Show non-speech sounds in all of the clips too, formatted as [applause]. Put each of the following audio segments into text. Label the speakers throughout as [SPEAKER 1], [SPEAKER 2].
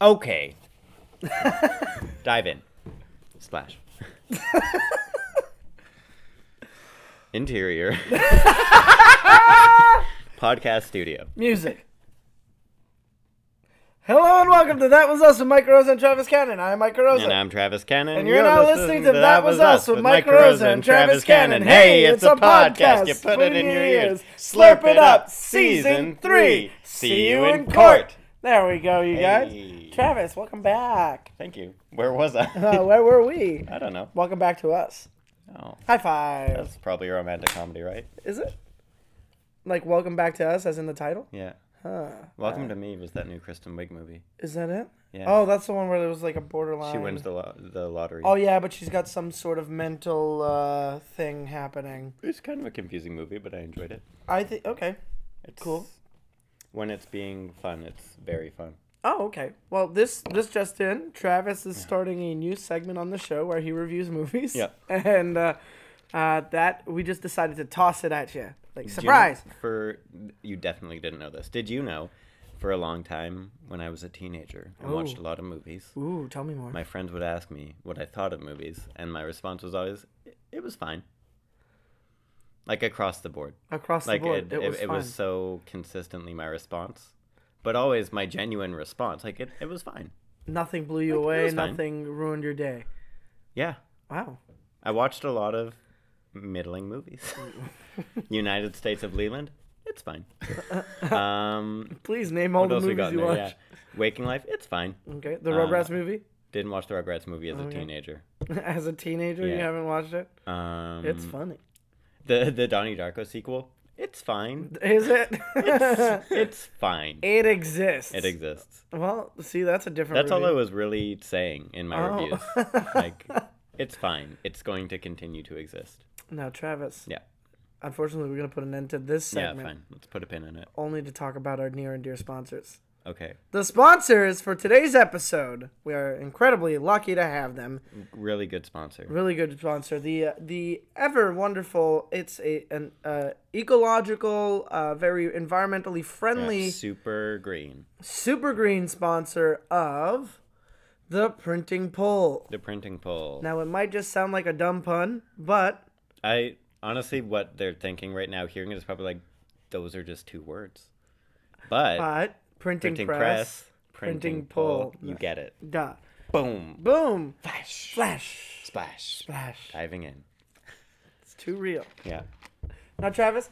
[SPEAKER 1] Okay. Dive in. Splash. Interior. Podcast studio.
[SPEAKER 2] Music. Hello and welcome to That Was Us with Mike Rosa and Travis Cannon. I'm Mike Rosa.
[SPEAKER 1] And I'm Travis Cannon.
[SPEAKER 2] And you're now listening to That Was Us with Mike Rosa and Travis Cannon.
[SPEAKER 1] Hey, it's a podcast. You put it in your ears. Slurp it up. Season three. See you in court.
[SPEAKER 2] There we go, you
[SPEAKER 1] Hey.
[SPEAKER 2] guys. Travis, welcome back.
[SPEAKER 1] Thank you. Where was [laughs]
[SPEAKER 2] Uh,
[SPEAKER 1] I?
[SPEAKER 2] where were we?
[SPEAKER 1] I don't know.
[SPEAKER 2] Welcome back to us.
[SPEAKER 1] Oh,
[SPEAKER 2] High five.
[SPEAKER 1] that's probably a romantic comedy, right?
[SPEAKER 2] Is it? Like, welcome back to us, as in the title?
[SPEAKER 1] Yeah.
[SPEAKER 2] Huh. Uh,
[SPEAKER 1] Welcome to Me was that new Kristen Wiig movie.
[SPEAKER 2] Is that it?
[SPEAKER 1] Yeah.
[SPEAKER 2] Oh, that's the one where there was like a borderline.
[SPEAKER 1] She wins the lo- the lottery.
[SPEAKER 2] Oh, yeah, but she's got some sort of mental uh, thing happening.
[SPEAKER 1] It's kind of a confusing movie, but I enjoyed it.
[SPEAKER 2] I think, okay.
[SPEAKER 1] It's
[SPEAKER 2] Cool.
[SPEAKER 1] When it's being fun, it's very fun.
[SPEAKER 2] Oh, okay. Well, this this just in, Travis is starting a new segment on the show where he reviews movies.
[SPEAKER 1] Yeah.
[SPEAKER 2] [laughs] And uh, uh, that we just decided to toss it at you, like
[SPEAKER 1] Do you know-
[SPEAKER 2] surprise.
[SPEAKER 1] for you definitely didn't know this. Did you know? For a long time, when I was a teenager and watched a
[SPEAKER 2] Oh.
[SPEAKER 1] lot of movies,
[SPEAKER 2] Ooh, tell me more.
[SPEAKER 1] my friends would ask me what I thought of movies, and my response was always, "It- "It was fine." Like across the board.
[SPEAKER 2] Across
[SPEAKER 1] like
[SPEAKER 2] the board, it, was
[SPEAKER 1] it
[SPEAKER 2] fun.
[SPEAKER 1] was so consistently my response but always my genuine response like it, it was fine
[SPEAKER 2] nothing blew you
[SPEAKER 1] Like, it
[SPEAKER 2] away.
[SPEAKER 1] was fine.
[SPEAKER 2] Nothing ruined your day.
[SPEAKER 1] yeah
[SPEAKER 2] Wow.
[SPEAKER 1] i watched a lot of middling
[SPEAKER 2] [laughs]
[SPEAKER 1] movies united states of leland it's
[SPEAKER 2] [laughs]
[SPEAKER 1] fine um
[SPEAKER 2] Please name all
[SPEAKER 1] what
[SPEAKER 2] the
[SPEAKER 1] else we got
[SPEAKER 2] movies
[SPEAKER 1] in
[SPEAKER 2] you
[SPEAKER 1] there?
[SPEAKER 2] watch.
[SPEAKER 1] Yeah. waking life it's fine
[SPEAKER 2] Okay, the
[SPEAKER 1] Um,
[SPEAKER 2] Rugrats movie. [laughs]
[SPEAKER 1] didn't watch the rugrats movie
[SPEAKER 2] Oh,
[SPEAKER 1] as a teenager
[SPEAKER 2] As a teenager, you
[SPEAKER 1] Yeah.
[SPEAKER 2] haven't watched it.
[SPEAKER 1] um
[SPEAKER 2] It's funny.
[SPEAKER 1] the the donnie darko sequel it's
[SPEAKER 2] [laughs]
[SPEAKER 1] fine
[SPEAKER 2] Is it?
[SPEAKER 1] it's, it's fine
[SPEAKER 2] it exists.
[SPEAKER 1] it exists
[SPEAKER 2] Well, see, that's a different.
[SPEAKER 1] That's all I
[SPEAKER 2] review.
[SPEAKER 1] was really saying in my
[SPEAKER 2] Oh.
[SPEAKER 1] reviews.
[SPEAKER 2] [laughs]
[SPEAKER 1] like, it's fine. It's going to continue to exist.
[SPEAKER 2] Now, Travis.
[SPEAKER 1] Yeah.
[SPEAKER 2] Unfortunately, we're gonna put an end to this segment.
[SPEAKER 1] Yeah, fine. Let's put a pin in it.
[SPEAKER 2] only to talk about our near and dear sponsors.
[SPEAKER 1] Okay.
[SPEAKER 2] The sponsors for today's episode, we are incredibly lucky to have them.
[SPEAKER 1] Really good sponsor.
[SPEAKER 2] Really good sponsor. The uh, the ever wonderful. It's a an uh, ecological, uh, very environmentally friendly,
[SPEAKER 1] Super green.
[SPEAKER 2] super green sponsor of the printing pole.
[SPEAKER 1] The printing pole.
[SPEAKER 2] Now it might just sound like a dumb pun, but
[SPEAKER 1] I honestly, what they're thinking right now, hearing it is probably like, those are just two words. But
[SPEAKER 2] but printing,
[SPEAKER 1] printing press,
[SPEAKER 2] press,
[SPEAKER 1] printing,
[SPEAKER 2] printing
[SPEAKER 1] pole,
[SPEAKER 2] pole.
[SPEAKER 1] You get it.
[SPEAKER 2] duh,
[SPEAKER 1] Boom.
[SPEAKER 2] boom,
[SPEAKER 1] Flash.
[SPEAKER 2] flash,
[SPEAKER 1] Splash.
[SPEAKER 2] flash.
[SPEAKER 1] Diving in.
[SPEAKER 2] It's too real.
[SPEAKER 1] Yeah.
[SPEAKER 2] Now, Travis,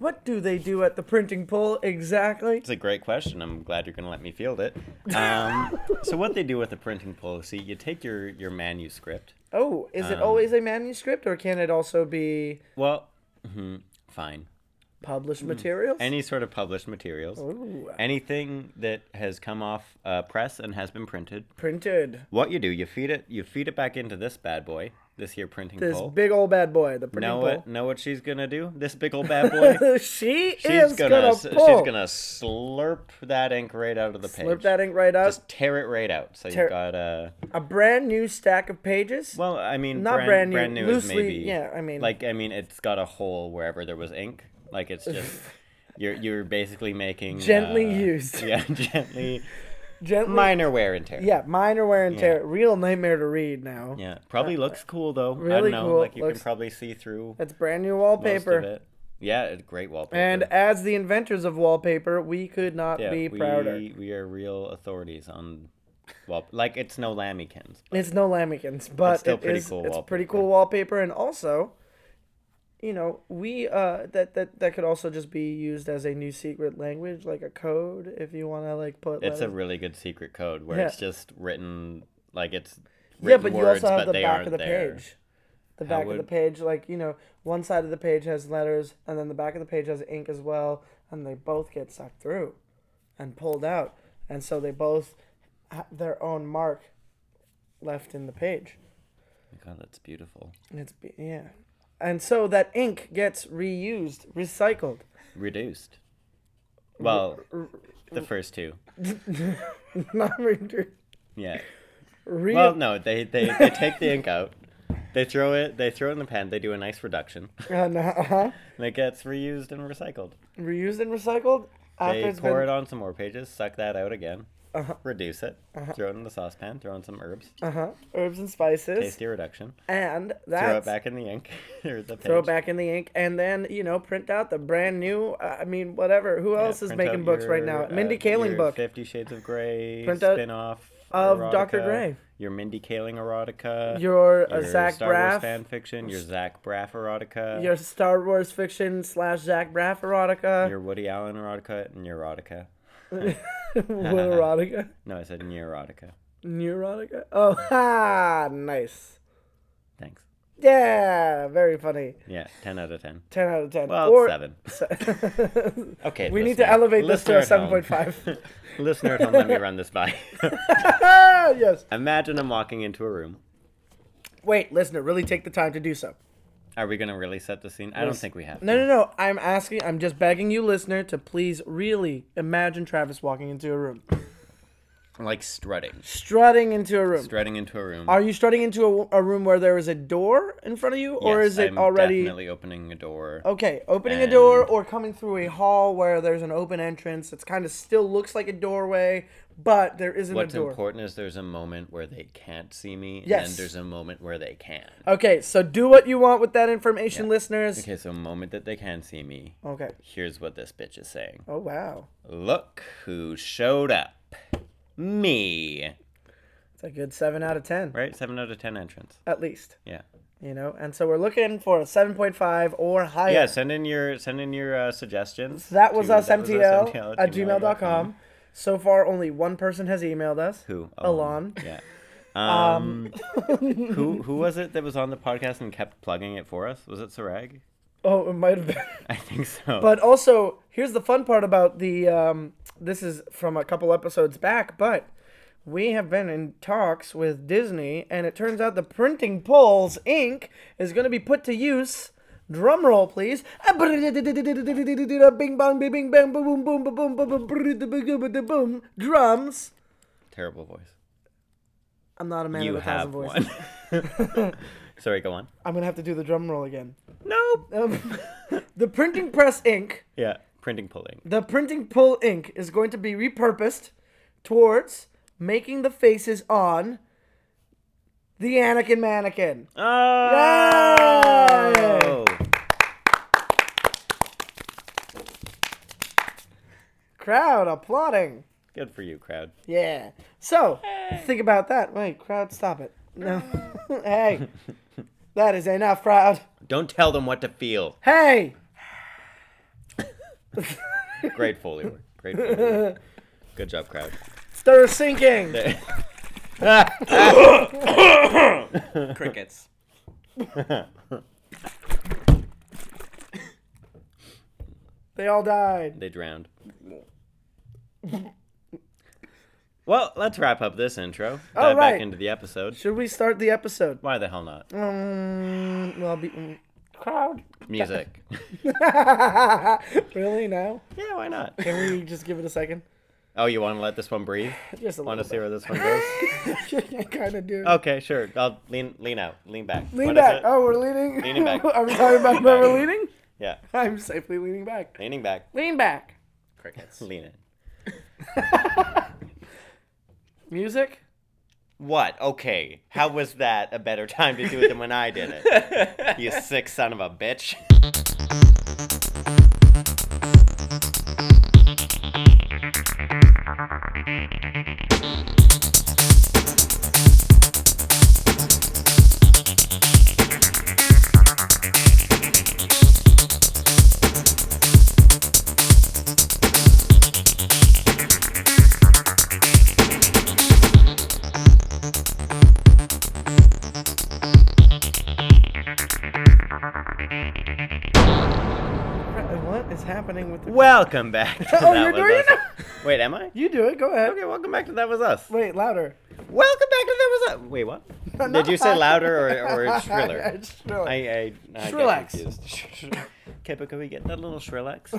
[SPEAKER 2] what do they do at the printing pool exactly?
[SPEAKER 1] It's a great question. I'm glad you're going to let me field it.
[SPEAKER 2] [laughs]
[SPEAKER 1] Um, so what they do with the printing pole? See, you take your your manuscript.
[SPEAKER 2] Oh, is
[SPEAKER 1] Um,
[SPEAKER 2] it always a manuscript or can it also be
[SPEAKER 1] Well, hmm fine.
[SPEAKER 2] published materials?
[SPEAKER 1] Any sort of published materials,
[SPEAKER 2] Ooh,
[SPEAKER 1] anything that has come off uh, press and has been printed.
[SPEAKER 2] printed.
[SPEAKER 1] What you do? You feed it. You feed it back into this bad boy. This here printing
[SPEAKER 2] This
[SPEAKER 1] pole.
[SPEAKER 2] big old bad boy, the printing
[SPEAKER 1] know
[SPEAKER 2] pole.
[SPEAKER 1] what? Know what she's gonna do? This big old bad
[SPEAKER 2] [laughs]
[SPEAKER 1] boy.
[SPEAKER 2] she
[SPEAKER 1] she's
[SPEAKER 2] is
[SPEAKER 1] gonna.
[SPEAKER 2] gonna,
[SPEAKER 1] s-
[SPEAKER 2] pull.
[SPEAKER 1] she's gonna slurp that ink right out of the page.
[SPEAKER 2] slurp that ink right up.
[SPEAKER 1] Just tear it right out. So
[SPEAKER 2] Tear-
[SPEAKER 1] you've got uh,
[SPEAKER 2] A brand new stack of pages.
[SPEAKER 1] Well, I mean,
[SPEAKER 2] Not
[SPEAKER 1] brand,
[SPEAKER 2] brand new,
[SPEAKER 1] Brand new
[SPEAKER 2] loosely-
[SPEAKER 1] is maybe.
[SPEAKER 2] yeah, I mean-
[SPEAKER 1] like I mean, it's got a hole wherever there was ink. Like it's
[SPEAKER 2] [laughs]
[SPEAKER 1] just you're you're basically making
[SPEAKER 2] Gently
[SPEAKER 1] uh,
[SPEAKER 2] used.
[SPEAKER 1] [laughs] Yeah,
[SPEAKER 2] [laughs]
[SPEAKER 1] gently
[SPEAKER 2] Gently.
[SPEAKER 1] minor wear and tear.
[SPEAKER 2] Yeah, minor wear and tear. Real nightmare to read now.
[SPEAKER 1] yeah. Probably looks cool though. I don't
[SPEAKER 2] really
[SPEAKER 1] know.
[SPEAKER 2] cool.
[SPEAKER 1] Like you
[SPEAKER 2] Looks-
[SPEAKER 1] can probably see through
[SPEAKER 2] That's brand new
[SPEAKER 1] most
[SPEAKER 2] wallpaper.
[SPEAKER 1] of it. Yeah, it's great wallpaper.
[SPEAKER 2] And as the inventors of wallpaper, we could not
[SPEAKER 1] yeah,
[SPEAKER 2] be
[SPEAKER 1] we,
[SPEAKER 2] prouder.
[SPEAKER 1] We are real authorities on wall. Like it's no lamikins.
[SPEAKER 2] [laughs] It's no lamikins, but
[SPEAKER 1] still
[SPEAKER 2] it
[SPEAKER 1] pretty
[SPEAKER 2] is-
[SPEAKER 1] cool
[SPEAKER 2] it's pretty
[SPEAKER 1] wallpaper.
[SPEAKER 2] cool wallpaper, and also, you know, we uh that that that could also just be used as a new secret language, like a code, if you want to like put.
[SPEAKER 1] It's a
[SPEAKER 2] letters-
[SPEAKER 1] really good secret code where
[SPEAKER 2] Yeah.
[SPEAKER 1] it's just written like it's.
[SPEAKER 2] yeah,
[SPEAKER 1] written
[SPEAKER 2] but you
[SPEAKER 1] words,
[SPEAKER 2] also
[SPEAKER 1] but
[SPEAKER 2] have the
[SPEAKER 1] they
[SPEAKER 2] back
[SPEAKER 1] aren't
[SPEAKER 2] of the
[SPEAKER 1] there.
[SPEAKER 2] page. The back of the
[SPEAKER 1] would-
[SPEAKER 2] page, like you know, one side of the page has letters, and then the back of the page has ink as well, and they both get sucked through, and pulled out, and so they both have their own mark left in the page.
[SPEAKER 1] God, that's beautiful.
[SPEAKER 2] It's be- yeah, and so that ink gets reused, recycled. [laughs]
[SPEAKER 1] Reduced. Well, the first two.
[SPEAKER 2] Not reduced.
[SPEAKER 1] Yeah.
[SPEAKER 2] [laughs] Re-
[SPEAKER 1] Well, no, they, they, they take the ink out. They throw it. They throw it in the pen. They do a nice reduction,
[SPEAKER 2] uh, no, uh-huh.
[SPEAKER 1] and it gets reused and recycled.
[SPEAKER 2] reused and recycled. After
[SPEAKER 1] They
[SPEAKER 2] it's
[SPEAKER 1] pour
[SPEAKER 2] been Uh-huh.
[SPEAKER 1] it on some more pages, suck that out again, reduce it, throw it in the saucepan, throw in some herbs,
[SPEAKER 2] Uh huh. Herbs and spices.
[SPEAKER 1] tasty reduction,
[SPEAKER 2] And
[SPEAKER 1] throw it
[SPEAKER 2] that's
[SPEAKER 1] back in the ink [laughs] or the page.
[SPEAKER 2] throw it back in the ink and then you know print out the brand new uh, i mean whatever who
[SPEAKER 1] Yeah,
[SPEAKER 2] else is
[SPEAKER 1] print
[SPEAKER 2] making
[SPEAKER 1] out
[SPEAKER 2] books right
[SPEAKER 1] your,
[SPEAKER 2] now
[SPEAKER 1] uh,
[SPEAKER 2] mindy kaling
[SPEAKER 1] your
[SPEAKER 2] book
[SPEAKER 1] Fifty Shades of Grey
[SPEAKER 2] Print out
[SPEAKER 1] spin-off
[SPEAKER 2] of Dr.
[SPEAKER 1] erotica,
[SPEAKER 2] Grey.
[SPEAKER 1] Your Mindy Kaling erotica.
[SPEAKER 2] your, uh,
[SPEAKER 1] your
[SPEAKER 2] zach
[SPEAKER 1] Star Wars
[SPEAKER 2] braff
[SPEAKER 1] fan fiction. Your Zach Braff erotica.
[SPEAKER 2] your star wars fiction slash zach braff erotica
[SPEAKER 1] your Woody Allen erotica. Neurotica.
[SPEAKER 2] [laughs] What
[SPEAKER 1] [laughs]
[SPEAKER 2] erotica
[SPEAKER 1] No, I said neurotica.
[SPEAKER 2] neurotica oh [laughs] ha nice
[SPEAKER 1] Thanks.
[SPEAKER 2] yeah very funny
[SPEAKER 1] Yeah, ten out of ten.
[SPEAKER 2] 10 out of 10
[SPEAKER 1] Well,
[SPEAKER 2] or [laughs]
[SPEAKER 1] seven. Okay.
[SPEAKER 2] we need to
[SPEAKER 1] listener-
[SPEAKER 2] elevate this to a
[SPEAKER 1] listener at home.
[SPEAKER 2] 7.5
[SPEAKER 1] [laughs] listener at home, let me run this by. [laughs]
[SPEAKER 2] yes
[SPEAKER 1] Imagine I'm walking into a room.
[SPEAKER 2] wait listener really take the time to do so
[SPEAKER 1] Are we gonna really set the scene? I don't think we have.
[SPEAKER 2] No, no, no. I'm asking, I'm just begging you, listener, to please really imagine Travis walking into a room,
[SPEAKER 1] Like strutting,
[SPEAKER 2] strutting into a room.
[SPEAKER 1] strutting into a room.
[SPEAKER 2] Are you strutting into a, a room where there is a door in front of you, or
[SPEAKER 1] Yes,
[SPEAKER 2] is it
[SPEAKER 1] I'm
[SPEAKER 2] already.
[SPEAKER 1] definitely opening a door?
[SPEAKER 2] Okay, opening a door
[SPEAKER 1] And-
[SPEAKER 2] or coming through a hall where there's an open entrance. It's kind of still looks like a doorway, but there isn't
[SPEAKER 1] What's
[SPEAKER 2] a door.
[SPEAKER 1] important is there's a moment where they can't see me, and
[SPEAKER 2] Yes.
[SPEAKER 1] then there's a moment where they can.
[SPEAKER 2] Okay, so do what you want with that information, listeners. Okay.
[SPEAKER 1] Okay, so moment that they can see me. Here's what this bitch is saying.
[SPEAKER 2] Oh, wow.
[SPEAKER 1] Look who showed up. Me.
[SPEAKER 2] It's a good 7 out of 10,
[SPEAKER 1] Right? Seven out of ten entrance.
[SPEAKER 2] at least.
[SPEAKER 1] Yeah.
[SPEAKER 2] You know, and so we're looking for a 7.5 or higher.
[SPEAKER 1] Yeah. Send in your send in your uh, suggestions.
[SPEAKER 2] That was
[SPEAKER 1] to-
[SPEAKER 2] us,
[SPEAKER 1] that was
[SPEAKER 2] MTL,
[SPEAKER 1] MTL
[SPEAKER 2] at gmail.com. So far, only one person has emailed us.
[SPEAKER 1] Who? Oh.
[SPEAKER 2] Alon. [laughs]
[SPEAKER 1] Yeah. Um, who who was it that was on the podcast and kept plugging it for us? Was it Sarag? [laughs]
[SPEAKER 2] Oh, it might have been.
[SPEAKER 1] I think so.
[SPEAKER 2] But also, here's the fun part about the. Um, this is from a couple episodes back, but we have been in talks with Disney, and it turns out the Printing Polls Inc. is going to be put to use. Drum roll, please. Bing bong, bing bing bang, boom boom boom boom boom boom boom boom boom. Drums.
[SPEAKER 1] Terrible voice.
[SPEAKER 2] I'm not a man
[SPEAKER 1] You
[SPEAKER 2] of a thousand
[SPEAKER 1] have
[SPEAKER 2] voices.
[SPEAKER 1] one. [laughs] Sorry, go
[SPEAKER 2] [laughs]
[SPEAKER 1] on.
[SPEAKER 2] I'm gonna have to do the drum roll again.
[SPEAKER 1] Nope.
[SPEAKER 2] Um, [laughs] the Printing Press Inc.
[SPEAKER 1] Yeah, printing pulling.
[SPEAKER 2] The Printing Pull Inc. is going to be repurposed towards making the faces on the Anakin mannequin.
[SPEAKER 1] Oh.
[SPEAKER 2] Crowd applauding.
[SPEAKER 1] Good for you, crowd.
[SPEAKER 2] Yeah. So think about that. Wait, crowd, stop it. No. [laughs] hey, that is enough, crowd.
[SPEAKER 1] Don't tell them what to feel.
[SPEAKER 2] Hey.
[SPEAKER 1] Great Foley work. Great Foley work. Good job, crowd.
[SPEAKER 2] They're sinking.
[SPEAKER 3] Crickets.
[SPEAKER 2] They all died.
[SPEAKER 1] They drowned. Well, let's wrap up this intro. Dive
[SPEAKER 2] All right.
[SPEAKER 1] back into the episode.
[SPEAKER 2] Should we start the episode?
[SPEAKER 1] Why the hell not?
[SPEAKER 2] Um, well, be, mm, crowd. [laughs]
[SPEAKER 1] Music. [laughs]
[SPEAKER 2] really now?
[SPEAKER 1] yeah, why not?
[SPEAKER 2] Can we just give it a second?
[SPEAKER 1] Oh, you want to let this one breathe?
[SPEAKER 2] Just a
[SPEAKER 1] Want to
[SPEAKER 2] little
[SPEAKER 1] see where this one
[SPEAKER 2] [laughs]
[SPEAKER 1] goes?
[SPEAKER 2] bit. I kind of do.
[SPEAKER 1] Okay, sure. I'll lean lean out, lean back.
[SPEAKER 2] lean
[SPEAKER 1] What is
[SPEAKER 2] back.
[SPEAKER 1] it?
[SPEAKER 2] Oh, we're leaning.
[SPEAKER 1] Leaning back.
[SPEAKER 2] [laughs] Are we talking about where we're
[SPEAKER 1] Back.
[SPEAKER 2] leaning?
[SPEAKER 1] Yeah,
[SPEAKER 2] I'm safely leaning back.
[SPEAKER 1] leaning back,
[SPEAKER 2] Lean back.
[SPEAKER 3] Crickets.
[SPEAKER 1] [laughs] lean in.
[SPEAKER 2] Music.
[SPEAKER 1] What? Okay. How was that a better time to do it than when I did it?
[SPEAKER 2] [laughs]
[SPEAKER 1] you sick son of a bitch.
[SPEAKER 2] Uh, What is happening with the?
[SPEAKER 1] Welcome back. [laughs] To
[SPEAKER 2] Oh,
[SPEAKER 1] That
[SPEAKER 2] you're
[SPEAKER 1] Was
[SPEAKER 2] doing it
[SPEAKER 1] Us.
[SPEAKER 2] now?
[SPEAKER 1] Wait, am I?
[SPEAKER 2] You do it. Go ahead.
[SPEAKER 1] Okay, welcome back to That Was Us.
[SPEAKER 2] Wait, louder.
[SPEAKER 1] Welcome back to That Was Us. Wait, what? Did you say louder [laughs]
[SPEAKER 2] [laughs]
[SPEAKER 1] or, or
[SPEAKER 2] Yeah,
[SPEAKER 1] shriller?
[SPEAKER 2] it's thriller.
[SPEAKER 1] I, I, I
[SPEAKER 2] Shrillex.
[SPEAKER 1] get [laughs] confused. okay, but can we get that little [laughs] Shrillex?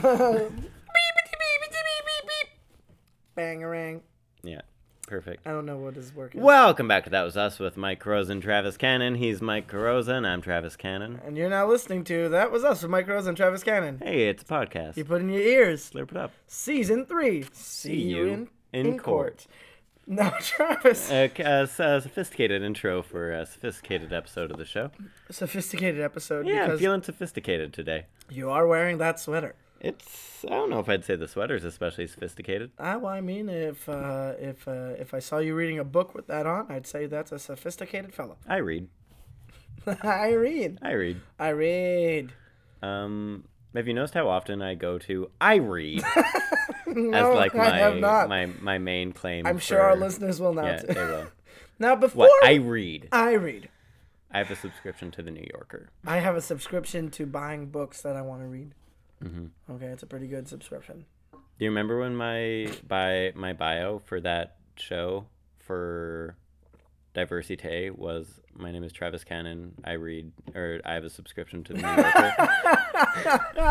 [SPEAKER 2] Bangarang.
[SPEAKER 1] yeah, perfect.
[SPEAKER 2] I don't know what is working.
[SPEAKER 1] Welcome back to That Was Us with Mike Carosa and Travis Cannon. He's Mike Carosa and I'm Travis Cannon.
[SPEAKER 2] And you're now listening to that was us with Mike Rose and Travis Cannon.
[SPEAKER 1] Hey, it's a podcast.
[SPEAKER 2] You put in your ears.
[SPEAKER 1] Slurp it up.
[SPEAKER 2] Season three. See,
[SPEAKER 1] you in court. Uh,
[SPEAKER 2] No, [laughs] Travis.
[SPEAKER 1] A, a, a sophisticated intro for a sophisticated episode of the show.
[SPEAKER 2] Sophisticated episode
[SPEAKER 1] Yeah, I'm
[SPEAKER 2] because
[SPEAKER 1] feeling sophisticated today.
[SPEAKER 2] you are wearing that sweater.
[SPEAKER 1] It's I don't know if I'd say the sweater's especially sophisticated.
[SPEAKER 2] Ah, well, I mean, if uh, if uh, if I saw you reading a book with that on, I'd say that's a sophisticated fellow. [laughs]
[SPEAKER 1] I read.
[SPEAKER 2] I read.
[SPEAKER 1] I read.
[SPEAKER 2] I read.
[SPEAKER 1] Um, have you noticed how often I go to I
[SPEAKER 2] [laughs]
[SPEAKER 1] read
[SPEAKER 2] No,
[SPEAKER 1] as like
[SPEAKER 2] I
[SPEAKER 1] my
[SPEAKER 2] have not.
[SPEAKER 1] my my main claim?
[SPEAKER 2] I'm sure our
[SPEAKER 1] for-
[SPEAKER 2] listeners will now.
[SPEAKER 1] Yeah,
[SPEAKER 2] too.
[SPEAKER 1] they will.
[SPEAKER 2] [laughs] now before
[SPEAKER 1] What I read.
[SPEAKER 2] I read,
[SPEAKER 1] I have a subscription to the New Yorker.
[SPEAKER 2] I have a subscription to buying books that I want to read.
[SPEAKER 1] Mm-hmm.
[SPEAKER 2] Okay, it's a pretty good subscription.
[SPEAKER 1] Do you remember when my by my bio for that show for Diversity was my name is Travis Cannon. I read or I have a subscription to the New
[SPEAKER 2] [laughs]
[SPEAKER 1] Yorker.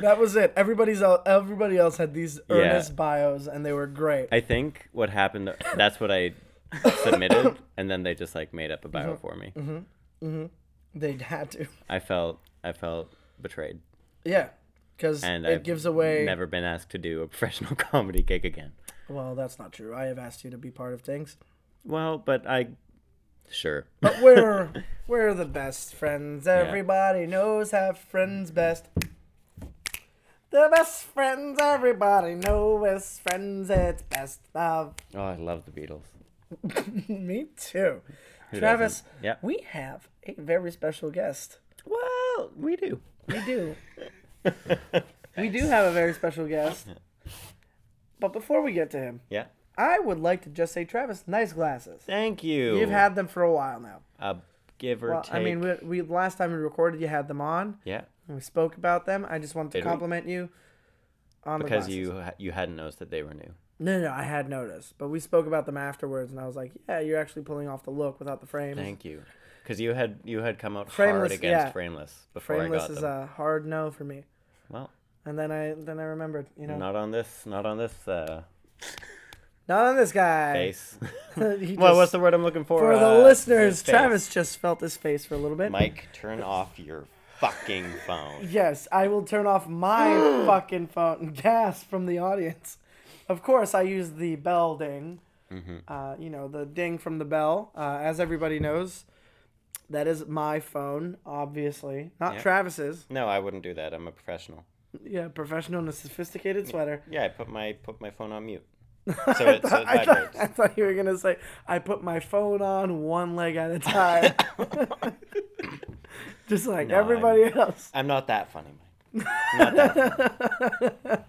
[SPEAKER 2] That was it. Everybody's el- everybody else had these
[SPEAKER 1] Yeah.
[SPEAKER 2] earnest bios, and they were great.
[SPEAKER 1] I think what happened that's what I
[SPEAKER 2] [coughs]
[SPEAKER 1] submitted and then they just like made up a bio
[SPEAKER 2] Mm-hmm.
[SPEAKER 1] for me.
[SPEAKER 2] they had to, [laughs]
[SPEAKER 1] I felt I felt betrayed.
[SPEAKER 2] yeah, because it
[SPEAKER 1] And I've
[SPEAKER 2] gives away.
[SPEAKER 1] Never been asked to do a [laughs] professional comedy gig again.
[SPEAKER 2] Well, that's not true. I have asked you to be part of things,
[SPEAKER 1] Well, but I sure.
[SPEAKER 2] but we're [laughs] we're the best friends. Everybody knows have friends best. The best friends everybody knows. Friends, it's best of.
[SPEAKER 1] [laughs]
[SPEAKER 2] [laughs]
[SPEAKER 1] Oh, I love the Beatles.
[SPEAKER 2] Me too. Travis,
[SPEAKER 1] doesn't? Yeah.
[SPEAKER 2] we have a very special guest.
[SPEAKER 1] Well, we do.
[SPEAKER 2] We do.
[SPEAKER 1] [laughs]
[SPEAKER 2] we do have a very special guest. But before we get to him,
[SPEAKER 1] Yeah.
[SPEAKER 2] I would like to just say, Travis, nice glasses.
[SPEAKER 1] Thank you.
[SPEAKER 2] You've had them for a while now.
[SPEAKER 1] a give or
[SPEAKER 2] Well,
[SPEAKER 1] take.
[SPEAKER 2] I mean, we, we last time we recorded, you had them on,
[SPEAKER 1] yeah,
[SPEAKER 2] and we spoke about them. I just wanted to
[SPEAKER 1] Did we?
[SPEAKER 2] compliment you on
[SPEAKER 1] because
[SPEAKER 2] the glasses. Mm-hmm.
[SPEAKER 1] you ha- you hadn't noticed that they were new.
[SPEAKER 2] No, no, I had noticed, but we spoke about them afterwards, and I was like, yeah, you're actually pulling off the look without the frames.
[SPEAKER 1] Thank you, because you had you had come out hard
[SPEAKER 2] Frameless,
[SPEAKER 1] against
[SPEAKER 2] yeah.
[SPEAKER 1] frameless before I
[SPEAKER 2] Frameless
[SPEAKER 1] got
[SPEAKER 2] is
[SPEAKER 1] them.
[SPEAKER 2] a hard no for me.
[SPEAKER 1] Well,
[SPEAKER 2] And then I then I remembered, you know,
[SPEAKER 1] not on this, not on this uh,
[SPEAKER 2] not on this guy.
[SPEAKER 1] face.
[SPEAKER 2] [laughs]
[SPEAKER 1] [laughs]
[SPEAKER 2] He
[SPEAKER 1] well,
[SPEAKER 2] just-
[SPEAKER 1] what's the word I'm looking for?
[SPEAKER 2] for
[SPEAKER 1] Uh,
[SPEAKER 2] the listeners?
[SPEAKER 1] his face.
[SPEAKER 2] Travis just felt his face for a little bit.
[SPEAKER 1] Mike, turn off your fucking phone.
[SPEAKER 2] Yes, I will turn off
[SPEAKER 1] [gasps]
[SPEAKER 2] my fucking phone. Gas from the audience. Of course, I use the bell ding.
[SPEAKER 1] Mm-hmm.
[SPEAKER 2] Uh, you know the ding from the bell. Uh, as everybody knows, that is my phone, obviously, not
[SPEAKER 1] Yeah.
[SPEAKER 2] Travis's.
[SPEAKER 1] No, I wouldn't do that. I'm a professional.
[SPEAKER 2] Yeah, professional in a sophisticated sweater. [laughs]
[SPEAKER 1] Yeah, I put my put my phone on mute, so it, so it
[SPEAKER 2] I thought,
[SPEAKER 1] vibrates.
[SPEAKER 2] I thought you were gonna say I put my phone on one leg at a time, [laughs] just like
[SPEAKER 1] No, I'm-
[SPEAKER 2] everybody else.
[SPEAKER 1] I'm not that funny, Mike. Not that. Funny.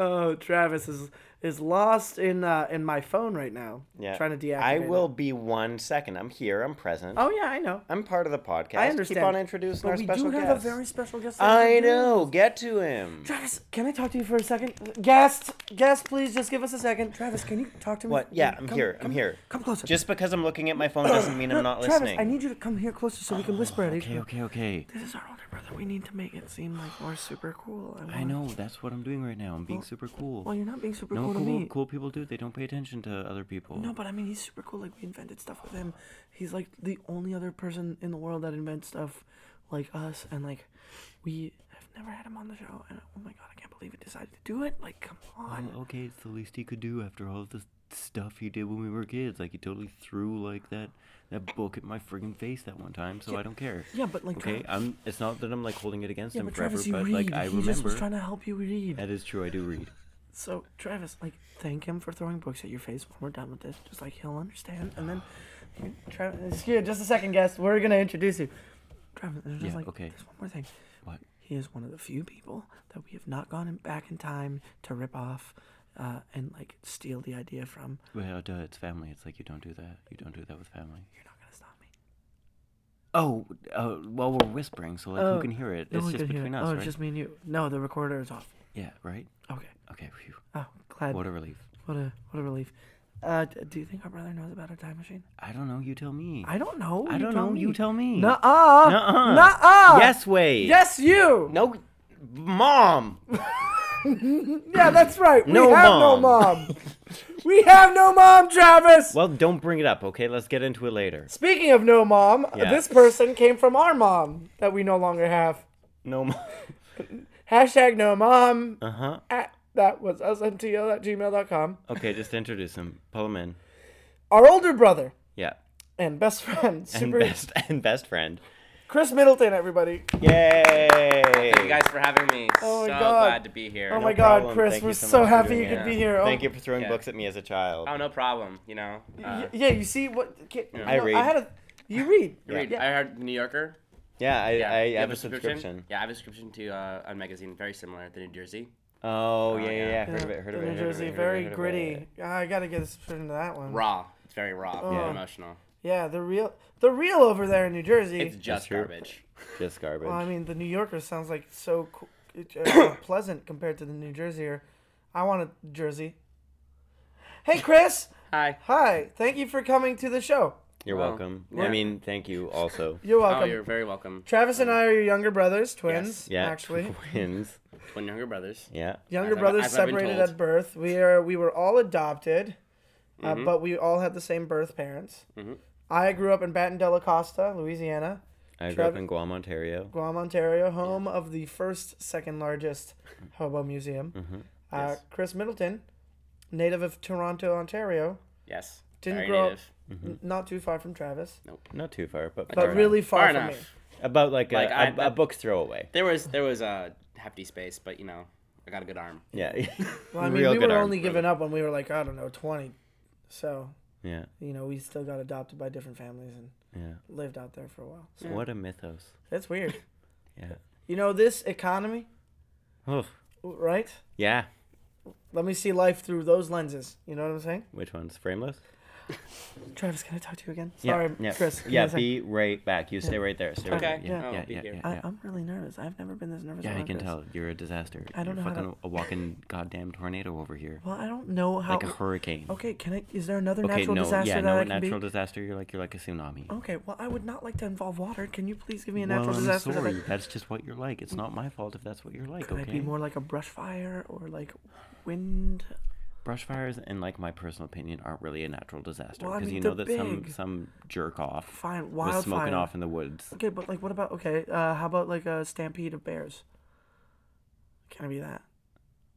[SPEAKER 2] Oh, Travis is is lost in uh, in my phone right now.
[SPEAKER 1] Yeah.
[SPEAKER 2] trying to deactivate.
[SPEAKER 1] I
[SPEAKER 2] it.
[SPEAKER 1] will be one second. I'm here. I'm present.
[SPEAKER 2] Oh yeah, I know.
[SPEAKER 1] I'm part of the podcast.
[SPEAKER 2] I understand.
[SPEAKER 1] Keep on introducing
[SPEAKER 2] But
[SPEAKER 1] our
[SPEAKER 2] we
[SPEAKER 1] special
[SPEAKER 2] do have
[SPEAKER 1] guest.
[SPEAKER 2] a very special guest.
[SPEAKER 1] I
[SPEAKER 2] today.
[SPEAKER 1] know. Get to him.
[SPEAKER 2] Travis, can I talk to you for a second? Guest, guest, please just give us a second. Travis, can you talk to me?
[SPEAKER 1] What? Yeah, I'm
[SPEAKER 2] Come-
[SPEAKER 1] here.
[SPEAKER 2] come-
[SPEAKER 1] I'm here.
[SPEAKER 2] Come closer.
[SPEAKER 1] Just because I'm looking at my phone doesn't mean
[SPEAKER 2] [coughs]
[SPEAKER 1] I'm not
[SPEAKER 2] Travis,
[SPEAKER 1] listening. Oh,
[SPEAKER 2] I need you to come here closer so we can whisper at each other.
[SPEAKER 1] okay, okay.
[SPEAKER 2] This is our older brother. We need to make it seem like we're super cool. I, wanna-
[SPEAKER 1] know. That's what I'm doing right now. I'm being super cool.
[SPEAKER 2] Well, you're not being super cool to me.
[SPEAKER 1] cool people do. They don't pay attention to other people.
[SPEAKER 2] No, but I mean, he's super cool. Like, we invented stuff with him. He's like the only other person in the world that invents stuff like us. And like, we have never had him on the show. And oh my God, I can't believe he decided to do it. Like, come on.
[SPEAKER 3] okay, it's the least he could do after all the stuff he did when we were kids. Like he totally threw like that that book at my friggin' face that one time. So I don't care.
[SPEAKER 2] Yeah, but like,
[SPEAKER 3] Okay,
[SPEAKER 2] Tra-
[SPEAKER 3] I'm. It's not that I'm like holding it against
[SPEAKER 2] yeah,
[SPEAKER 3] him
[SPEAKER 2] but
[SPEAKER 3] forever,
[SPEAKER 2] Travis, you
[SPEAKER 3] but
[SPEAKER 2] read.
[SPEAKER 3] like I
[SPEAKER 2] he just
[SPEAKER 3] remember.
[SPEAKER 2] was trying to help you read.
[SPEAKER 3] That is true. I do read.
[SPEAKER 2] So, Travis, like, thank him for throwing books at your face when we're done with this. Just like, he'll understand. And then, you- Travis, excuse just a second, guest. We're going to introduce you. Travis, there's just
[SPEAKER 3] Yeah,
[SPEAKER 2] like,
[SPEAKER 3] okay.
[SPEAKER 2] there's one more thing.
[SPEAKER 3] What?
[SPEAKER 2] He is one of the few people that we have not gone in, back in time to rip off uh, and like steal the idea from.
[SPEAKER 3] Well, duh, it's family. It's like you don't do that. You don't do that with family.
[SPEAKER 2] You're not gonna stop me.
[SPEAKER 3] Oh, uh, well, we're whispering, so like
[SPEAKER 2] Oh,
[SPEAKER 3] who can hear it?
[SPEAKER 2] No
[SPEAKER 3] it's
[SPEAKER 2] one
[SPEAKER 3] just
[SPEAKER 2] can hear
[SPEAKER 3] between
[SPEAKER 2] it.
[SPEAKER 3] us,
[SPEAKER 2] Oh,
[SPEAKER 3] right?
[SPEAKER 2] it's just me and you. No, the recorder is off.
[SPEAKER 3] Yeah, right.
[SPEAKER 2] Okay.
[SPEAKER 3] Okay. Phew.
[SPEAKER 2] Oh, glad.
[SPEAKER 3] What a relief.
[SPEAKER 2] What a what a relief. Uh, d- do you think our brother knows about our time machine?
[SPEAKER 3] I don't know. You tell me.
[SPEAKER 2] I don't know.
[SPEAKER 3] I don't know. You tell me.
[SPEAKER 2] Nuh uh.
[SPEAKER 1] Nuh-uh.
[SPEAKER 2] Nuh uh.
[SPEAKER 1] Yes, Wade.
[SPEAKER 2] Yes, you.
[SPEAKER 1] No. Mom.
[SPEAKER 2] Yeah, that's right. We
[SPEAKER 1] No
[SPEAKER 2] have no
[SPEAKER 1] [laughs]
[SPEAKER 2] mom. we have no mom, Travis.
[SPEAKER 1] Well, don't bring it up. Okay, let's get into it later.
[SPEAKER 2] Speaking of no mom,
[SPEAKER 1] Yeah.
[SPEAKER 2] this person came from our mom that we no longer have.
[SPEAKER 1] No.
[SPEAKER 2] Hashtag no mom.
[SPEAKER 1] Uh huh.
[SPEAKER 2] Uh, That was smtl at gmail.com.
[SPEAKER 1] Okay, just introduce him. Pull him in.
[SPEAKER 2] Our older brother
[SPEAKER 1] Yeah.
[SPEAKER 2] and best friend,
[SPEAKER 1] And
[SPEAKER 2] super [laughs]
[SPEAKER 1] best and best friend.
[SPEAKER 2] Chris Middleton, everybody.
[SPEAKER 1] Yay!
[SPEAKER 4] Thank you guys for having me.
[SPEAKER 2] Oh my
[SPEAKER 4] so
[SPEAKER 2] God.
[SPEAKER 4] glad to be here.
[SPEAKER 2] Oh my
[SPEAKER 1] problem.
[SPEAKER 2] God, Chris,
[SPEAKER 1] Thank you
[SPEAKER 2] we're
[SPEAKER 1] so
[SPEAKER 2] so,
[SPEAKER 1] much for
[SPEAKER 2] happy
[SPEAKER 1] doing
[SPEAKER 2] you could
[SPEAKER 4] it.
[SPEAKER 2] be here.
[SPEAKER 1] Thank
[SPEAKER 2] oh,
[SPEAKER 1] you for throwing
[SPEAKER 4] Yeah.
[SPEAKER 1] books at me as a child.
[SPEAKER 4] Oh, no problem. You know, uh,
[SPEAKER 2] y- yeah, you see what? Kid, you
[SPEAKER 1] I
[SPEAKER 2] know,
[SPEAKER 1] read.
[SPEAKER 2] I had a. You read.
[SPEAKER 4] you read-
[SPEAKER 2] Yeah.
[SPEAKER 4] I heard the New Yorker.
[SPEAKER 1] Yeah, I,
[SPEAKER 4] Yeah,
[SPEAKER 1] I,
[SPEAKER 4] You
[SPEAKER 1] have a subscription.
[SPEAKER 4] Yeah, I have a subscription to uh, a magazine very similar, the New Jersey.
[SPEAKER 1] Oh, yeah, yeah,
[SPEAKER 4] Oh, yeah.
[SPEAKER 1] yeah. Heard of it. Heard of it.
[SPEAKER 2] New
[SPEAKER 1] heard of it,
[SPEAKER 2] Jersey,
[SPEAKER 1] heard of it,
[SPEAKER 2] very
[SPEAKER 1] heard of
[SPEAKER 2] gritty.
[SPEAKER 1] it.
[SPEAKER 2] Ah, I gotta get a subscription to that one.
[SPEAKER 4] Raw. It's very raw.
[SPEAKER 2] Oh.
[SPEAKER 4] very emotional.
[SPEAKER 2] Yeah, the real, the real over there in New Jersey.
[SPEAKER 4] It's just
[SPEAKER 1] true.
[SPEAKER 4] garbage.
[SPEAKER 1] Just garbage.
[SPEAKER 2] Well, I mean, the New Yorker sounds like so co- it-
[SPEAKER 4] [coughs]
[SPEAKER 2] uh, pleasant compared to the New Jerseyer. I want a Jersey. Hey, Chris.
[SPEAKER 4] Hi.
[SPEAKER 2] Hi. Thank you for coming to the show.
[SPEAKER 1] you're
[SPEAKER 4] well,
[SPEAKER 1] welcome. I
[SPEAKER 4] yeah.
[SPEAKER 1] mean, thank you
[SPEAKER 2] [laughs]
[SPEAKER 1] also.
[SPEAKER 2] You're welcome.
[SPEAKER 4] Oh, you're very welcome.
[SPEAKER 2] Travis and I are your younger brothers, twins.
[SPEAKER 1] Yeah.
[SPEAKER 4] [laughs]
[SPEAKER 2] Actually,
[SPEAKER 1] Twins.
[SPEAKER 4] Twin younger brothers.
[SPEAKER 1] Yeah.
[SPEAKER 2] younger
[SPEAKER 4] As I've-
[SPEAKER 2] brothers
[SPEAKER 4] as I've been
[SPEAKER 2] separated
[SPEAKER 4] told.
[SPEAKER 2] at birth. We are. We were all adopted,
[SPEAKER 4] Mm-hmm.
[SPEAKER 2] uh, but we all had the same birth parents.
[SPEAKER 4] Mhm.
[SPEAKER 2] I grew up in Baton Della Costa, Louisiana,
[SPEAKER 1] I grew up
[SPEAKER 2] Trav-
[SPEAKER 1] in Guam, Ontario.
[SPEAKER 2] Guam, Ontario, home of the first,
[SPEAKER 1] [laughs]
[SPEAKER 2] second largest hobo museum.
[SPEAKER 1] Mhm.
[SPEAKER 2] Uh,
[SPEAKER 4] Yes.
[SPEAKER 2] Chris Middleton, native of Toronto, Ontario,
[SPEAKER 4] Yes.
[SPEAKER 2] Didn't
[SPEAKER 4] very
[SPEAKER 2] grow up-
[SPEAKER 4] native.
[SPEAKER 2] n- not too far from Travis,
[SPEAKER 1] Not too far, but,
[SPEAKER 2] but
[SPEAKER 1] far Mm-hmm.
[SPEAKER 2] really
[SPEAKER 1] enough.
[SPEAKER 2] far,
[SPEAKER 4] Far
[SPEAKER 2] from
[SPEAKER 4] enough.
[SPEAKER 2] me.
[SPEAKER 1] about like,
[SPEAKER 4] Like,
[SPEAKER 1] a,
[SPEAKER 4] I-
[SPEAKER 1] a- a book's throw away.
[SPEAKER 4] There was there was a hefty space, but you know, I got a good arm.
[SPEAKER 1] Yeah. [laughs]
[SPEAKER 2] Well, I mean,
[SPEAKER 1] Real
[SPEAKER 2] we
[SPEAKER 1] good
[SPEAKER 2] were
[SPEAKER 1] arm.
[SPEAKER 2] only giving up when we were like I don't know twenty, so
[SPEAKER 1] yeah.
[SPEAKER 2] you know we still got adopted by different families and
[SPEAKER 1] Yeah.
[SPEAKER 2] lived out there for a while.
[SPEAKER 4] Yeah.
[SPEAKER 1] What a mythos.
[SPEAKER 2] That's weird.
[SPEAKER 1] [laughs] Yeah.
[SPEAKER 2] You know this economy,
[SPEAKER 1] Oh.
[SPEAKER 2] right?
[SPEAKER 1] Yeah.
[SPEAKER 2] Let me see life through those lenses. You know what I'm saying?
[SPEAKER 1] Which one's frameless?
[SPEAKER 2] Travis, can I talk to you again?
[SPEAKER 1] Yeah,
[SPEAKER 2] Sorry,
[SPEAKER 1] yeah.
[SPEAKER 2] Chris. give me
[SPEAKER 1] Yeah,
[SPEAKER 2] a sec.
[SPEAKER 1] be right back. You stay right there. Stay right
[SPEAKER 4] Okay.
[SPEAKER 1] there. Yeah,
[SPEAKER 4] I'll
[SPEAKER 1] yeah,
[SPEAKER 4] be
[SPEAKER 1] yeah,
[SPEAKER 4] here.
[SPEAKER 1] yeah,
[SPEAKER 2] I,
[SPEAKER 1] yeah.
[SPEAKER 2] I'm really nervous. I've never been this nervous.
[SPEAKER 1] Yeah, I
[SPEAKER 2] about
[SPEAKER 1] can
[SPEAKER 2] this.
[SPEAKER 1] tell. You're a disaster.
[SPEAKER 2] I
[SPEAKER 1] You're
[SPEAKER 2] don't know how to-
[SPEAKER 1] fucking a walking goddamn tornado over here.
[SPEAKER 2] Well, I don't know how.
[SPEAKER 1] Like a hurricane.
[SPEAKER 2] okay, can I? Is there another
[SPEAKER 1] Okay,
[SPEAKER 2] natural
[SPEAKER 1] no,
[SPEAKER 2] disaster
[SPEAKER 1] yeah,
[SPEAKER 2] that
[SPEAKER 1] no
[SPEAKER 2] I can be?
[SPEAKER 1] natural disaster. You're like you're like a tsunami.
[SPEAKER 2] Okay, well, I would not like to involve water. Can you please give me a
[SPEAKER 3] well,
[SPEAKER 2] natural
[SPEAKER 3] I'm
[SPEAKER 2] disaster? that I-
[SPEAKER 3] sorry. That's just what you're like. It's not my fault if that's what you're like.
[SPEAKER 2] Could
[SPEAKER 3] okay.
[SPEAKER 2] I be more like a brush fire or like wind?
[SPEAKER 3] Brush fires, in like my personal opinion, aren't really a natural disaster
[SPEAKER 2] Well, I
[SPEAKER 3] because you
[SPEAKER 2] mean,
[SPEAKER 3] know
[SPEAKER 2] they're
[SPEAKER 3] that some
[SPEAKER 2] big.
[SPEAKER 3] some jerk off
[SPEAKER 2] Fine,
[SPEAKER 3] was smoking
[SPEAKER 2] wildfire.
[SPEAKER 3] off in the woods.
[SPEAKER 2] Okay, but like, what about okay? Uh, how about like a stampede of bears? Can I be that?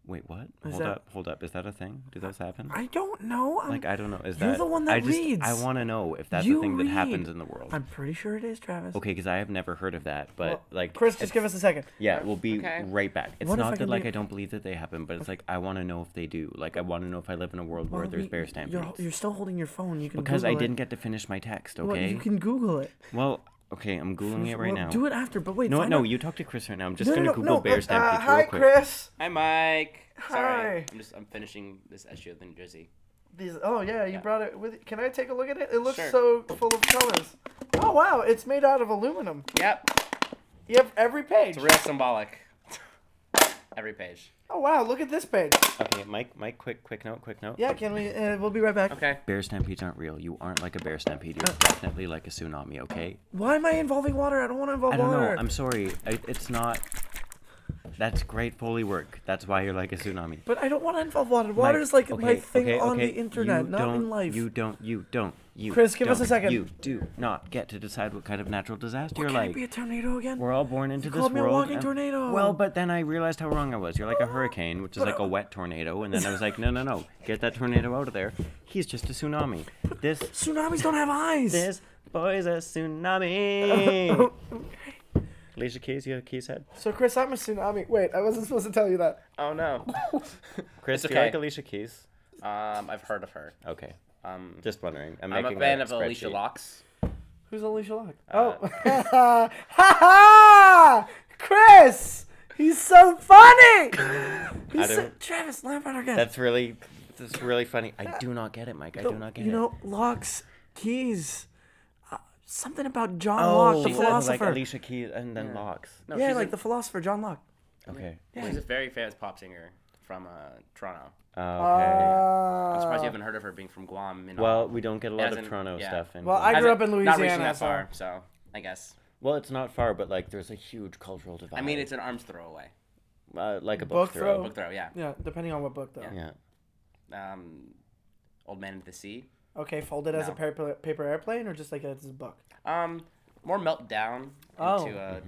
[SPEAKER 3] Wait, what?
[SPEAKER 2] Is
[SPEAKER 3] hold
[SPEAKER 2] that-
[SPEAKER 3] up, hold up. Is that a thing? Do those happen?
[SPEAKER 2] I don't know. I'm,
[SPEAKER 3] like I don't know. Is
[SPEAKER 2] you're
[SPEAKER 3] that
[SPEAKER 2] the one
[SPEAKER 3] I
[SPEAKER 2] that
[SPEAKER 3] just, I
[SPEAKER 2] reads.
[SPEAKER 3] want to know if that's
[SPEAKER 2] You
[SPEAKER 3] a thing that happens
[SPEAKER 2] read.
[SPEAKER 3] in the world.
[SPEAKER 2] I'm pretty sure it is, Travis.
[SPEAKER 3] Okay, because I have never heard of that, but
[SPEAKER 2] Well,
[SPEAKER 3] like
[SPEAKER 2] Chris, just give us a second.
[SPEAKER 3] Yeah, we'll be
[SPEAKER 4] Okay.
[SPEAKER 3] right back. It's
[SPEAKER 2] What if I
[SPEAKER 3] not
[SPEAKER 2] can
[SPEAKER 3] that like
[SPEAKER 2] be-
[SPEAKER 3] I don't believe that they happen, but it's like I want to know if they do. Like I want to know if I live in a world where
[SPEAKER 2] Well,
[SPEAKER 3] there's
[SPEAKER 2] we-
[SPEAKER 3] bear
[SPEAKER 2] You're,
[SPEAKER 3] stampedes.
[SPEAKER 2] you're still holding your phone. You can
[SPEAKER 3] Because I
[SPEAKER 2] Google it.
[SPEAKER 3] didn't get to finish my text.
[SPEAKER 2] Well,
[SPEAKER 3] Okay.
[SPEAKER 2] you can Google it.
[SPEAKER 3] Well, okay, I'm googling it right
[SPEAKER 2] Well,
[SPEAKER 3] now.
[SPEAKER 2] Do it after, but wait.
[SPEAKER 3] No,
[SPEAKER 2] find
[SPEAKER 3] no,
[SPEAKER 2] out-
[SPEAKER 3] you talk to Chris right now. I'm just
[SPEAKER 2] No, no,
[SPEAKER 3] gonna
[SPEAKER 2] no,
[SPEAKER 3] Google
[SPEAKER 2] no,
[SPEAKER 3] bear
[SPEAKER 2] uh,
[SPEAKER 3] stampedes
[SPEAKER 2] hi,
[SPEAKER 3] real quick.
[SPEAKER 2] Chris.
[SPEAKER 4] Hi, Mike. Sorry,
[SPEAKER 2] Hi.
[SPEAKER 4] I'm just I'm finishing this issue of the New Jersey.
[SPEAKER 2] These, oh yeah, you
[SPEAKER 4] Yeah.
[SPEAKER 2] brought it with. Can I take a look at it? It looks
[SPEAKER 4] Sure.
[SPEAKER 2] so full of colors. Oh wow, it's made out of aluminum.
[SPEAKER 4] Yep,
[SPEAKER 2] You have every page.
[SPEAKER 4] it's real symbolic. Every page.
[SPEAKER 2] Oh wow, look at this page.
[SPEAKER 1] Okay, Mike. Mike, quick, quick note, quick note.
[SPEAKER 2] Yeah, can we? Uh, we'll be right back.
[SPEAKER 4] Okay.
[SPEAKER 3] Bear stampedes aren't real. You aren't like a bear stampede.
[SPEAKER 2] Uh,
[SPEAKER 3] You're definitely like a tsunami. Okay.
[SPEAKER 2] Why am I involving water? I don't want to involve
[SPEAKER 3] I don't know.
[SPEAKER 2] water.
[SPEAKER 3] I'm sorry. I, it's not. That's great Foley work. That's why you're like a tsunami.
[SPEAKER 2] But I don't want to involve water. Water is like my thing
[SPEAKER 3] okay,
[SPEAKER 2] on
[SPEAKER 3] okay,
[SPEAKER 2] the internet,
[SPEAKER 3] you
[SPEAKER 2] not in
[SPEAKER 3] don't-
[SPEAKER 2] life.
[SPEAKER 3] You don't. You don't. You.
[SPEAKER 2] Chris, give us a
[SPEAKER 3] don't,
[SPEAKER 2] second.
[SPEAKER 3] You do not get to decide what kind of natural disaster you're
[SPEAKER 2] can
[SPEAKER 3] like.
[SPEAKER 2] it be a tornado again?
[SPEAKER 3] We're all born into
[SPEAKER 2] You
[SPEAKER 3] this
[SPEAKER 2] called me a
[SPEAKER 3] world.
[SPEAKER 2] walking
[SPEAKER 3] and-
[SPEAKER 2] tornado.
[SPEAKER 3] Well, but then I realized how wrong I was. You're like
[SPEAKER 2] [laughs]
[SPEAKER 3] a hurricane, which is
[SPEAKER 2] But
[SPEAKER 3] like
[SPEAKER 2] I-
[SPEAKER 3] a wet tornado, and then I was like, no, no, no, get that tornado out of there. He's just a tsunami. This,
[SPEAKER 2] Tsunamis don't have eyes.
[SPEAKER 3] this boy's a tsunami.
[SPEAKER 4] [laughs]
[SPEAKER 3] Alicia Keys, you have a Keys head.
[SPEAKER 2] so Chris, I'm a tsunami. Wait, I wasn't supposed to tell you that.
[SPEAKER 4] Oh
[SPEAKER 2] [laughs]
[SPEAKER 4] no.
[SPEAKER 1] Chris,
[SPEAKER 4] It's
[SPEAKER 1] do you like
[SPEAKER 4] okay.
[SPEAKER 1] Alicia Keys?
[SPEAKER 4] Um, I've heard of her.
[SPEAKER 1] Okay,
[SPEAKER 4] Um,
[SPEAKER 1] just wondering. I'm,
[SPEAKER 4] I'm a
[SPEAKER 1] making
[SPEAKER 4] fan of Alicia
[SPEAKER 1] spreadsheet.
[SPEAKER 4] Locks.
[SPEAKER 2] Who's Alicia Locke?
[SPEAKER 1] Uh,
[SPEAKER 2] oh, ha [laughs] ha! Chris, he's so
[SPEAKER 1] [laughs]
[SPEAKER 2] funny. He's so,
[SPEAKER 1] don't-
[SPEAKER 2] Travis, laugh at her again.
[SPEAKER 1] That's really, that's really funny. I do not get it, Mike. I do not get
[SPEAKER 2] you
[SPEAKER 1] it.
[SPEAKER 2] know, Locke's keys. Uh, something about John
[SPEAKER 1] oh,
[SPEAKER 2] Locke, the
[SPEAKER 1] like
[SPEAKER 2] philosopher.
[SPEAKER 1] Alicia Keys and then locks.
[SPEAKER 4] No,
[SPEAKER 2] yeah,
[SPEAKER 4] she's
[SPEAKER 2] like
[SPEAKER 4] a,
[SPEAKER 2] the philosopher John Locke.
[SPEAKER 1] Okay.
[SPEAKER 4] She's a very famous pop singer from uh, Toronto.
[SPEAKER 2] Uh,
[SPEAKER 1] Okay.
[SPEAKER 4] I'm surprised you haven't heard of her being from Guam. And all.
[SPEAKER 1] well, we don't get a lot
[SPEAKER 4] as
[SPEAKER 1] of
[SPEAKER 4] in-
[SPEAKER 1] Toronto
[SPEAKER 4] yeah.
[SPEAKER 1] stuff. In
[SPEAKER 2] Well, I
[SPEAKER 4] Hasn't-
[SPEAKER 2] grew up in
[SPEAKER 4] Not reaching
[SPEAKER 2] Louisiana.
[SPEAKER 4] that
[SPEAKER 2] so-
[SPEAKER 4] far, so I guess.
[SPEAKER 1] well, it's not far, but like there's a huge cultural divide.
[SPEAKER 4] I mean, it's an arms throw away.
[SPEAKER 1] uh, like a book,
[SPEAKER 2] Book
[SPEAKER 1] throw.
[SPEAKER 2] throw.
[SPEAKER 4] Book throw, yeah.
[SPEAKER 2] Yeah, depending on what book though.
[SPEAKER 1] Yeah.
[SPEAKER 4] Um, Old Man of the Sea.
[SPEAKER 2] Okay, folded as a
[SPEAKER 4] No.
[SPEAKER 2] paper, paper airplane or just like as a book.
[SPEAKER 4] Um, more melt down
[SPEAKER 2] Oh.
[SPEAKER 4] into a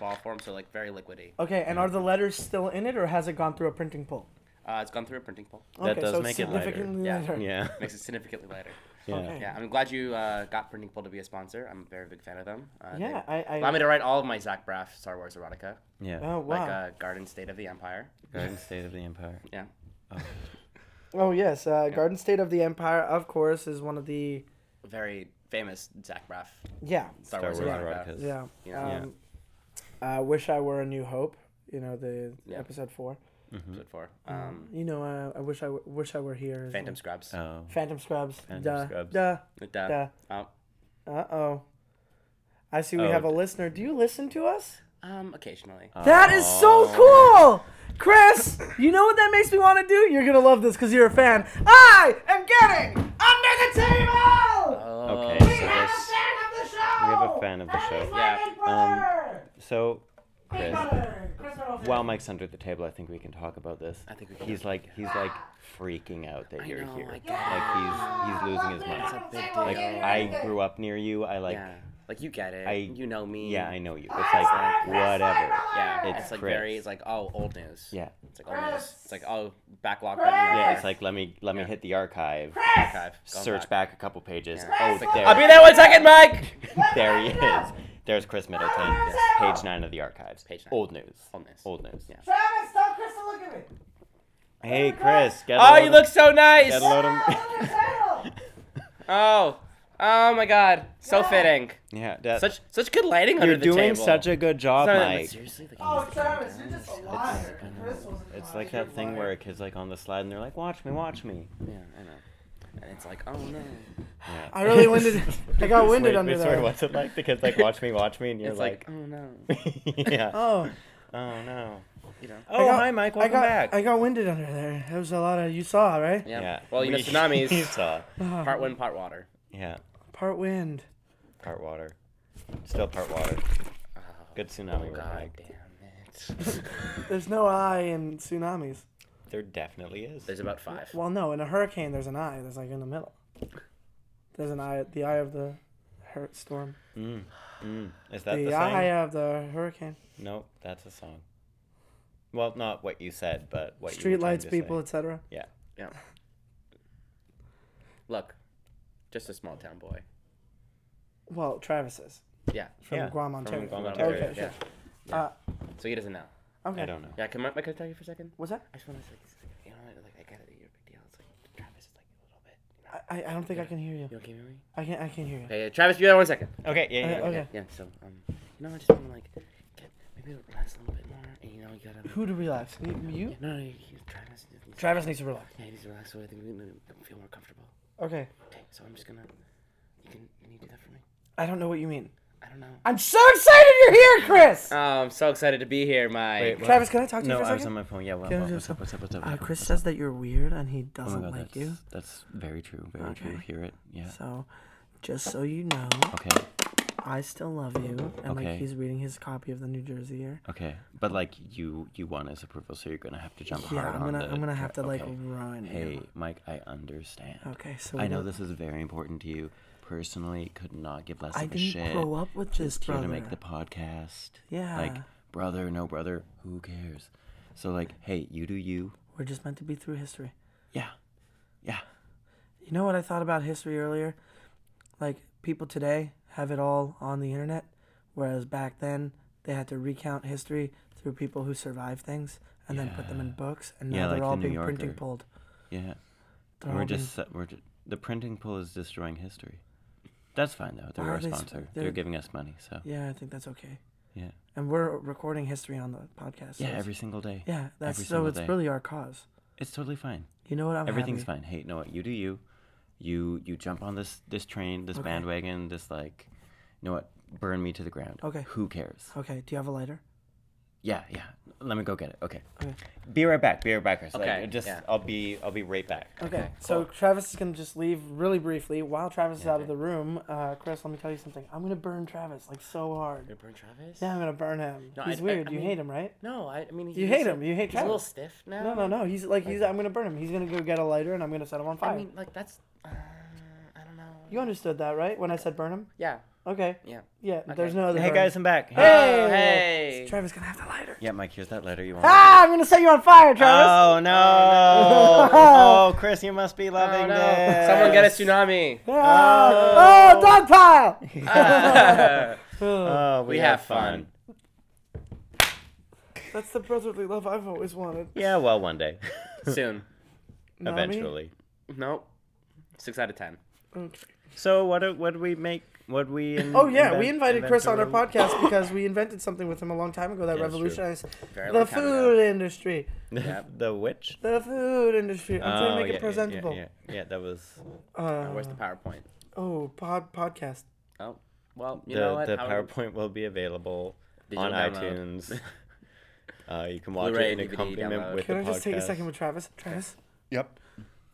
[SPEAKER 4] ball form, so like very liquidy.
[SPEAKER 2] Okay, and are the letters still in it or has it gone through a printing pull?
[SPEAKER 4] Uh, it's gone through a printing poll.
[SPEAKER 1] That does
[SPEAKER 2] it's
[SPEAKER 1] make it lighter.
[SPEAKER 2] significantly
[SPEAKER 4] Yeah.
[SPEAKER 2] lighter.
[SPEAKER 1] Yeah.
[SPEAKER 4] Makes it significantly lighter.
[SPEAKER 1] yeah.
[SPEAKER 2] [laughs] Okay.
[SPEAKER 4] Yeah, I'm glad you uh, got Printing Pool to be a sponsor. I'm a very big fan of them. Uh, they
[SPEAKER 2] Yeah, I. I
[SPEAKER 4] Allow me to write all of my Zach Braff Star Wars erotica,
[SPEAKER 1] Yeah.
[SPEAKER 2] oh wow.
[SPEAKER 4] like uh, Garden State of the Empire.
[SPEAKER 1] Garden State of the Empire.
[SPEAKER 4] Yeah.
[SPEAKER 2] oh yes, uh, Garden State of the Empire, of course, is one of the
[SPEAKER 4] Very famous Zach Braff
[SPEAKER 2] yeah,
[SPEAKER 4] Star,
[SPEAKER 1] Star
[SPEAKER 4] Wars,
[SPEAKER 1] Wars
[SPEAKER 4] erotica.
[SPEAKER 1] erotica.
[SPEAKER 2] yeah.
[SPEAKER 4] Yeah.
[SPEAKER 2] Um, I wish I were a New Hope. You know the
[SPEAKER 4] Yeah.
[SPEAKER 2] episode four.
[SPEAKER 4] Episode four. Um,
[SPEAKER 2] You know, uh, I wish I w- wish I were here. is
[SPEAKER 4] Phantom Scrubs.
[SPEAKER 1] Oh.
[SPEAKER 2] one. Phantom Scrubs.
[SPEAKER 1] Phantom
[SPEAKER 2] duh,
[SPEAKER 1] Scrubs.
[SPEAKER 2] Duh.
[SPEAKER 4] Like
[SPEAKER 2] Duh.
[SPEAKER 4] that. Oh.
[SPEAKER 2] Uh oh. I see we
[SPEAKER 1] Oh,
[SPEAKER 2] have a
[SPEAKER 1] d-
[SPEAKER 2] listener. Do you listen to us?
[SPEAKER 4] Um, occasionally.
[SPEAKER 1] Uh,
[SPEAKER 2] That is so cool! Chris, you know what that makes me want to do? You're gonna love this because you're a fan. I am getting under the table!
[SPEAKER 1] Okay.
[SPEAKER 4] Oh,
[SPEAKER 1] so this- we have a fan of the show.
[SPEAKER 4] Yeah.
[SPEAKER 1] Um, so, Chris, while Mike's under the table, I think we can talk about this.
[SPEAKER 4] I think we can.
[SPEAKER 1] He's like, he's like freaking out that you're
[SPEAKER 4] know,
[SPEAKER 1] here.
[SPEAKER 4] I
[SPEAKER 1] Like
[SPEAKER 4] got
[SPEAKER 1] he's he's losing his mind.
[SPEAKER 4] It's a big deal.
[SPEAKER 1] Like I grew up near you. I like.
[SPEAKER 4] yeah. Like you get it.
[SPEAKER 1] I-
[SPEAKER 4] you know me.
[SPEAKER 1] Yeah, I know you. It's like whatever.
[SPEAKER 4] Yeah.
[SPEAKER 1] It's
[SPEAKER 4] It's, like
[SPEAKER 1] Chris.
[SPEAKER 4] very. It's like oh, old news.
[SPEAKER 1] Yeah.
[SPEAKER 4] It's like old news. It's like oh, backlog. That
[SPEAKER 1] Yeah, it's like let me let me hit the archive,
[SPEAKER 4] archive. Go
[SPEAKER 1] search back a couple pages.
[SPEAKER 4] Yeah.
[SPEAKER 1] Oh,
[SPEAKER 4] It's like,
[SPEAKER 1] there.
[SPEAKER 4] I'll be there one second, Mike.
[SPEAKER 1] there he is. There's Chris Middleton. Page nine of the archives.
[SPEAKER 4] Page nine.
[SPEAKER 1] Old news.
[SPEAKER 4] Old news.
[SPEAKER 1] Old news.
[SPEAKER 4] Yeah.
[SPEAKER 2] Travis, tell Chris to look at me.
[SPEAKER 1] Hey Chris, get a
[SPEAKER 4] Oh,
[SPEAKER 1] load
[SPEAKER 4] you
[SPEAKER 1] of-
[SPEAKER 4] look so nice.
[SPEAKER 1] get a load of-
[SPEAKER 4] Oh, oh my God, so fitting.
[SPEAKER 1] yeah, that,
[SPEAKER 4] Such such good lighting under
[SPEAKER 1] you're
[SPEAKER 4] the
[SPEAKER 1] doing
[SPEAKER 4] table.
[SPEAKER 1] such a good job,
[SPEAKER 4] Sorry, but
[SPEAKER 1] Mike.
[SPEAKER 4] seriously, the
[SPEAKER 2] Oh,
[SPEAKER 4] camera's
[SPEAKER 2] Travis,
[SPEAKER 4] down.
[SPEAKER 2] you're just a liar. Chris was a
[SPEAKER 1] It's like that thing where a kid's like on the slide and they're like, "Watch me, watch me."
[SPEAKER 4] Yeah, I know. And it's like, oh no.
[SPEAKER 1] Yeah.
[SPEAKER 2] I
[SPEAKER 1] [laughs]
[SPEAKER 2] really winded. I got winded
[SPEAKER 1] Wait,
[SPEAKER 2] under
[SPEAKER 1] wait, sorry,
[SPEAKER 2] there.
[SPEAKER 1] what's it like? The kid's like, "Watch me, watch me," and you're
[SPEAKER 4] It's
[SPEAKER 1] like, [laughs]
[SPEAKER 4] like, oh no.
[SPEAKER 1] "Yeah."
[SPEAKER 2] Oh,
[SPEAKER 1] Oh no.
[SPEAKER 4] You know.
[SPEAKER 1] Oh,
[SPEAKER 2] got-
[SPEAKER 1] hi, Mike.
[SPEAKER 2] I
[SPEAKER 1] Welcome
[SPEAKER 2] got
[SPEAKER 1] back.
[SPEAKER 2] I got winded under there. That was a lot of you saw right? Ah,
[SPEAKER 4] Yeah. Well, you know,
[SPEAKER 1] We- [laughs]
[SPEAKER 4] tsunamis.
[SPEAKER 1] saw.
[SPEAKER 4] part wind, part water.
[SPEAKER 1] Yeah.
[SPEAKER 2] Part wind.
[SPEAKER 1] Part water. Still part water. Good tsunami. we're
[SPEAKER 4] Oh. God
[SPEAKER 1] back.
[SPEAKER 4] damn it. [laughs]
[SPEAKER 2] There's no I in tsunamis.
[SPEAKER 1] There definitely is.
[SPEAKER 4] There's about five.
[SPEAKER 2] Well, no, in a hurricane, there's an eye that's like in the middle. There's an eye, the eye of the hur- storm.
[SPEAKER 1] Mm. Mm. Is that the,
[SPEAKER 2] the
[SPEAKER 1] song?
[SPEAKER 2] eye of the hurricane.
[SPEAKER 1] Nope, that's a song. Well, not what you said, but what you were trying
[SPEAKER 2] Streetlights,
[SPEAKER 1] to
[SPEAKER 2] people,
[SPEAKER 1] Say.
[SPEAKER 2] etc.
[SPEAKER 1] Yeah.
[SPEAKER 4] Yeah. Look, just a small town boy.
[SPEAKER 2] Well, Travis's
[SPEAKER 4] Yeah.
[SPEAKER 2] from
[SPEAKER 1] Yeah,
[SPEAKER 2] Guam,
[SPEAKER 1] from
[SPEAKER 2] Ontario.
[SPEAKER 1] Guam,
[SPEAKER 4] Ontario,
[SPEAKER 2] Okay,
[SPEAKER 4] yeah.
[SPEAKER 2] sure. Uh,
[SPEAKER 4] So he doesn't know.
[SPEAKER 2] okay.
[SPEAKER 1] I don't know.
[SPEAKER 4] Yeah. Can Mike, Mike, can I tell you for a second?
[SPEAKER 2] What's that?
[SPEAKER 4] I just want to say, you know, like I get it. You're a big deal. It's like Travis is like a little bit. You, know,
[SPEAKER 2] I, I don't think I can hear you.
[SPEAKER 4] you okay, Mary?
[SPEAKER 2] I can I can hear you.
[SPEAKER 4] Okay, yeah, Travis, be there one second.
[SPEAKER 1] Okay, yeah, yeah.
[SPEAKER 2] Uh, okay.
[SPEAKER 4] Yeah, yeah. So, um, you know, I just want to like get maybe relax a little bit more, and you know, you gotta. Like,
[SPEAKER 2] Who to relax? You? you?
[SPEAKER 4] yeah, no, no, you, you, Travis. you-
[SPEAKER 2] Travis needs to relax.
[SPEAKER 4] Yeah, he's relaxed. So I think we we feel more comfortable.
[SPEAKER 2] Okay.
[SPEAKER 4] Okay, so I'm just gonna. You can can you do that for me?
[SPEAKER 2] I don't know what you mean.
[SPEAKER 4] I don't know.
[SPEAKER 2] I'm so excited you're here, Chris.
[SPEAKER 4] Oh, I'm so excited to be here, Mike.
[SPEAKER 1] Wait, what?
[SPEAKER 2] Travis, can I talk to
[SPEAKER 1] No,
[SPEAKER 2] you for
[SPEAKER 1] I
[SPEAKER 2] a
[SPEAKER 1] was on
[SPEAKER 2] second?
[SPEAKER 1] my phone. Yeah, well,
[SPEAKER 2] Can I
[SPEAKER 1] well,
[SPEAKER 2] do
[SPEAKER 1] what's up? What's up? What's up?
[SPEAKER 2] Uh,
[SPEAKER 1] what's
[SPEAKER 2] Chris
[SPEAKER 1] up?
[SPEAKER 2] says that you're weird and he
[SPEAKER 3] Oh my
[SPEAKER 2] doesn't
[SPEAKER 3] god,
[SPEAKER 2] like
[SPEAKER 3] that's,
[SPEAKER 2] you.
[SPEAKER 3] that's very true. Very true.
[SPEAKER 2] Okay.
[SPEAKER 3] Hear it? Yeah.
[SPEAKER 2] So, just so you know,
[SPEAKER 3] Okay.
[SPEAKER 2] I still love you. And like
[SPEAKER 3] Okay.
[SPEAKER 2] he's reading his copy of the New Jerseyer.
[SPEAKER 3] Okay. But like you, you want his approval, so you're gonna have to jump
[SPEAKER 2] Yeah,
[SPEAKER 3] hard
[SPEAKER 2] I'm
[SPEAKER 3] on
[SPEAKER 2] gonna
[SPEAKER 3] the
[SPEAKER 2] I'm gonna
[SPEAKER 3] tra-
[SPEAKER 2] have to like
[SPEAKER 3] okay.
[SPEAKER 2] ruin
[SPEAKER 3] Hey,
[SPEAKER 2] you.
[SPEAKER 3] Mike, I understand.
[SPEAKER 2] Okay, so
[SPEAKER 3] I
[SPEAKER 2] we
[SPEAKER 3] know
[SPEAKER 2] don't-
[SPEAKER 3] this is very important to you. Personally, could not give less
[SPEAKER 2] I
[SPEAKER 3] of a
[SPEAKER 2] didn't
[SPEAKER 3] shit.
[SPEAKER 2] grow up with this,
[SPEAKER 3] Just here to make
[SPEAKER 2] brother.
[SPEAKER 3] the podcast. Like
[SPEAKER 2] Yeah.
[SPEAKER 3] brother, no brother, who cares? So like, hey, you do you.
[SPEAKER 2] We're just meant to be through history.
[SPEAKER 3] Yeah. Yeah.
[SPEAKER 2] You know what I thought about history earlier? Like people today have it all on the internet, whereas back then they had to recount history through people who survived things and then put them in books, and now
[SPEAKER 3] Yeah,
[SPEAKER 2] they're
[SPEAKER 3] like the
[SPEAKER 2] all
[SPEAKER 3] New
[SPEAKER 2] being
[SPEAKER 3] Yorker.
[SPEAKER 2] printing pulled.
[SPEAKER 3] Yeah. we're
[SPEAKER 2] They're all being-
[SPEAKER 3] just se- we're ju- the printing pull is destroying history. That's fine though. They're
[SPEAKER 2] Why are
[SPEAKER 3] our
[SPEAKER 2] they s-
[SPEAKER 3] sponsor. They're,
[SPEAKER 2] they're-
[SPEAKER 3] giving us money, so
[SPEAKER 2] yeah, I think that's okay.
[SPEAKER 3] yeah.
[SPEAKER 2] And we're recording history on the podcast. so
[SPEAKER 3] Yeah,
[SPEAKER 2] it's-
[SPEAKER 3] every single day.
[SPEAKER 2] yeah, that's
[SPEAKER 3] every
[SPEAKER 2] so
[SPEAKER 3] single
[SPEAKER 2] it's
[SPEAKER 3] day.
[SPEAKER 2] really our cause.
[SPEAKER 3] It's totally fine.
[SPEAKER 2] You know what I'm
[SPEAKER 3] Everything's
[SPEAKER 2] happy.
[SPEAKER 3] fine. Hey, you know what? You do you. You you jump on this this train, this bandwagon, this like, you know what? Burn me to the ground.
[SPEAKER 2] Okay.
[SPEAKER 3] Who cares?
[SPEAKER 2] Okay, do you have a lighter?
[SPEAKER 3] Yeah, yeah. Let me go get it. Okay.
[SPEAKER 2] Okay.
[SPEAKER 1] Be right back. Be right back, Chris.
[SPEAKER 4] Okay,
[SPEAKER 1] Like, just
[SPEAKER 4] yeah.
[SPEAKER 1] I'll be I'll be right back.
[SPEAKER 2] Okay, so Travis is gonna just leave really briefly. While Travis is out of the room, uh, Chris, let me tell you something. I'm gonna burn Travis like so hard.
[SPEAKER 4] You're burn Travis?
[SPEAKER 2] Yeah, I'm gonna burn him.
[SPEAKER 4] No,
[SPEAKER 2] he's
[SPEAKER 4] I- I-
[SPEAKER 2] weird.
[SPEAKER 4] I
[SPEAKER 2] you
[SPEAKER 4] mean-
[SPEAKER 2] hate him, right?
[SPEAKER 4] No, I, I mean he's
[SPEAKER 2] You
[SPEAKER 4] he's
[SPEAKER 2] hate
[SPEAKER 4] a-
[SPEAKER 2] him. You hate
[SPEAKER 4] He's a little
[SPEAKER 2] Travis.
[SPEAKER 4] stiff now.
[SPEAKER 2] No, no, no. He's like he's. I'm gonna burn him. He's gonna go get a lighter, and I'm gonna set him on fire.
[SPEAKER 4] I mean, like that's. Uh, I don't know.
[SPEAKER 2] You understood that, right? When I said Burnham?
[SPEAKER 4] Yeah.
[SPEAKER 2] Okay.
[SPEAKER 4] Yeah.
[SPEAKER 2] Yeah, there's
[SPEAKER 4] Okay.
[SPEAKER 2] no other.
[SPEAKER 1] Hey
[SPEAKER 2] Burnham.
[SPEAKER 1] guys, I'm
[SPEAKER 2] [laughs]
[SPEAKER 1] back.
[SPEAKER 2] Hey!
[SPEAKER 4] Oh, hey.
[SPEAKER 2] Travis gonna have the lighter.
[SPEAKER 1] Yeah, Mike, here's that letter you want.
[SPEAKER 2] Ah, I'm gonna set you on fire, Travis.
[SPEAKER 1] Oh no!
[SPEAKER 2] Oh,
[SPEAKER 1] oh, Chris, you must be
[SPEAKER 4] Oh,
[SPEAKER 1] loving
[SPEAKER 4] no.
[SPEAKER 1] this.
[SPEAKER 4] Someone get a tsunami.
[SPEAKER 2] Ah. Oh,
[SPEAKER 1] Oh.
[SPEAKER 2] dog pile.
[SPEAKER 1] [laughs]
[SPEAKER 4] [laughs] Ah.
[SPEAKER 1] Oh, we,
[SPEAKER 4] We
[SPEAKER 1] have
[SPEAKER 4] have
[SPEAKER 1] fun.
[SPEAKER 2] That's the brotherly love I've always wanted.
[SPEAKER 1] Yeah, well, one
[SPEAKER 2] [laughs]
[SPEAKER 1] day,
[SPEAKER 4] Soon.
[SPEAKER 2] Nami?
[SPEAKER 1] eventually.
[SPEAKER 4] Nope. Six out of ten.
[SPEAKER 1] So what? do- What did we make? What do we? in-
[SPEAKER 2] Oh yeah,
[SPEAKER 1] invent-
[SPEAKER 2] we invited Chris on our
[SPEAKER 1] invent
[SPEAKER 2] podcast
[SPEAKER 1] [laughs]
[SPEAKER 2] because we invented something with him a long time ago that
[SPEAKER 1] Yeah, that's true.
[SPEAKER 2] revolutionized
[SPEAKER 4] Very
[SPEAKER 2] the
[SPEAKER 4] long time ago.
[SPEAKER 2] food industry.
[SPEAKER 1] the- [laughs] the witch.
[SPEAKER 2] The food industry. I'm trying
[SPEAKER 1] Oh,
[SPEAKER 2] to make
[SPEAKER 1] yeah,
[SPEAKER 2] it presentable.
[SPEAKER 1] Yeah, yeah, yeah, that was
[SPEAKER 2] Uh,
[SPEAKER 4] Where's the PowerPoint?
[SPEAKER 2] oh, pod podcast.
[SPEAKER 4] Oh, well, you
[SPEAKER 1] the,
[SPEAKER 4] know what?
[SPEAKER 1] the
[SPEAKER 4] How-
[SPEAKER 1] PowerPoint will be available
[SPEAKER 4] Digital
[SPEAKER 1] on
[SPEAKER 4] download. [laughs]
[SPEAKER 1] iTunes. uh, you can watch it
[SPEAKER 4] Blu-ray,
[SPEAKER 1] in
[SPEAKER 4] DVD
[SPEAKER 1] accompaniment
[SPEAKER 4] download.
[SPEAKER 1] with
[SPEAKER 2] Can
[SPEAKER 1] the
[SPEAKER 2] I just take a
[SPEAKER 1] podcast.
[SPEAKER 2] second with Travis? Travis,
[SPEAKER 1] Yep.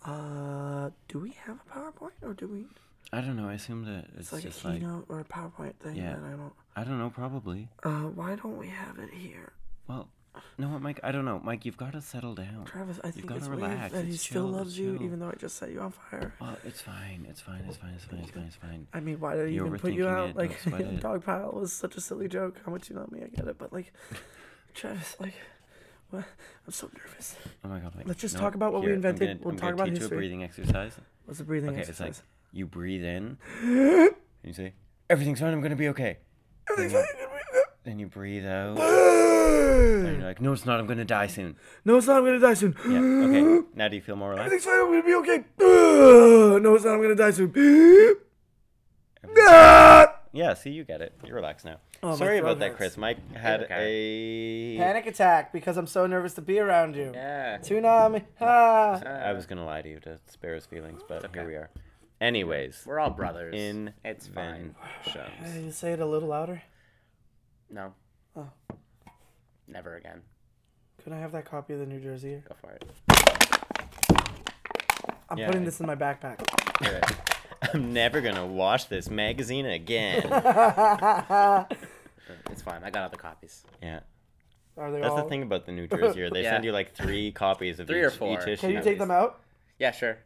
[SPEAKER 2] uh, do we have a PowerPoint or do we?
[SPEAKER 3] I don't know. I assume that it's,
[SPEAKER 2] It's like
[SPEAKER 3] just
[SPEAKER 2] a
[SPEAKER 3] like
[SPEAKER 2] keynote or a PowerPoint thing
[SPEAKER 3] Yeah.
[SPEAKER 2] that I don't.
[SPEAKER 3] I don't know. Probably.
[SPEAKER 2] Uh, why don't we have it here,
[SPEAKER 3] Well, no, what, Mike? I don't know, Mike. You've got to settle down.
[SPEAKER 2] Travis? I think
[SPEAKER 3] gotta
[SPEAKER 2] it's weird
[SPEAKER 3] relax,
[SPEAKER 2] that he
[SPEAKER 3] it's
[SPEAKER 2] still
[SPEAKER 3] chill,
[SPEAKER 2] loves
[SPEAKER 3] it's
[SPEAKER 2] you,
[SPEAKER 3] chill.
[SPEAKER 2] even though I just set you on fire.
[SPEAKER 3] Well, it's fine. It's fine. It's fine. It's fine. It's fine. It's fine.
[SPEAKER 2] I mean, why did I
[SPEAKER 3] You
[SPEAKER 2] even put you
[SPEAKER 3] overthinking
[SPEAKER 2] out?
[SPEAKER 3] it,
[SPEAKER 2] Like, [laughs]
[SPEAKER 3] don't sweat it.
[SPEAKER 2] dog pile was such a silly joke. How much you love me, I get it.
[SPEAKER 3] [laughs]
[SPEAKER 2] But like, Travis, like, what? I'm so nervous.
[SPEAKER 3] Oh my god, Mike.
[SPEAKER 2] Let's just talk about what we invented.
[SPEAKER 3] I'm gonna,
[SPEAKER 2] We'll
[SPEAKER 3] I'm
[SPEAKER 2] talk
[SPEAKER 3] gonna
[SPEAKER 2] about
[SPEAKER 3] teach you
[SPEAKER 2] history.
[SPEAKER 3] a breathing exercise.
[SPEAKER 2] What's the breathing
[SPEAKER 3] Okay, it's like
[SPEAKER 2] exercise?
[SPEAKER 3] you breathe in,
[SPEAKER 2] [gasps]
[SPEAKER 3] and you say, "Everything's fine. I'm gonna be okay."
[SPEAKER 2] Everything's
[SPEAKER 3] Then you breathe out, and
[SPEAKER 2] fine.
[SPEAKER 3] you're like, "No, it's not. I'm gonna die soon."
[SPEAKER 2] no, it's not. I'm gonna die soon.
[SPEAKER 3] Yeah.
[SPEAKER 2] [gasps]
[SPEAKER 3] Okay. Now do you feel more relaxed?
[SPEAKER 2] Everything's fine. I'm gonna be okay. [gasps] no, it's not. I'm gonna die soon. [gasps] Ah!
[SPEAKER 1] Yeah. See, you get it. You're relaxed now.
[SPEAKER 2] Oh, my
[SPEAKER 1] Sorry
[SPEAKER 2] throat
[SPEAKER 1] about that,
[SPEAKER 2] hurts.
[SPEAKER 1] Chris. Mike had a.
[SPEAKER 2] Panic attack because I'm so nervous to be around you.
[SPEAKER 4] Yeah. uh,
[SPEAKER 2] Tsunami. Ah.
[SPEAKER 1] I was gonna lie to you to spare his feelings, but here we are. Anyways,
[SPEAKER 4] We're all brothers.
[SPEAKER 1] in
[SPEAKER 4] it's fine.
[SPEAKER 2] Can
[SPEAKER 1] Vengeance.
[SPEAKER 2] you say it a little louder?
[SPEAKER 4] No.
[SPEAKER 2] Oh.
[SPEAKER 4] Never again.
[SPEAKER 2] Could I have that copy of the New Jersey?
[SPEAKER 4] Go for it.
[SPEAKER 2] I'm
[SPEAKER 1] Yeah,
[SPEAKER 2] putting
[SPEAKER 1] I-
[SPEAKER 2] this in my backpack.
[SPEAKER 1] [laughs] I'm never gonna wash this magazine
[SPEAKER 2] [laughs]
[SPEAKER 1] again.
[SPEAKER 4] It's fine. I got other copies.
[SPEAKER 1] yeah.
[SPEAKER 2] Are they
[SPEAKER 1] That's
[SPEAKER 2] all?
[SPEAKER 1] the thing about the New Jersey. They
[SPEAKER 4] Yeah.
[SPEAKER 1] send you like
[SPEAKER 2] [laughs]
[SPEAKER 1] three copies of
[SPEAKER 4] Three
[SPEAKER 1] each,
[SPEAKER 4] or four.
[SPEAKER 1] each
[SPEAKER 4] Can you
[SPEAKER 1] issue.
[SPEAKER 2] Can you
[SPEAKER 4] at
[SPEAKER 1] [laughs]
[SPEAKER 2] take them
[SPEAKER 4] least.
[SPEAKER 2] out?
[SPEAKER 4] Yeah, sure.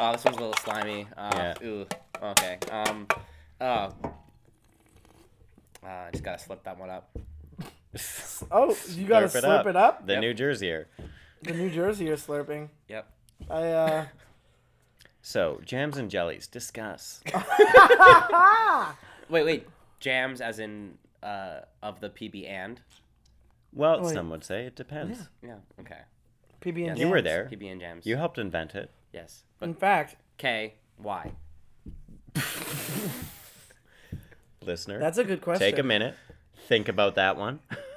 [SPEAKER 4] oh, this one's a little slimy. Uh,
[SPEAKER 1] Yeah.
[SPEAKER 4] Ooh. Okay. Um. Uh, uh, I just gotta slip that one up.
[SPEAKER 1] [laughs]
[SPEAKER 2] Oh, you gotta slurp, it, up.
[SPEAKER 1] The
[SPEAKER 4] Yep.
[SPEAKER 1] New Jerseyer.
[SPEAKER 2] The New Jersey are slurping.
[SPEAKER 4] Yep.
[SPEAKER 2] I uh.
[SPEAKER 1] So jams and jellies.
[SPEAKER 2] [laughs]
[SPEAKER 1] Discuss.
[SPEAKER 2] uh,
[SPEAKER 1] [laughs]
[SPEAKER 4] Wait, wait. Jams, as in uh, of the PB and.
[SPEAKER 1] Well,
[SPEAKER 2] Wait.
[SPEAKER 1] some would say it depends.
[SPEAKER 4] Yeah. Okay.
[SPEAKER 2] PB and
[SPEAKER 1] You were there.
[SPEAKER 4] PB and jams.
[SPEAKER 1] You helped invent it.
[SPEAKER 4] Yes.
[SPEAKER 2] In fact,
[SPEAKER 4] K Y.
[SPEAKER 1] Listener,
[SPEAKER 2] that's a good question.
[SPEAKER 1] take a minute. Think about that one. [laughs]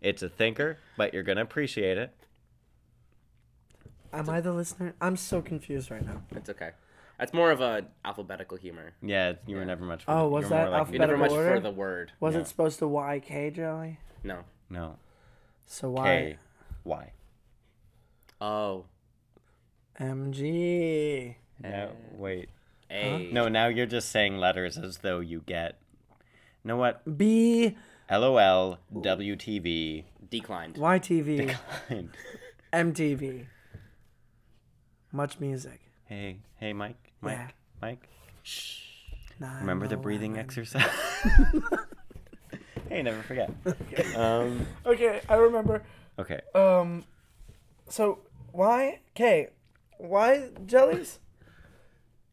[SPEAKER 1] it's a thinker, but you're gonna appreciate it.
[SPEAKER 2] Am I the listener? I'm so confused right now.
[SPEAKER 4] It's okay. That's more of a alphabetical humor.
[SPEAKER 1] Yeah, you were never much. For
[SPEAKER 2] Oh,
[SPEAKER 1] you
[SPEAKER 2] was
[SPEAKER 1] were
[SPEAKER 2] that
[SPEAKER 1] more like,
[SPEAKER 4] You're never
[SPEAKER 2] Alphabetical
[SPEAKER 4] much
[SPEAKER 2] order?
[SPEAKER 4] for the word.
[SPEAKER 2] Was
[SPEAKER 1] Yeah.
[SPEAKER 2] it supposed to YK Joey?
[SPEAKER 4] No.
[SPEAKER 1] No.
[SPEAKER 2] So
[SPEAKER 1] K.
[SPEAKER 2] Y
[SPEAKER 1] Why?
[SPEAKER 4] Oh.
[SPEAKER 2] M G.
[SPEAKER 1] No. Wait.
[SPEAKER 4] A.
[SPEAKER 1] No. Now you're just saying letters as though you get. You know what?
[SPEAKER 2] B
[SPEAKER 1] LOL. WTV.
[SPEAKER 4] Declined.
[SPEAKER 2] Y T V
[SPEAKER 1] kind.
[SPEAKER 2] M T V. Much music.
[SPEAKER 1] [laughs] Hey, hey, Mike, Mike,
[SPEAKER 2] Yeah.
[SPEAKER 1] Mike.
[SPEAKER 2] Nine
[SPEAKER 1] Remember the
[SPEAKER 2] oh
[SPEAKER 1] breathing
[SPEAKER 2] one.
[SPEAKER 1] exercise? [laughs] hey, never
[SPEAKER 2] [laughs]
[SPEAKER 1] forget. Um,
[SPEAKER 2] Okay, I remember.
[SPEAKER 1] okay.
[SPEAKER 2] Um, so why? Okay, why jellies?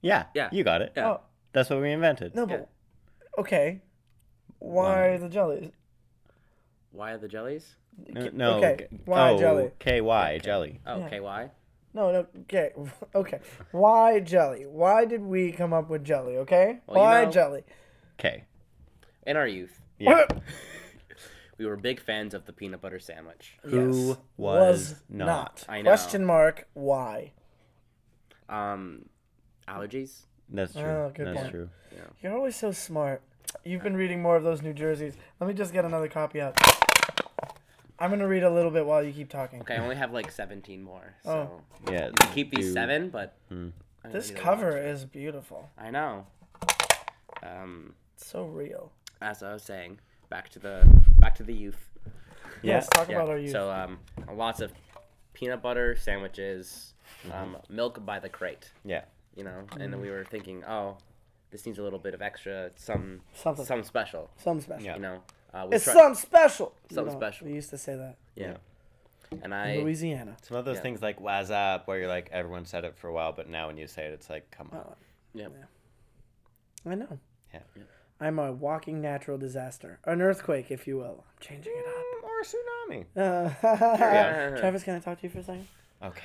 [SPEAKER 1] Yeah.
[SPEAKER 4] Yeah.
[SPEAKER 1] You got it.
[SPEAKER 4] Yeah.
[SPEAKER 2] Oh
[SPEAKER 1] That's what we invented.
[SPEAKER 2] no, but okay, why the jellies?
[SPEAKER 4] Why are the jellies?
[SPEAKER 1] No. no
[SPEAKER 2] okay,
[SPEAKER 1] g-
[SPEAKER 2] why
[SPEAKER 1] oh,
[SPEAKER 2] jelly?
[SPEAKER 1] KY jelly.
[SPEAKER 4] Oh,
[SPEAKER 2] Yeah.
[SPEAKER 4] K Y.
[SPEAKER 2] No, no. Okay, [laughs] okay. Why jelly? Why did we come up with jelly? Okay,
[SPEAKER 4] Well, you
[SPEAKER 2] why
[SPEAKER 4] know-
[SPEAKER 2] jelly?
[SPEAKER 1] K.
[SPEAKER 4] In our youth,
[SPEAKER 1] Yeah.
[SPEAKER 4] we were big fans of the peanut butter sandwich.
[SPEAKER 1] Who
[SPEAKER 2] Yes.
[SPEAKER 1] was not?
[SPEAKER 4] I know.
[SPEAKER 2] Question mark. Why?
[SPEAKER 4] Um, allergies.
[SPEAKER 1] That's true.
[SPEAKER 2] Oh, good
[SPEAKER 1] That's
[SPEAKER 2] point.
[SPEAKER 1] true.
[SPEAKER 2] You're always so smart. You've been reading more of those New Jerseys. Let me just get another copy out. I'm gonna read a little bit while you keep talking.
[SPEAKER 4] Okay, I only have like 17 more. So
[SPEAKER 1] Yeah.
[SPEAKER 4] you can keep these
[SPEAKER 1] do-
[SPEAKER 4] seven, but I don't
[SPEAKER 2] Oh. This
[SPEAKER 4] need a lot.
[SPEAKER 2] cover is beautiful.
[SPEAKER 4] I know. Um,
[SPEAKER 2] It's so real.
[SPEAKER 4] as I was saying, back to the back to the youth.
[SPEAKER 1] Yeah.
[SPEAKER 2] Let's talk
[SPEAKER 4] Yeah.
[SPEAKER 2] about our youth.
[SPEAKER 4] So um, lots of peanut butter sandwiches, um, milk by the crate.
[SPEAKER 1] Mm-hmm. Yeah.
[SPEAKER 4] You know, and
[SPEAKER 2] Mm.
[SPEAKER 4] then we were thinking, oh, this needs a little bit of extra, some
[SPEAKER 2] Something.
[SPEAKER 4] some special.
[SPEAKER 2] Something special.
[SPEAKER 1] Yeah.
[SPEAKER 4] You know, uh, we
[SPEAKER 2] It's
[SPEAKER 4] tried-
[SPEAKER 2] something special. You
[SPEAKER 4] Something
[SPEAKER 2] know,
[SPEAKER 4] special.
[SPEAKER 2] We used to say that
[SPEAKER 4] yeah. And
[SPEAKER 2] in
[SPEAKER 4] I
[SPEAKER 2] Louisiana.
[SPEAKER 1] Some of those
[SPEAKER 4] Yeah.
[SPEAKER 1] things like "Waz up," where you're like everyone said it for a while, but now when you say it, it's like, come on.
[SPEAKER 4] yeah.
[SPEAKER 2] I know.
[SPEAKER 1] Yeah.
[SPEAKER 2] I'm a walking natural disaster, an earthquake, if you will. I'm changing it
[SPEAKER 3] [laughs]
[SPEAKER 2] up.
[SPEAKER 1] Mm, Or tsunami.
[SPEAKER 2] Uh,
[SPEAKER 1] Yeah.
[SPEAKER 2] [laughs] Travis, can I talk to you for a second?
[SPEAKER 1] Okay.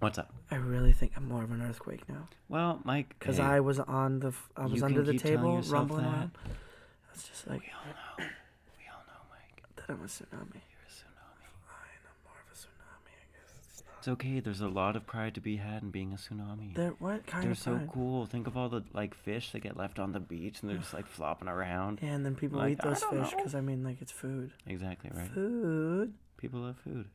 [SPEAKER 3] What's up?
[SPEAKER 2] I really think I'm more of an earthquake now
[SPEAKER 3] Well, Mike,
[SPEAKER 2] because
[SPEAKER 3] hey,
[SPEAKER 2] I was on the f- I was
[SPEAKER 3] you
[SPEAKER 2] under
[SPEAKER 3] can
[SPEAKER 2] the
[SPEAKER 3] keep telling
[SPEAKER 2] table
[SPEAKER 3] yourself
[SPEAKER 2] rumbling
[SPEAKER 3] that.
[SPEAKER 2] around. I was just like
[SPEAKER 3] We all know. We all know, Mike.
[SPEAKER 2] that I'm a tsunami.
[SPEAKER 3] You're a tsunami.
[SPEAKER 2] I'm more of a tsunami, I guess. It's not-
[SPEAKER 3] It's okay. There's a lot of pride to be had in being a tsunami.
[SPEAKER 2] They're what kind
[SPEAKER 3] They're
[SPEAKER 2] of
[SPEAKER 3] so
[SPEAKER 2] pride?
[SPEAKER 3] cool. Think of all the like fish that get left on the beach and they're just like flopping around.
[SPEAKER 2] Yeah, and then people
[SPEAKER 3] Like,
[SPEAKER 2] eat
[SPEAKER 3] I
[SPEAKER 2] those
[SPEAKER 3] don't
[SPEAKER 2] fish
[SPEAKER 3] know.
[SPEAKER 2] because I mean, like it's food.
[SPEAKER 3] Exactly right.
[SPEAKER 2] Food.
[SPEAKER 3] People love food.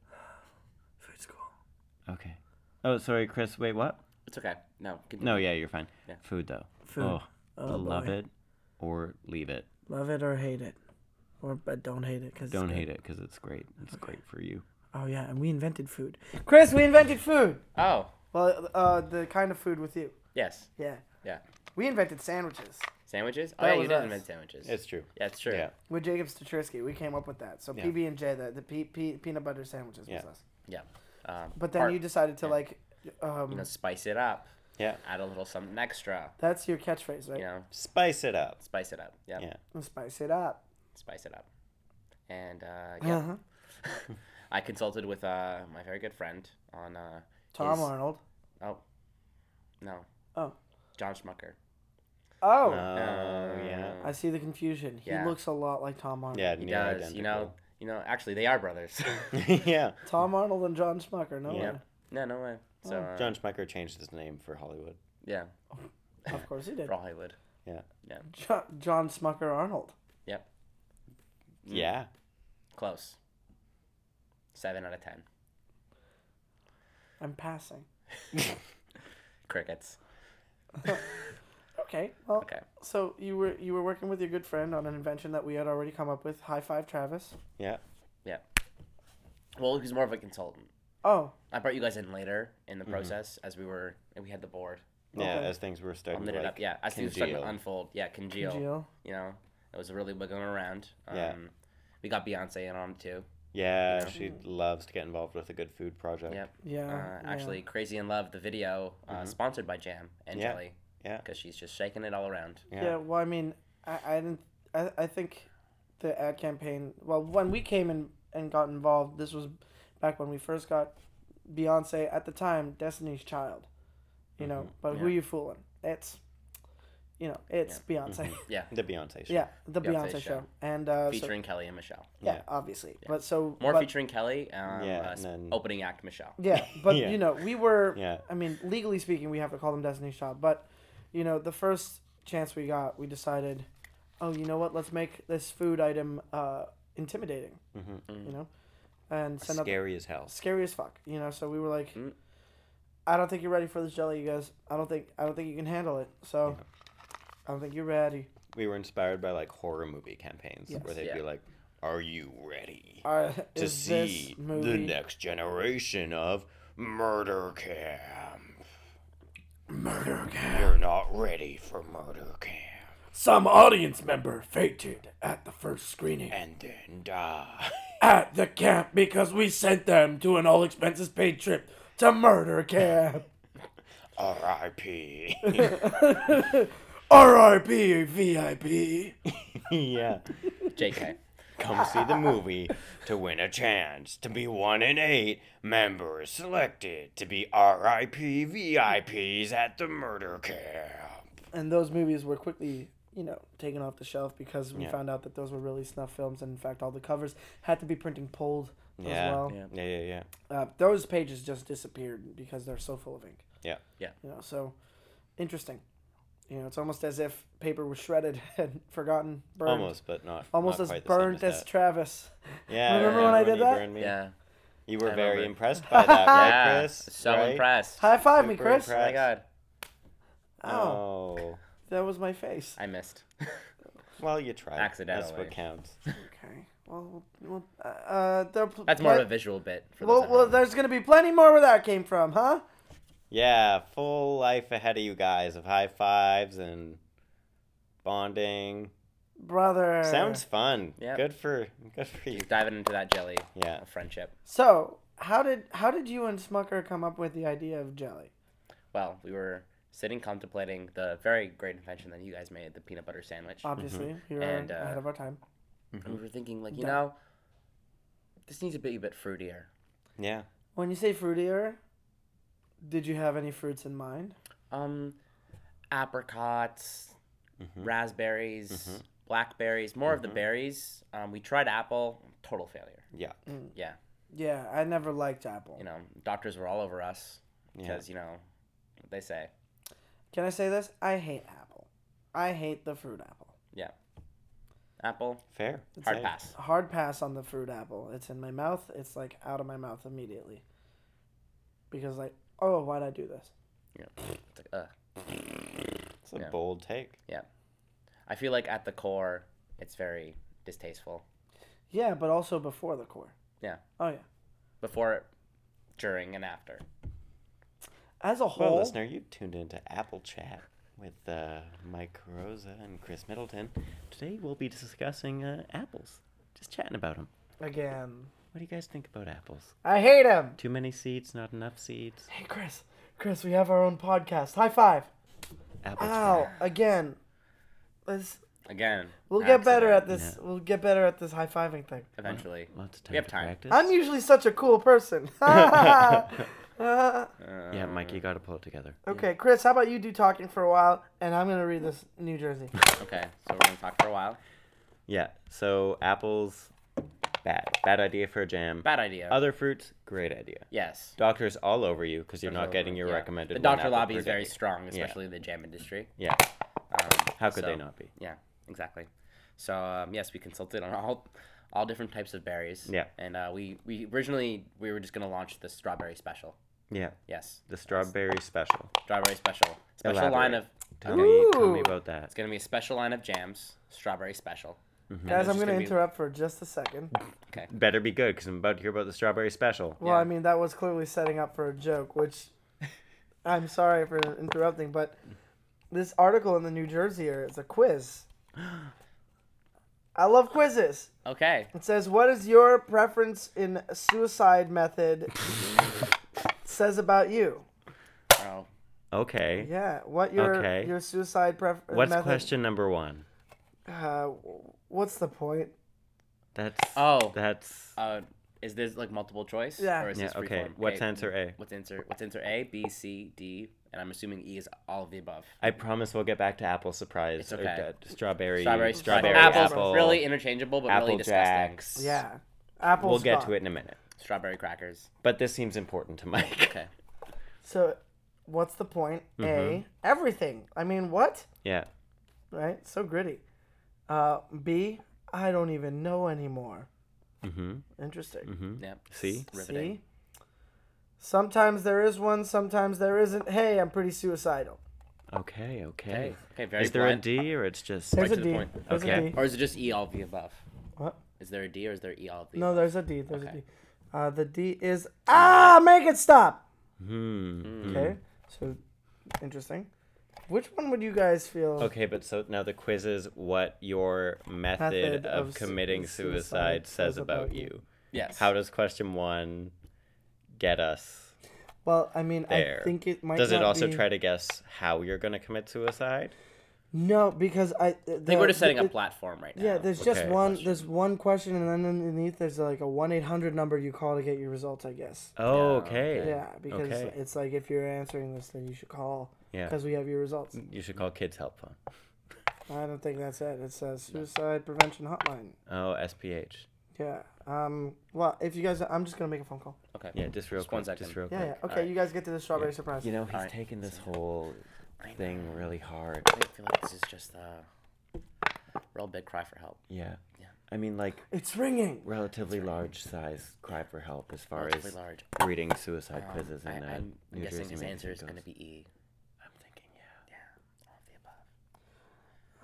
[SPEAKER 2] Food's cool.
[SPEAKER 3] Okay. Oh, sorry, Chris. Wait, what?
[SPEAKER 4] It's okay. No. continue.
[SPEAKER 3] No, yeah, you're fine.
[SPEAKER 4] Yeah.
[SPEAKER 3] Food though.
[SPEAKER 2] Food.
[SPEAKER 3] Oh,
[SPEAKER 2] Oh,
[SPEAKER 3] love
[SPEAKER 2] boy.
[SPEAKER 3] it or leave it.
[SPEAKER 2] Love it or hate it, or but don't hate it because
[SPEAKER 3] Don't hate it because it's great. It's
[SPEAKER 2] Okay.
[SPEAKER 3] great for you.
[SPEAKER 2] Oh yeah, and we invented food. Chris, we invented food.
[SPEAKER 4] Oh
[SPEAKER 2] Well, uh, the kind of food with you.
[SPEAKER 4] yes.
[SPEAKER 2] Yeah.
[SPEAKER 4] Yeah.
[SPEAKER 2] We invented sandwiches
[SPEAKER 4] Sandwiches. Oh
[SPEAKER 2] That
[SPEAKER 4] yeah, you
[SPEAKER 2] was
[SPEAKER 4] did
[SPEAKER 2] us.
[SPEAKER 4] invent sandwiches.
[SPEAKER 1] It's true.
[SPEAKER 4] yeah, it's true.
[SPEAKER 1] Yeah.
[SPEAKER 2] with Jacob Stachurski. We came up with that. So
[SPEAKER 1] Yeah.
[SPEAKER 2] PB and J, the the pe- pe- peanut butter sandwiches was
[SPEAKER 1] Yeah.
[SPEAKER 2] us.
[SPEAKER 4] Yeah. Um,
[SPEAKER 2] But then
[SPEAKER 4] part-
[SPEAKER 2] you decided to
[SPEAKER 4] yeah.
[SPEAKER 2] like, um,
[SPEAKER 4] you know spice it up,
[SPEAKER 1] Yeah.
[SPEAKER 4] add a little something extra.
[SPEAKER 2] that's your catchphrase, right?
[SPEAKER 4] You know,
[SPEAKER 1] Spice it up.
[SPEAKER 4] spice it up. Yeah.
[SPEAKER 1] Yeah.
[SPEAKER 2] And Spice it up.
[SPEAKER 4] Spice it up. And uh, yeah,
[SPEAKER 2] Uh-huh.
[SPEAKER 4] [laughs] I consulted with uh, my very good friend on uh,
[SPEAKER 2] Tom
[SPEAKER 4] his-
[SPEAKER 2] Arnold.
[SPEAKER 4] Oh, no.
[SPEAKER 2] Oh.
[SPEAKER 4] John Schmucker.
[SPEAKER 2] Oh,
[SPEAKER 1] Oh yeah.
[SPEAKER 2] I see the confusion. He
[SPEAKER 4] Yeah.
[SPEAKER 2] looks a lot like Tom Arnold.
[SPEAKER 1] Yeah.
[SPEAKER 4] He
[SPEAKER 1] near
[SPEAKER 4] does. You know. You know. Actually, they are brothers. [laughs]
[SPEAKER 1] identical. [laughs] yeah.
[SPEAKER 2] Tom Arnold and John Schmucker. No
[SPEAKER 1] Yeah.
[SPEAKER 2] way.
[SPEAKER 4] no, no way.
[SPEAKER 2] Oh.
[SPEAKER 4] So uh,
[SPEAKER 1] John Schmecker changed his name for Hollywood.
[SPEAKER 4] Yeah,
[SPEAKER 2] Of course he did.
[SPEAKER 4] for Hollywood.
[SPEAKER 2] Jo- John Smucker Arnold.
[SPEAKER 4] Yep. Mm.
[SPEAKER 1] Yeah.
[SPEAKER 4] Close. Seven out of ten.
[SPEAKER 2] I'm passing.
[SPEAKER 4] Crickets.
[SPEAKER 2] Okay. Well,
[SPEAKER 4] Okay.
[SPEAKER 2] so you were you were working with your good friend on an invention that we had already come up with. High five, Travis.
[SPEAKER 1] Yeah.
[SPEAKER 4] Well, he's more of a consultant.
[SPEAKER 2] Oh,
[SPEAKER 4] I brought you guys in later in the
[SPEAKER 1] Mm-hmm.
[SPEAKER 4] process as we were and we had the board.
[SPEAKER 1] Yeah.
[SPEAKER 2] Okay.
[SPEAKER 1] As things were starting
[SPEAKER 4] Um,
[SPEAKER 1] to
[SPEAKER 4] lit Oh, it up.
[SPEAKER 1] like,
[SPEAKER 4] Yeah, as things were starting to
[SPEAKER 1] congeal.
[SPEAKER 4] unfold. Yeah, congeal.
[SPEAKER 2] Gio.
[SPEAKER 4] You know, it was really wiggling around. Um,
[SPEAKER 1] Yeah.
[SPEAKER 4] We got Beyonce in on it too.
[SPEAKER 1] yeah, she loves to get involved with a good food project.
[SPEAKER 4] Yep.
[SPEAKER 2] Yeah.
[SPEAKER 4] uh,
[SPEAKER 2] Oh, yeah.
[SPEAKER 4] actually, Crazy in Love, the video, uh, sponsored by Jam and
[SPEAKER 1] Yeah,
[SPEAKER 4] Jelly.
[SPEAKER 1] yeah.
[SPEAKER 4] Because she's just shaking it all around.
[SPEAKER 2] Yeah. well, I mean, I, I didn't. I, I think the ad campaign. Well, when we came in and got involved, this was back when we first got Beyonce at the time, Destiny's Child. You know, but who
[SPEAKER 4] Mm-hmm. Yeah.
[SPEAKER 2] you fooling? It's, you know, it's Beyonce.
[SPEAKER 4] Yeah. Mm-hmm.
[SPEAKER 1] The Beyonce show.
[SPEAKER 2] [laughs] yeah, the
[SPEAKER 4] Beyonce
[SPEAKER 2] Beyonce,
[SPEAKER 4] show.
[SPEAKER 2] show. and uh, so,
[SPEAKER 4] Featuring Kelly and Michelle.
[SPEAKER 2] yeah,
[SPEAKER 1] yeah.
[SPEAKER 2] obviously. But so
[SPEAKER 4] More
[SPEAKER 2] but,
[SPEAKER 4] featuring Kelly. Um,
[SPEAKER 1] Yeah,
[SPEAKER 4] uh,
[SPEAKER 1] and
[SPEAKER 4] s-
[SPEAKER 1] then-
[SPEAKER 4] opening act Michelle.
[SPEAKER 2] Yeah,
[SPEAKER 1] [laughs]
[SPEAKER 2] but
[SPEAKER 1] Yeah.
[SPEAKER 2] you know, we were.
[SPEAKER 1] Yeah.
[SPEAKER 2] I mean, legally speaking, we have to call them Destiny's Child. But you know, the first chance we got, we decided, oh, you know what? Let's make this food item uh, intimidating. Mm-hmm. You know, and send out the-
[SPEAKER 1] Mm. Scary as hell.
[SPEAKER 2] scary as fuck. You know, so we were like,
[SPEAKER 4] Mm.
[SPEAKER 2] I don't think you're ready for this jelly, you guys. I don't think I don't think you can handle it. So, I don't think you're ready.
[SPEAKER 1] We were inspired by like horror movie campaigns
[SPEAKER 2] Yes.
[SPEAKER 1] where they'd
[SPEAKER 4] Yeah.
[SPEAKER 1] be like, "Are you ready
[SPEAKER 2] Are,
[SPEAKER 1] to
[SPEAKER 2] [laughs] is
[SPEAKER 1] see
[SPEAKER 2] this
[SPEAKER 1] the
[SPEAKER 2] movie
[SPEAKER 1] next generation of Murder Camp?
[SPEAKER 2] murder again?
[SPEAKER 1] You're not ready for Murder Camp."
[SPEAKER 2] Some audience member fainted at the first screening.
[SPEAKER 1] and then die. [laughs]
[SPEAKER 2] at the camp because we sent them to an all expenses paid trip to murder [laughs] camp.
[SPEAKER 1] R.I.P.
[SPEAKER 2] RRP VIP.
[SPEAKER 1] [laughs] yeah.
[SPEAKER 4] JK.
[SPEAKER 1] Come see the movie to win a chance to be one in eight members selected to be R.I.P. VIPs at the murder camp.
[SPEAKER 2] And those movies were quickly, you know, taken off the shelf because we
[SPEAKER 1] Yeah.
[SPEAKER 2] found out that those were really snuff films. And in fact, all the covers had to be printing pulled
[SPEAKER 1] Yeah.
[SPEAKER 2] as well.
[SPEAKER 4] Yeah.
[SPEAKER 1] Yeah, yeah, yeah.
[SPEAKER 2] Uh, those pages just disappeared because they're so full of ink.
[SPEAKER 1] Yeah.
[SPEAKER 4] Yeah.
[SPEAKER 2] You know, so interesting. You know, it's almost as if paper was shredded [laughs] and forgotten, burned.
[SPEAKER 1] Almost, but not.
[SPEAKER 2] Almost
[SPEAKER 1] not
[SPEAKER 2] as
[SPEAKER 1] quite the same
[SPEAKER 2] burnt as,
[SPEAKER 1] that.
[SPEAKER 2] Travis.
[SPEAKER 1] yeah.
[SPEAKER 2] Remember when I did
[SPEAKER 1] you
[SPEAKER 2] that?
[SPEAKER 1] burned me?
[SPEAKER 4] Yeah.
[SPEAKER 1] You were
[SPEAKER 4] I
[SPEAKER 1] very
[SPEAKER 4] remember.
[SPEAKER 1] impressed by that, right,
[SPEAKER 4] [laughs] yeah.
[SPEAKER 1] Chris?
[SPEAKER 4] So
[SPEAKER 1] Right?
[SPEAKER 4] impressed.
[SPEAKER 2] High five me,
[SPEAKER 1] Super
[SPEAKER 2] Chris.
[SPEAKER 4] Oh my
[SPEAKER 1] impressed.
[SPEAKER 4] god.
[SPEAKER 2] Oh,
[SPEAKER 1] Oh.
[SPEAKER 2] that was my face.
[SPEAKER 4] I missed. [laughs]
[SPEAKER 1] Well, you tried. That's
[SPEAKER 4] Accidentally.
[SPEAKER 1] what counts.
[SPEAKER 2] Okay. Well, well uh, uh, there,
[SPEAKER 4] That's more of a visual bit. For those
[SPEAKER 2] Well,
[SPEAKER 4] that
[SPEAKER 2] well,
[SPEAKER 4] don't know.
[SPEAKER 2] there's gonna be plenty more where that came from, huh?
[SPEAKER 1] Yeah, full life ahead of you guys of high fives and bonding.
[SPEAKER 2] Brother.
[SPEAKER 1] Sounds fun.
[SPEAKER 4] Yep.
[SPEAKER 1] Good for good for you.
[SPEAKER 4] diving into that jelly
[SPEAKER 1] Yeah.
[SPEAKER 4] of friendship.
[SPEAKER 2] So, how did how did you and Smucker come up with the idea of jelly?
[SPEAKER 4] Well, we were sitting contemplating the very great invention that you guys made, the peanut butter sandwich.
[SPEAKER 2] Obviously, you were
[SPEAKER 4] And, uh,
[SPEAKER 2] ahead of our time.
[SPEAKER 4] and we were thinking, like, you know, this needs to be a bit fruitier.
[SPEAKER 1] Yeah.
[SPEAKER 2] When you say fruitier, did you have any fruits in mind?
[SPEAKER 4] Um, apricots,
[SPEAKER 1] Mm-hmm.
[SPEAKER 4] raspberries, blackberries, more of the berries. Um, we tried apple, total failure.
[SPEAKER 1] Yeah.
[SPEAKER 4] Mm, Yeah,
[SPEAKER 2] Yeah, I never liked apple.
[SPEAKER 4] you know, doctors were all over us
[SPEAKER 1] Yeah.
[SPEAKER 4] because you know, what they say,
[SPEAKER 2] Can I say this? I hate apple. I hate the fruit apple.
[SPEAKER 4] yeah, apple,
[SPEAKER 1] Fair.
[SPEAKER 4] hard
[SPEAKER 1] Safe.
[SPEAKER 4] pass.
[SPEAKER 2] Hard pass on the fruit apple. It's in my mouth. It's like out of my mouth immediately. Because like, oh, why'd I do this?
[SPEAKER 4] You know, it's like, ugh.
[SPEAKER 1] It's a
[SPEAKER 4] Yeah.
[SPEAKER 1] bold take.
[SPEAKER 4] Yeah. I feel like at the core, it's very distasteful.
[SPEAKER 2] Yeah, but also before the core.
[SPEAKER 4] Yeah.
[SPEAKER 2] Oh yeah.
[SPEAKER 4] Before, during, and after.
[SPEAKER 2] As a
[SPEAKER 1] Well,
[SPEAKER 2] whole,
[SPEAKER 1] listener, you tuned into Apple Chat with uh, Mike Rosa and Chris Middleton. Today we'll be discussing uh, apples. Just chatting about them.
[SPEAKER 2] again,
[SPEAKER 1] What do you guys think about apples?
[SPEAKER 2] I hate him.
[SPEAKER 1] Too many seeds, not enough seeds.
[SPEAKER 2] Hey Chris, Chris, we have our own podcast. High five.
[SPEAKER 1] Apples.
[SPEAKER 2] Ow, again. Let's
[SPEAKER 4] Again.
[SPEAKER 1] Mm-hmm.
[SPEAKER 2] we'll get better at
[SPEAKER 4] accident,
[SPEAKER 2] this. We'll get better at this high fiving thing.
[SPEAKER 4] Eventually.
[SPEAKER 3] Lots of time
[SPEAKER 4] We have
[SPEAKER 3] to
[SPEAKER 4] time.
[SPEAKER 3] practice.
[SPEAKER 2] I'm usually such a cool
[SPEAKER 4] [laughs]
[SPEAKER 2] person. [laughs] okay,
[SPEAKER 1] Yeah,
[SPEAKER 4] Um,
[SPEAKER 1] Mike, you got to pull it together.
[SPEAKER 2] Oh. Chris, how about you do talking for a while and I'm going to read this New Jersey.
[SPEAKER 4] Okay, so we're going to talk for a while.
[SPEAKER 1] Yeah. So apples, bad, bad idea for a jam.
[SPEAKER 4] Bad idea.
[SPEAKER 1] Other fruits, great idea.
[SPEAKER 4] yes.
[SPEAKER 1] Doctors all over you because you're not
[SPEAKER 4] So,
[SPEAKER 1] getting your
[SPEAKER 4] yeah.
[SPEAKER 1] recommended.
[SPEAKER 4] The
[SPEAKER 1] one
[SPEAKER 4] doctor
[SPEAKER 1] apple
[SPEAKER 4] lobby
[SPEAKER 1] per
[SPEAKER 4] is very
[SPEAKER 1] day.
[SPEAKER 4] strong, especially in the jam industry.
[SPEAKER 1] Yeah.
[SPEAKER 4] Um,
[SPEAKER 1] How could they
[SPEAKER 4] so-
[SPEAKER 1] not be?
[SPEAKER 4] Yeah, exactly. So um, yes, we consulted on all all different types of berries.
[SPEAKER 1] Yeah.
[SPEAKER 4] And uh, we we originally we were just gonna launch the strawberry special.
[SPEAKER 1] Yeah.
[SPEAKER 4] Yes,
[SPEAKER 1] The strawberry special.
[SPEAKER 4] strawberry special. Special line
[SPEAKER 1] Elaborate.
[SPEAKER 4] of
[SPEAKER 1] Tell me, tell me
[SPEAKER 2] Ooh.
[SPEAKER 1] about
[SPEAKER 4] It's
[SPEAKER 1] that.
[SPEAKER 4] gonna be a special line of jams, strawberry special.
[SPEAKER 1] Mm-hmm.
[SPEAKER 4] And
[SPEAKER 2] Guys,
[SPEAKER 4] it's
[SPEAKER 2] I'm
[SPEAKER 4] just
[SPEAKER 2] going to
[SPEAKER 4] be-
[SPEAKER 2] interrupt for just a second.
[SPEAKER 4] Okay.
[SPEAKER 1] Better be good because I'm about to hear about the strawberry special.
[SPEAKER 2] Well,
[SPEAKER 4] Yeah.
[SPEAKER 2] I mean, that was clearly setting up for a joke, which
[SPEAKER 1] [laughs]
[SPEAKER 2] I'm sorry for interrupting, but this article in the New Jerseyer is
[SPEAKER 1] [gasps]
[SPEAKER 2] a quiz. I love quizzes.
[SPEAKER 4] Okay.
[SPEAKER 2] It says, "What is your preference in suicide
[SPEAKER 1] [laughs]
[SPEAKER 2] method?" says about you.
[SPEAKER 4] Oh,
[SPEAKER 1] Okay.
[SPEAKER 2] Yeah, what your
[SPEAKER 1] Okay.
[SPEAKER 2] your suicide pref- uh,
[SPEAKER 1] What's
[SPEAKER 2] method?
[SPEAKER 1] question number one?
[SPEAKER 2] Uh, what's the point?
[SPEAKER 1] That's.
[SPEAKER 4] Oh.
[SPEAKER 1] That's.
[SPEAKER 4] uh, is this like multiple choice?
[SPEAKER 2] Yeah.
[SPEAKER 4] Or is
[SPEAKER 1] Yeah,
[SPEAKER 4] this free
[SPEAKER 1] okay.
[SPEAKER 4] form?
[SPEAKER 1] What's answer A?
[SPEAKER 4] What's answer? What's answer A, B, C, D, and I'm assuming E is all of the above.
[SPEAKER 1] I promise we'll get back to apple surprise.
[SPEAKER 4] It's
[SPEAKER 1] or
[SPEAKER 4] okay.
[SPEAKER 1] d- strawberry.
[SPEAKER 4] Strawberry,
[SPEAKER 1] Strawberry.
[SPEAKER 4] apples,
[SPEAKER 1] apple.
[SPEAKER 4] really interchangeable, but really
[SPEAKER 1] apple
[SPEAKER 4] disgusting.
[SPEAKER 1] jacks.
[SPEAKER 2] Yeah, Apple.
[SPEAKER 1] We'll get to it in a minute.
[SPEAKER 4] Strawberry
[SPEAKER 1] [laughs]
[SPEAKER 4] crackers.
[SPEAKER 1] But this seems important to Mike. [laughs]
[SPEAKER 4] Okay.
[SPEAKER 2] So, what's the point? A.
[SPEAKER 1] Mm-hmm.
[SPEAKER 2] Everything. I mean, what?
[SPEAKER 1] yeah.
[SPEAKER 2] Right? So gritty. Uh, B. I don't even know anymore.
[SPEAKER 1] Mm-hmm.
[SPEAKER 2] Interesting.
[SPEAKER 1] Hmm?
[SPEAKER 4] Yep.
[SPEAKER 1] See?
[SPEAKER 4] Riveting.
[SPEAKER 2] See? Sometimes there is one, sometimes there isn't. Hey, I'm pretty suicidal.
[SPEAKER 1] Okay. Okay.
[SPEAKER 4] Okay. Okay. Very
[SPEAKER 1] Is there a
[SPEAKER 4] blunt.
[SPEAKER 1] D or it's just?
[SPEAKER 2] There's
[SPEAKER 4] to
[SPEAKER 2] a
[SPEAKER 4] the
[SPEAKER 2] D.
[SPEAKER 4] point.
[SPEAKER 2] There's
[SPEAKER 1] Okay.
[SPEAKER 2] a D.
[SPEAKER 4] Or is it just E all of the above?
[SPEAKER 2] What?
[SPEAKER 4] Is there a D or is there E all of the?
[SPEAKER 2] No,
[SPEAKER 4] above?
[SPEAKER 2] there's a D. There's a
[SPEAKER 4] Okay.
[SPEAKER 2] D. Uh, the D is ah, make it stop.
[SPEAKER 1] Hmm.
[SPEAKER 2] Okay, so interesting. Which one would you guys feel?
[SPEAKER 1] Okay, but so now the quiz is what your method,
[SPEAKER 2] Method
[SPEAKER 1] of,
[SPEAKER 2] of su-
[SPEAKER 1] committing suicide,
[SPEAKER 2] suicide
[SPEAKER 1] says about you.
[SPEAKER 4] Yes.
[SPEAKER 1] How does question one get us
[SPEAKER 2] Well, I mean,
[SPEAKER 1] there?
[SPEAKER 2] I think it might.
[SPEAKER 1] Does it
[SPEAKER 2] not
[SPEAKER 1] also
[SPEAKER 2] be-
[SPEAKER 1] try to guess how you're going to commit suicide?
[SPEAKER 2] No, because I. uh, The,
[SPEAKER 4] I think we're just setting a platform right now.
[SPEAKER 2] Yeah, there's just
[SPEAKER 1] Okay,
[SPEAKER 2] one. There's one question, and then underneath there's like a one eight hundred number you call to get your results. I guess.
[SPEAKER 1] Oh,
[SPEAKER 4] Yeah,
[SPEAKER 1] okay.
[SPEAKER 2] Yeah, because
[SPEAKER 1] Okay.
[SPEAKER 2] it's like if you're answering this, then you should call.
[SPEAKER 1] Yeah. Mm.
[SPEAKER 2] Because we have your results.
[SPEAKER 1] You should call Kids Help Phone.
[SPEAKER 2] I don't think that's it. It says suicide prevention hotline.
[SPEAKER 1] Oh, SPH.
[SPEAKER 2] Yeah. Um. Well, if you guys, I'm just gonna make a phone call.
[SPEAKER 4] Okay.
[SPEAKER 1] Yeah, just real
[SPEAKER 4] Just
[SPEAKER 1] quick.
[SPEAKER 4] one
[SPEAKER 1] Just
[SPEAKER 4] second.
[SPEAKER 1] real
[SPEAKER 2] Yeah.
[SPEAKER 1] quick.
[SPEAKER 2] yeah. Okay. You guys get to the strawberry surprise.
[SPEAKER 1] You know, he's
[SPEAKER 4] Alright.
[SPEAKER 1] taken this whole thing really hard.
[SPEAKER 4] I feel like this is just a real big cry for help.
[SPEAKER 1] Yeah. I mean, like,
[SPEAKER 2] It's ringing.
[SPEAKER 1] relatively large size cry for help as far
[SPEAKER 4] Relatively
[SPEAKER 1] as
[SPEAKER 4] large.
[SPEAKER 1] reading suicide
[SPEAKER 4] Um,
[SPEAKER 1] quizzes
[SPEAKER 4] I,
[SPEAKER 1] in uh,
[SPEAKER 4] I'm
[SPEAKER 1] New
[SPEAKER 4] guessing
[SPEAKER 1] Jersey
[SPEAKER 4] his
[SPEAKER 1] Mansion
[SPEAKER 4] answer is going to
[SPEAKER 1] goes.
[SPEAKER 4] be E.
[SPEAKER 1] I'm thinking, yeah.
[SPEAKER 4] Yeah, all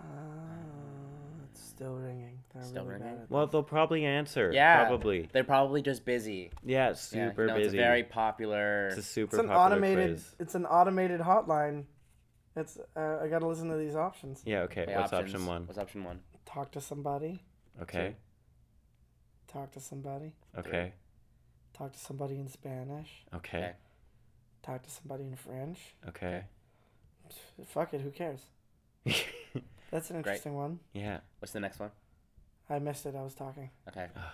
[SPEAKER 4] of the above.
[SPEAKER 2] Uh, it's Still ringing. They're
[SPEAKER 4] Still
[SPEAKER 2] really bad
[SPEAKER 4] ringing?
[SPEAKER 2] at
[SPEAKER 1] Well, they'll probably answer.
[SPEAKER 4] Yeah,
[SPEAKER 1] Probably.
[SPEAKER 4] They're probably just busy.
[SPEAKER 1] Yeah, it's
[SPEAKER 4] Yeah, you
[SPEAKER 1] super
[SPEAKER 4] know,
[SPEAKER 1] busy.
[SPEAKER 4] It's a very popular.
[SPEAKER 1] It's a super
[SPEAKER 2] it's an
[SPEAKER 1] popular
[SPEAKER 2] automated
[SPEAKER 1] quiz.
[SPEAKER 2] it's an automated hotline it's uh, i gotta listen to these options
[SPEAKER 1] Yeah, okay.
[SPEAKER 4] yeah,
[SPEAKER 1] What's
[SPEAKER 4] options.
[SPEAKER 1] option one?
[SPEAKER 4] What's option one?
[SPEAKER 2] talk to somebody
[SPEAKER 1] Okay.
[SPEAKER 2] talk to somebody
[SPEAKER 1] Okay.
[SPEAKER 2] talk to somebody in spanish
[SPEAKER 1] Okay.
[SPEAKER 2] talk to somebody in french
[SPEAKER 1] Okay.
[SPEAKER 2] Pff, fuck it who cares that's an
[SPEAKER 4] Great.
[SPEAKER 2] interesting one
[SPEAKER 1] [laughs] yeah.
[SPEAKER 4] What's the next one?
[SPEAKER 2] i missed it i was talking
[SPEAKER 4] Okay.
[SPEAKER 1] Oh,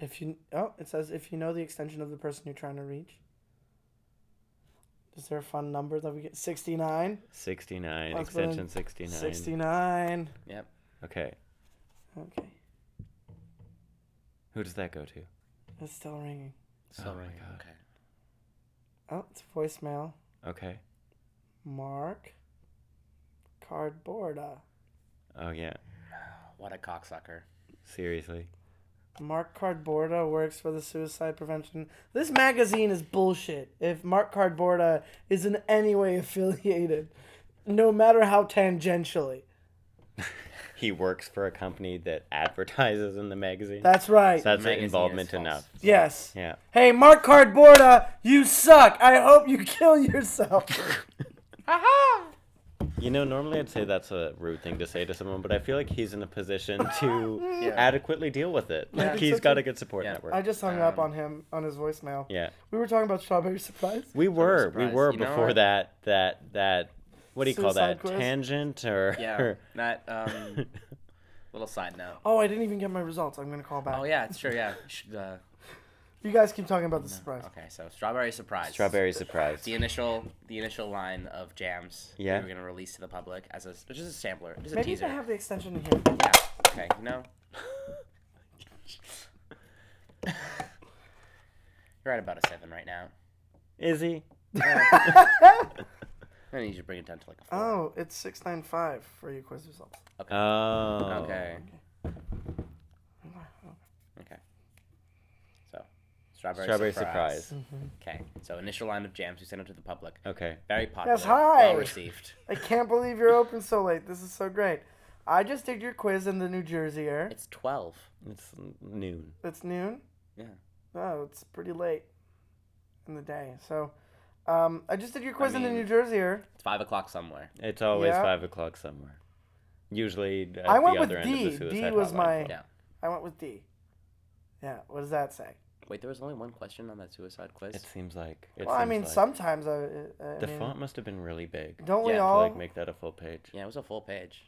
[SPEAKER 2] if you oh it says if you know the extension of the person you're trying to reach is there a fun number that we get 69
[SPEAKER 1] 69
[SPEAKER 2] Let's put in
[SPEAKER 1] extension 69.
[SPEAKER 2] 69
[SPEAKER 4] Yep.
[SPEAKER 1] Okay.
[SPEAKER 2] okay
[SPEAKER 1] Who does that go to?
[SPEAKER 2] it's still ringing
[SPEAKER 1] Oh my
[SPEAKER 4] ringing,
[SPEAKER 1] God.
[SPEAKER 4] Okay.
[SPEAKER 2] oh it's voicemail
[SPEAKER 1] Okay.
[SPEAKER 2] Mark uh, Cardboarda.
[SPEAKER 1] Oh yeah.
[SPEAKER 4] What a cocksucker.
[SPEAKER 1] Seriously.
[SPEAKER 2] Mark Cardboarda works for the suicide prevention. This magazine is bullshit. If Mark Cardboarda is in any way [laughs] affiliated, no matter how tangentially.
[SPEAKER 1] He works for a company that advertises in the magazine.
[SPEAKER 2] That's right.
[SPEAKER 1] so that's
[SPEAKER 4] Magazine is
[SPEAKER 1] involvement
[SPEAKER 4] false.
[SPEAKER 1] enough.
[SPEAKER 2] yes.
[SPEAKER 1] Yeah.
[SPEAKER 2] Hey, Mark Cardboarda, you suck. I hope you [laughs] kill yourself.
[SPEAKER 1] You know, normally I'd say that's a rude thing to say to someone, but I feel like he's in a position to adequately deal with it. Like
[SPEAKER 2] it's
[SPEAKER 1] he's
[SPEAKER 2] such
[SPEAKER 1] got
[SPEAKER 2] a-
[SPEAKER 1] a good support
[SPEAKER 4] Yeah.
[SPEAKER 1] network.
[SPEAKER 2] I just hung up on him on his voicemail.
[SPEAKER 1] yeah.
[SPEAKER 2] We were talking about strawberry surprise.
[SPEAKER 1] We were, we
[SPEAKER 4] surprised.
[SPEAKER 1] were
[SPEAKER 4] You know
[SPEAKER 1] before
[SPEAKER 4] what?
[SPEAKER 1] that, that, that, what do you call
[SPEAKER 2] Suicide Mm.
[SPEAKER 1] that?
[SPEAKER 2] quiz?
[SPEAKER 1] Tangent [laughs] or?
[SPEAKER 4] Yeah. That um, little side note.
[SPEAKER 2] Oh, I didn't even get my results. I'm gonna call back.
[SPEAKER 4] Oh yeah, it's true. Yeah. Sh- Uh,
[SPEAKER 2] You guys keep talking about the surprise.
[SPEAKER 4] okay. So strawberry
[SPEAKER 1] [laughs]
[SPEAKER 4] surprise.
[SPEAKER 1] Strawberry surprise.
[SPEAKER 4] The initial, the initial line of jams. we
[SPEAKER 1] Yeah.
[SPEAKER 4] We're gonna release to the public as a just a sampler, just a
[SPEAKER 2] Maybe
[SPEAKER 4] teaser.
[SPEAKER 2] they have the extension in here.
[SPEAKER 4] Yeah. Okay.
[SPEAKER 1] [laughs]
[SPEAKER 4] You know. You're at about a seven right now.
[SPEAKER 1] Is
[SPEAKER 2] [laughs]
[SPEAKER 1] he?
[SPEAKER 4] I need you to bring it down to like a four.
[SPEAKER 2] Oh, it's six nine five for your quiz results.
[SPEAKER 1] Oh.
[SPEAKER 4] Okay. Okay. So, strawberry,
[SPEAKER 1] Strawberry
[SPEAKER 4] surprise.
[SPEAKER 1] surprise.
[SPEAKER 4] Okay. So initial line of jams we sent out to the public.
[SPEAKER 1] Okay.
[SPEAKER 4] Very popular.
[SPEAKER 2] hi.
[SPEAKER 4] Well received.
[SPEAKER 2] I can't believe you're open so late. This is so great. I just did your quiz in the New Jersey air.
[SPEAKER 4] It's twelve.
[SPEAKER 1] It's noon.
[SPEAKER 2] It's noon.
[SPEAKER 4] Yeah.
[SPEAKER 2] Oh, it's pretty late in the day. So, um, I just did your quiz in the
[SPEAKER 4] mean-
[SPEAKER 2] New Jersey air.
[SPEAKER 4] It's five o'clock somewhere.
[SPEAKER 1] It's always
[SPEAKER 2] Yeah.
[SPEAKER 1] five o'clock somewhere. Usually at
[SPEAKER 2] I went
[SPEAKER 1] the
[SPEAKER 2] with
[SPEAKER 1] other end
[SPEAKER 2] D.
[SPEAKER 1] of the suicide
[SPEAKER 2] D was
[SPEAKER 1] hotline.
[SPEAKER 2] my.
[SPEAKER 4] Yeah.
[SPEAKER 2] I went with D. Yeah. What does that say?
[SPEAKER 4] Wait, there was only one question on that suicide quiz.
[SPEAKER 1] It seems like. It
[SPEAKER 2] well, I
[SPEAKER 1] seems
[SPEAKER 2] mean,
[SPEAKER 1] like.
[SPEAKER 2] sometimes I. I I
[SPEAKER 1] The
[SPEAKER 2] mean,
[SPEAKER 1] font must have been really big.
[SPEAKER 2] Don't we
[SPEAKER 4] Yeah,
[SPEAKER 1] To
[SPEAKER 2] all?
[SPEAKER 1] like make that a full page.
[SPEAKER 4] yeah, it was a full page.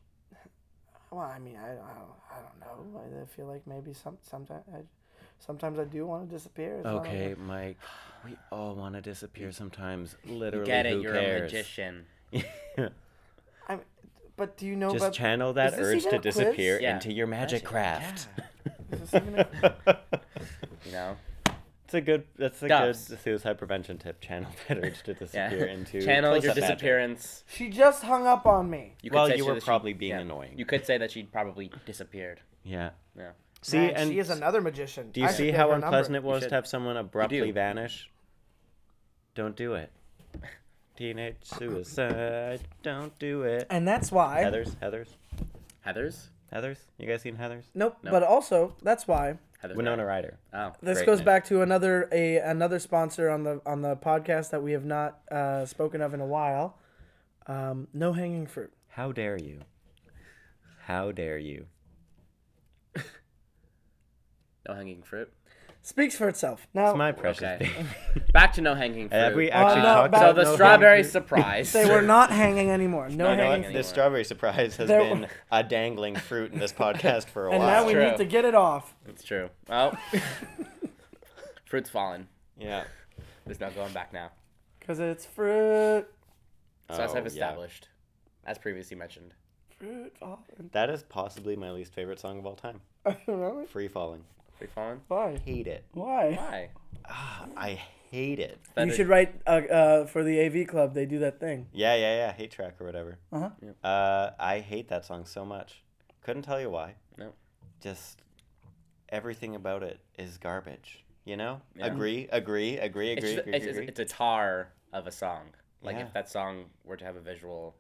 [SPEAKER 2] Well, I mean, I, I, don't, I don't know. I- I feel like maybe some sometimes I, sometimes I do want to disappear. It's not
[SPEAKER 1] Okay, Mike. We all want to disappear sometimes. Literally,
[SPEAKER 4] Get it?
[SPEAKER 1] who
[SPEAKER 4] You're a
[SPEAKER 1] cares? [laughs]
[SPEAKER 4] magician.
[SPEAKER 2] Like, I'm, but do you know
[SPEAKER 1] Just
[SPEAKER 2] about?
[SPEAKER 1] channel that
[SPEAKER 2] is this
[SPEAKER 1] urge
[SPEAKER 2] even
[SPEAKER 1] to
[SPEAKER 2] a quiz?
[SPEAKER 1] disappear
[SPEAKER 4] Yeah.
[SPEAKER 1] into your magic
[SPEAKER 4] Magic,
[SPEAKER 1] craft. [laughs]
[SPEAKER 2] is this even a-
[SPEAKER 4] You know.
[SPEAKER 1] It's a good. That's a
[SPEAKER 4] Doves.
[SPEAKER 1] good suicide prevention tip. Channel that urge to
[SPEAKER 4] Yeah.
[SPEAKER 1] disappear
[SPEAKER 4] [laughs]
[SPEAKER 1] into
[SPEAKER 4] Channel your
[SPEAKER 1] close-up magic.
[SPEAKER 4] disappearance.
[SPEAKER 2] she just hung up on me.
[SPEAKER 4] You
[SPEAKER 1] Well,
[SPEAKER 4] say
[SPEAKER 1] you
[SPEAKER 4] she-
[SPEAKER 1] were
[SPEAKER 4] that she-
[SPEAKER 1] probably being
[SPEAKER 4] yeah.
[SPEAKER 1] annoying.
[SPEAKER 4] You could say that she'd probably disappeared.
[SPEAKER 1] Yeah.
[SPEAKER 4] Yeah.
[SPEAKER 1] See,
[SPEAKER 2] Man,
[SPEAKER 1] and
[SPEAKER 2] she is another magician.
[SPEAKER 1] do you
[SPEAKER 2] I should
[SPEAKER 1] see
[SPEAKER 2] get
[SPEAKER 1] how
[SPEAKER 2] her number.
[SPEAKER 1] unpleasant it was to
[SPEAKER 4] should.
[SPEAKER 1] have someone abruptly
[SPEAKER 4] do.
[SPEAKER 1] vanish? Don't do it. [laughs] Teenage suicide. Don't do it.
[SPEAKER 2] And that's why.
[SPEAKER 1] Heather's. Heather's.
[SPEAKER 4] Heather's.
[SPEAKER 1] Heather's. You guys seen Heather's?
[SPEAKER 2] Nope.
[SPEAKER 4] No.
[SPEAKER 2] But also that's why
[SPEAKER 4] Heather's.
[SPEAKER 1] Winona Ryder.
[SPEAKER 4] Oh.
[SPEAKER 2] this
[SPEAKER 1] Great
[SPEAKER 2] goes
[SPEAKER 1] name.
[SPEAKER 2] back to another a another sponsor on the on the podcast that we have not uh, spoken of in a while. Um, no hanging fruit.
[SPEAKER 1] How dare you? How dare you?
[SPEAKER 4] No hanging fruit.
[SPEAKER 2] Speaks for itself. Now
[SPEAKER 1] It's my precious
[SPEAKER 4] Okay. [laughs]
[SPEAKER 1] baby.
[SPEAKER 4] Back to no hanging fruit.
[SPEAKER 1] Have we actually
[SPEAKER 2] no,
[SPEAKER 1] talked
[SPEAKER 2] but-
[SPEAKER 4] so
[SPEAKER 1] about
[SPEAKER 4] the
[SPEAKER 1] Oh, no
[SPEAKER 4] strawberry
[SPEAKER 1] hanging- [laughs]
[SPEAKER 4] surprise.
[SPEAKER 2] they were not hanging anymore. No
[SPEAKER 1] You know
[SPEAKER 2] hanging
[SPEAKER 1] what?
[SPEAKER 4] hanging
[SPEAKER 1] The
[SPEAKER 4] anymore.
[SPEAKER 1] strawberry surprise has
[SPEAKER 2] There-
[SPEAKER 1] [laughs] been a dangling fruit in [laughs] this podcast for a
[SPEAKER 2] And
[SPEAKER 1] while.
[SPEAKER 2] now we
[SPEAKER 4] True.
[SPEAKER 2] need to get it off.
[SPEAKER 4] It's true.
[SPEAKER 1] [laughs]
[SPEAKER 4] Oh. Fruit's fallen.
[SPEAKER 1] yeah.
[SPEAKER 4] There's no going back now.
[SPEAKER 2] Because it's fruit.
[SPEAKER 4] So as
[SPEAKER 1] Oh, yeah.
[SPEAKER 4] I've established, as previously mentioned.
[SPEAKER 2] Fruit falling.
[SPEAKER 1] That is possibly my least favorite song of all time.
[SPEAKER 2] [laughs] really?
[SPEAKER 1] Free Falling.
[SPEAKER 4] Fruit fallen?
[SPEAKER 2] Why?
[SPEAKER 1] Hate it.
[SPEAKER 2] Why?
[SPEAKER 4] Why?
[SPEAKER 1] Ah, I hate it.
[SPEAKER 4] That
[SPEAKER 2] You
[SPEAKER 4] is-
[SPEAKER 2] should write uh, uh, for the AV Club. They do that thing.
[SPEAKER 1] Yeah, yeah, yeah. Hate track or whatever.
[SPEAKER 2] Uh-huh.
[SPEAKER 1] Uh, I hate that song so much. Couldn't tell you why.
[SPEAKER 4] No.
[SPEAKER 1] Just everything about it is garbage. You know?
[SPEAKER 4] Yeah.
[SPEAKER 1] Agree, agree, agree, agree,
[SPEAKER 4] It's, just-
[SPEAKER 1] agree,
[SPEAKER 4] it's,
[SPEAKER 1] agree.
[SPEAKER 4] it's, it's a tar of a song. Like
[SPEAKER 1] Yeah.
[SPEAKER 4] if that song were to have a visual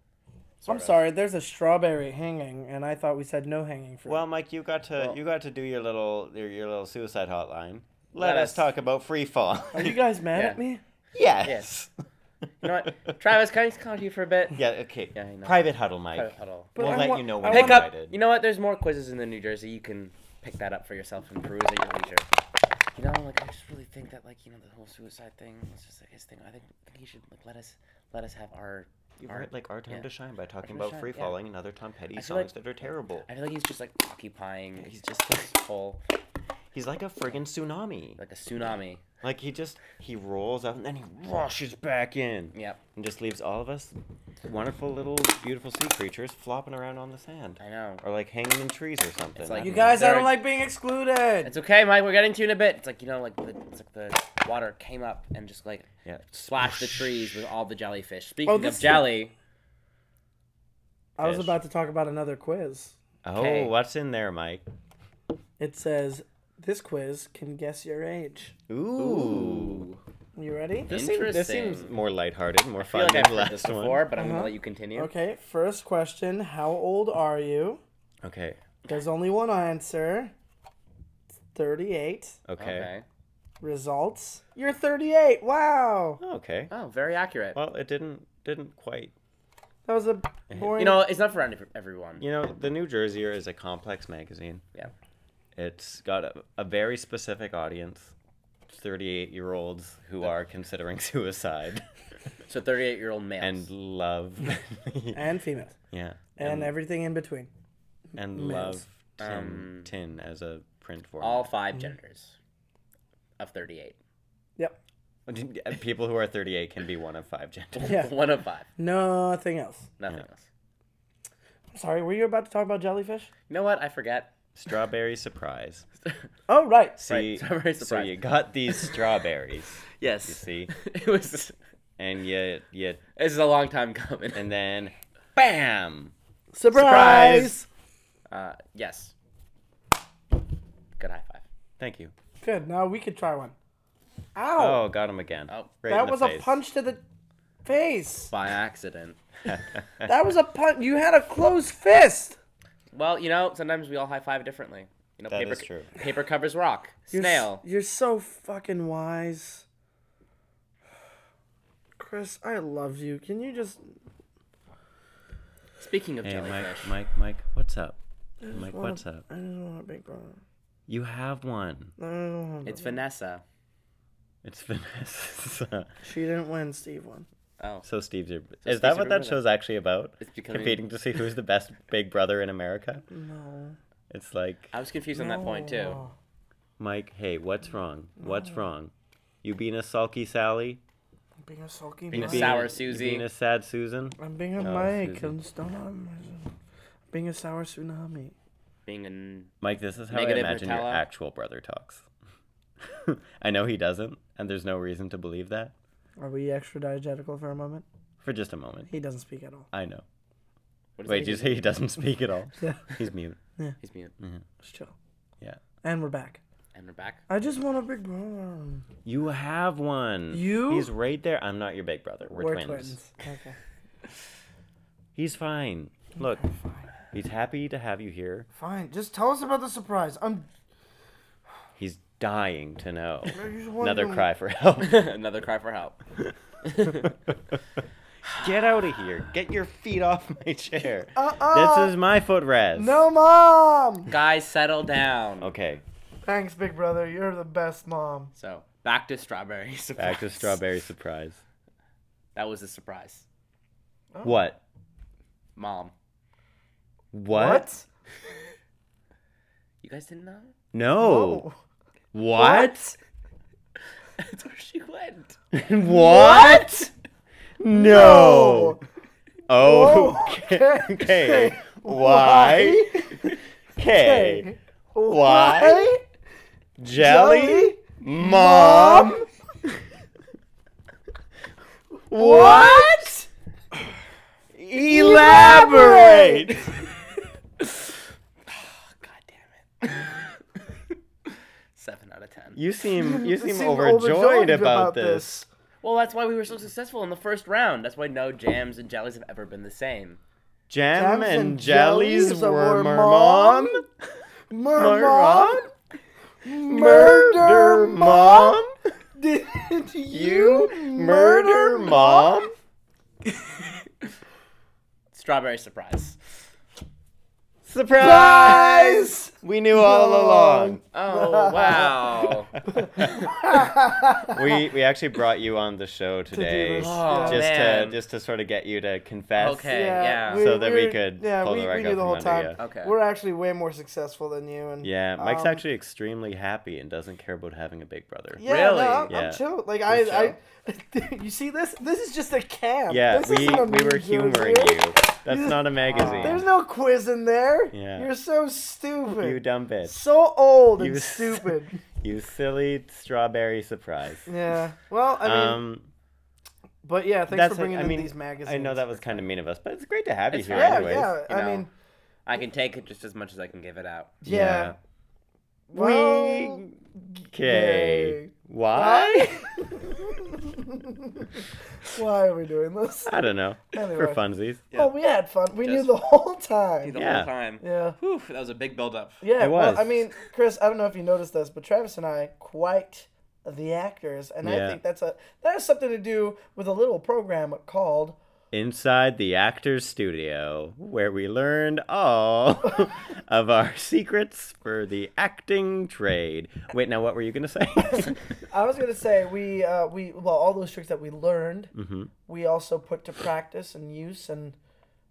[SPEAKER 2] I'm
[SPEAKER 1] sort of.
[SPEAKER 2] sorry. There's a strawberry hanging, and I thought we said no hanging fruit.
[SPEAKER 1] Well, Mike, you got to
[SPEAKER 4] Well-
[SPEAKER 1] you got to do your little your, your little suicide hotline. Let,
[SPEAKER 4] Let
[SPEAKER 1] us
[SPEAKER 4] us-
[SPEAKER 1] talk about free
[SPEAKER 4] [laughs]
[SPEAKER 1] fall.
[SPEAKER 2] are
[SPEAKER 1] [laughs]
[SPEAKER 2] you guys mad
[SPEAKER 4] Yeah.
[SPEAKER 2] at me?
[SPEAKER 1] yes.
[SPEAKER 4] You know
[SPEAKER 1] [laughs]
[SPEAKER 4] what? Travis, can I just talk to you for
[SPEAKER 2] [laughs]
[SPEAKER 4] a bit?
[SPEAKER 1] Yeah. Okay.
[SPEAKER 4] Yeah, I know.
[SPEAKER 1] Private huddle, Mike.
[SPEAKER 4] Private huddle.
[SPEAKER 2] But
[SPEAKER 1] We'll
[SPEAKER 2] I
[SPEAKER 1] let
[SPEAKER 2] wa-
[SPEAKER 1] you know
[SPEAKER 2] I
[SPEAKER 1] when
[SPEAKER 2] wanna-
[SPEAKER 1] we're
[SPEAKER 4] Pick up.
[SPEAKER 1] invited.
[SPEAKER 4] You know what? There's more quizzes in the New Jersey. You can pick that up for yourself and peruse at your leisure. You know, like I just really think that, like you know, the whole suicide thing is just like his thing. I think, I think he should like let us let us have our.
[SPEAKER 1] You've
[SPEAKER 4] our
[SPEAKER 1] heard like our time
[SPEAKER 4] yeah.
[SPEAKER 1] to shine by talking
[SPEAKER 4] Time to
[SPEAKER 1] about
[SPEAKER 4] Shine,
[SPEAKER 1] free
[SPEAKER 4] yeah.
[SPEAKER 1] falling and other Tom Petty
[SPEAKER 4] I feel
[SPEAKER 1] songs
[SPEAKER 4] like-
[SPEAKER 1] that are terrible.
[SPEAKER 4] I feel like he's just like occupying. He's just this whole
[SPEAKER 1] He's like a friggin' tsunami.
[SPEAKER 4] like a tsunami.
[SPEAKER 1] Like he just he rolls up and then he rushes back in
[SPEAKER 4] Yep,
[SPEAKER 1] and just leaves all of us wonderful little beautiful sea creatures flopping around on the sand
[SPEAKER 4] I know.
[SPEAKER 1] or like hanging in trees or something.
[SPEAKER 4] like-
[SPEAKER 1] I
[SPEAKER 2] You
[SPEAKER 1] don't
[SPEAKER 2] guys, I
[SPEAKER 4] They're-
[SPEAKER 2] don't like being excluded.
[SPEAKER 4] It's okay, Mike. We're getting to you in a bit. It's like you know, like the it's like the water came up and just like
[SPEAKER 1] know. yeah.
[SPEAKER 4] splashed the trees with all the jellyfish.
[SPEAKER 1] Oh,
[SPEAKER 4] Speaking
[SPEAKER 2] this
[SPEAKER 4] of
[SPEAKER 2] is-
[SPEAKER 4] jelly,
[SPEAKER 2] I was
[SPEAKER 1] fish.
[SPEAKER 2] about to talk about another quiz.
[SPEAKER 1] Oh,
[SPEAKER 4] Okay.
[SPEAKER 1] what's in there, Mike?
[SPEAKER 2] It says this quiz can guess your age.
[SPEAKER 1] Ooh.
[SPEAKER 2] You ready?
[SPEAKER 1] This seems, this
[SPEAKER 4] Interesting.
[SPEAKER 1] seems more lighthearted, more
[SPEAKER 4] I feel
[SPEAKER 1] fun
[SPEAKER 4] like
[SPEAKER 1] than
[SPEAKER 4] I've
[SPEAKER 1] the
[SPEAKER 4] heard this
[SPEAKER 1] last one.
[SPEAKER 4] before, but I'm gonna
[SPEAKER 2] Uh-huh.
[SPEAKER 4] let you continue.
[SPEAKER 2] Okay, first question. How old are you?
[SPEAKER 1] Okay.
[SPEAKER 2] There's only one answer. 38.
[SPEAKER 1] Okay.
[SPEAKER 2] Results. You're 38. Wow.
[SPEAKER 1] Okay.
[SPEAKER 4] Oh, very accurate.
[SPEAKER 1] Well, it didn't didn't quite.
[SPEAKER 2] That was a boring.
[SPEAKER 4] you know, it's not for any- everyone.
[SPEAKER 1] You know, the New Jerseyer is a complex magazine.
[SPEAKER 4] Yeah.
[SPEAKER 1] It's got a, a very specific audience. 38 year olds who are considering [laughs] suicide
[SPEAKER 4] So 38 year old males.
[SPEAKER 1] and love. [laughs]
[SPEAKER 2] and females.
[SPEAKER 1] yeah.
[SPEAKER 2] And, everything in between.
[SPEAKER 1] and love
[SPEAKER 2] males.
[SPEAKER 1] tin,
[SPEAKER 4] Um,
[SPEAKER 1] tin as a print form.
[SPEAKER 4] all 5 genders of 38.
[SPEAKER 2] Yep.
[SPEAKER 1] [laughs] People who are 38 can be one of five
[SPEAKER 2] [laughs]
[SPEAKER 1] genders.
[SPEAKER 2] Yeah.
[SPEAKER 4] [laughs] One of five.
[SPEAKER 2] Nothing else.
[SPEAKER 4] Nothing
[SPEAKER 1] Yeah.
[SPEAKER 4] else.
[SPEAKER 2] I'm sorry, were you about to talk about jellyfish?
[SPEAKER 4] You know what? I forget. [laughs]
[SPEAKER 1] Strawberry surprise.
[SPEAKER 2] Oh, right.
[SPEAKER 1] See,
[SPEAKER 4] strawberry
[SPEAKER 1] So
[SPEAKER 4] surprise.
[SPEAKER 1] you got these strawberries,
[SPEAKER 4] Yes.
[SPEAKER 1] you [laughs] see,
[SPEAKER 4] it was.
[SPEAKER 1] and you, you,
[SPEAKER 4] This is a long time coming.
[SPEAKER 1] and then, bam!
[SPEAKER 2] Surprise!
[SPEAKER 4] uh, yes. Good high five.
[SPEAKER 1] Thank you.
[SPEAKER 2] Good. Now we could try one. Ow.
[SPEAKER 1] Oh, got him again.
[SPEAKER 4] Oh.
[SPEAKER 1] Right in
[SPEAKER 2] that
[SPEAKER 1] the
[SPEAKER 2] was
[SPEAKER 1] face.
[SPEAKER 2] a punch to the face.
[SPEAKER 4] By accident.
[SPEAKER 2] That was a punch. You had a closed fist.
[SPEAKER 4] Well, you know, sometimes we all high five differently. You know,
[SPEAKER 1] That
[SPEAKER 4] paper
[SPEAKER 1] is true.
[SPEAKER 4] paper covers rock.
[SPEAKER 2] You're s-
[SPEAKER 4] Snail.
[SPEAKER 2] You're so fucking wise. Chris, I love you. Can you just
[SPEAKER 4] Speaking of
[SPEAKER 1] Hey, Mike,
[SPEAKER 4] jellyfish,
[SPEAKER 1] Mike, Mike, what's up? Mike,
[SPEAKER 2] wanna-
[SPEAKER 1] what's up?
[SPEAKER 2] I just want a big brother.
[SPEAKER 1] You have one.
[SPEAKER 2] I don't want a
[SPEAKER 4] it's
[SPEAKER 2] brother.
[SPEAKER 4] Vanessa.
[SPEAKER 1] It's Vanessa.
[SPEAKER 2] She didn't win, Steve won.
[SPEAKER 4] Oh,
[SPEAKER 1] [laughs] so Steve's your.
[SPEAKER 4] So
[SPEAKER 1] is that
[SPEAKER 4] Steve's
[SPEAKER 1] what
[SPEAKER 4] your
[SPEAKER 1] that
[SPEAKER 4] brother.
[SPEAKER 1] show's actually about?
[SPEAKER 4] it's becoming.
[SPEAKER 1] Competing to see who's the
[SPEAKER 4] [laughs]
[SPEAKER 1] best Big Brother in America.
[SPEAKER 2] No.
[SPEAKER 1] It's like,
[SPEAKER 4] I was confused on that point too.
[SPEAKER 2] No.
[SPEAKER 1] Mike, hey, what's wrong? What's wrong? You being a sulky Sally?
[SPEAKER 2] Being a sulky
[SPEAKER 4] Being a
[SPEAKER 2] Mike.
[SPEAKER 1] Being
[SPEAKER 4] sour
[SPEAKER 1] you
[SPEAKER 4] Susie.
[SPEAKER 1] Being a sad Susan?
[SPEAKER 2] I'm being a
[SPEAKER 1] No,
[SPEAKER 2] Mike.
[SPEAKER 1] Susan.
[SPEAKER 2] I'm just not on myself. Being a sour tsunami.
[SPEAKER 4] Being in
[SPEAKER 1] Mike, this is how
[SPEAKER 4] Negative
[SPEAKER 1] I imagine your
[SPEAKER 4] Nutella.
[SPEAKER 1] actual brother talks. [laughs] I know he doesn't, and there's no reason to believe that
[SPEAKER 2] Are we extra diegetical for a moment?
[SPEAKER 1] for just a moment.
[SPEAKER 2] He doesn't speak at all.
[SPEAKER 1] I know.
[SPEAKER 4] what is
[SPEAKER 1] Wait,
[SPEAKER 4] it?
[SPEAKER 1] did you say Hmm. he doesn't speak at all?
[SPEAKER 2] Yeah.
[SPEAKER 1] He's mute.
[SPEAKER 4] He's mute.
[SPEAKER 2] Just chill.
[SPEAKER 1] Yeah.
[SPEAKER 2] And we're back.
[SPEAKER 4] And we're back. [laughs]
[SPEAKER 2] I just want a big brother.
[SPEAKER 1] You have one.
[SPEAKER 2] You?
[SPEAKER 1] He's right there. I'm not your big brother. We're, twins.
[SPEAKER 2] Okay.
[SPEAKER 1] He's fine. Look,
[SPEAKER 2] Fine.
[SPEAKER 1] he's happy to have you here.
[SPEAKER 2] Fine. Just tell us about the surprise. I'm.
[SPEAKER 1] He's dying to know.
[SPEAKER 2] I just want
[SPEAKER 1] Another
[SPEAKER 2] to-
[SPEAKER 1] cry for help. [laughs]
[SPEAKER 4] Another cry for help.
[SPEAKER 1] Get out of here. Get your feet off my chair.
[SPEAKER 2] Uh-uh.
[SPEAKER 1] This is my footrest.
[SPEAKER 2] No, mom.
[SPEAKER 4] Guys, settle down.
[SPEAKER 1] Okay,
[SPEAKER 2] Thanks, big brother. You're the best mom.
[SPEAKER 4] So back to strawberry [laughs] surprise.
[SPEAKER 1] back to strawberry surprise.
[SPEAKER 4] That was a surprise.
[SPEAKER 1] What?
[SPEAKER 4] Mom,
[SPEAKER 1] What?
[SPEAKER 4] you guys didn't know?
[SPEAKER 1] No.
[SPEAKER 2] Oh.
[SPEAKER 1] What?
[SPEAKER 4] [laughs] That's where she went.
[SPEAKER 1] What? No. Oh.
[SPEAKER 2] Okay.
[SPEAKER 1] Okay. Why? Okay. Why? Jelly? Mom? What? Elaborate.
[SPEAKER 4] God damn it. [laughs] Seven out of ten.
[SPEAKER 1] You seem you seem
[SPEAKER 2] seem
[SPEAKER 1] overjoyed,
[SPEAKER 2] overjoyed
[SPEAKER 1] about,
[SPEAKER 2] about
[SPEAKER 1] this.
[SPEAKER 4] Well, that's why we were so successful in the first round. That's why no jams and jellies have ever been the same.
[SPEAKER 1] Jam and jellies were mom.
[SPEAKER 2] Murmon.
[SPEAKER 1] Murder mom.
[SPEAKER 2] Did
[SPEAKER 1] You
[SPEAKER 2] you
[SPEAKER 1] murder mom.
[SPEAKER 4] Strawberry surprise.
[SPEAKER 1] Surprise! We knew all along.
[SPEAKER 4] Oh wow.
[SPEAKER 1] [laughs]
[SPEAKER 2] [laughs]
[SPEAKER 1] We we actually brought you on the show today
[SPEAKER 2] this,
[SPEAKER 4] Oh,
[SPEAKER 1] just
[SPEAKER 4] man.
[SPEAKER 1] to just to sort of get you to confess.
[SPEAKER 4] Okay. yeah.
[SPEAKER 1] So that we
[SPEAKER 2] we're-
[SPEAKER 1] could
[SPEAKER 2] Yeah,
[SPEAKER 1] pull
[SPEAKER 2] we,
[SPEAKER 1] the rug
[SPEAKER 2] we
[SPEAKER 1] out
[SPEAKER 2] knew the
[SPEAKER 1] from
[SPEAKER 2] whole
[SPEAKER 1] under
[SPEAKER 2] time.
[SPEAKER 1] you.
[SPEAKER 4] Okay.
[SPEAKER 2] We're actually way more successful than you. And
[SPEAKER 1] Yeah, Mike's
[SPEAKER 2] um,
[SPEAKER 1] actually extremely happy and doesn't care about having a big brother.
[SPEAKER 2] Yeah,
[SPEAKER 4] Really?
[SPEAKER 2] no, I'm,
[SPEAKER 1] Yeah.
[SPEAKER 2] I'm chill. Like I, I, [laughs] you see this? This is just a camp.
[SPEAKER 1] Yeah,
[SPEAKER 2] This
[SPEAKER 1] we,
[SPEAKER 2] isn't a
[SPEAKER 1] we were
[SPEAKER 2] news
[SPEAKER 1] humoring
[SPEAKER 2] interview.
[SPEAKER 1] you. That's not a magazine.
[SPEAKER 2] There's no quiz in there.
[SPEAKER 1] Yeah.
[SPEAKER 2] You're so stupid.
[SPEAKER 1] you dumb bitch.
[SPEAKER 2] so old
[SPEAKER 1] You [laughs]
[SPEAKER 2] and
[SPEAKER 1] s-
[SPEAKER 2] stupid.
[SPEAKER 1] You silly strawberry surprise.
[SPEAKER 2] yeah. Well, I mean,
[SPEAKER 1] um,
[SPEAKER 2] but yeah, thanks
[SPEAKER 1] that's
[SPEAKER 2] for bringing
[SPEAKER 1] I
[SPEAKER 2] in
[SPEAKER 1] mean,
[SPEAKER 2] these magazines.
[SPEAKER 1] I know that was kind of mean of us, but it's great to have
[SPEAKER 4] It's
[SPEAKER 1] you here,
[SPEAKER 4] fine.
[SPEAKER 2] Yeah,
[SPEAKER 1] anyways.
[SPEAKER 2] yeah.
[SPEAKER 4] you
[SPEAKER 2] I
[SPEAKER 4] know.
[SPEAKER 2] mean,
[SPEAKER 4] I can take it just as much as I can give it out.
[SPEAKER 2] yeah.
[SPEAKER 1] We.
[SPEAKER 2] Well,
[SPEAKER 1] Okay.
[SPEAKER 2] yay.
[SPEAKER 1] Why?
[SPEAKER 2] [laughs] Why are we doing this?
[SPEAKER 1] [laughs] I don't know. For
[SPEAKER 2] Anyway.
[SPEAKER 1] funsies.
[SPEAKER 2] Oh, we had fun. We knew
[SPEAKER 4] Just-
[SPEAKER 2] the whole time.
[SPEAKER 4] The
[SPEAKER 1] Yeah.
[SPEAKER 4] whole time.
[SPEAKER 2] Yeah.
[SPEAKER 4] Whew, that was a big buildup.
[SPEAKER 2] Yeah,
[SPEAKER 1] It
[SPEAKER 2] well,
[SPEAKER 1] was.
[SPEAKER 2] I mean, Chris, I don't know if you noticed this, but Travis and I quite the actors, and I
[SPEAKER 1] Yeah.
[SPEAKER 2] think that's a that has something to do with a little program called
[SPEAKER 1] Inside the Actors Studio, where we learned
[SPEAKER 2] [laughs]
[SPEAKER 1] all of our secrets for the acting trade. Wait, now what were you going to
[SPEAKER 2] [laughs]
[SPEAKER 1] say?
[SPEAKER 2] I was gonna say we uh, we well all those tricks that we learned
[SPEAKER 1] Mm-hmm.
[SPEAKER 2] we also put to practice and use and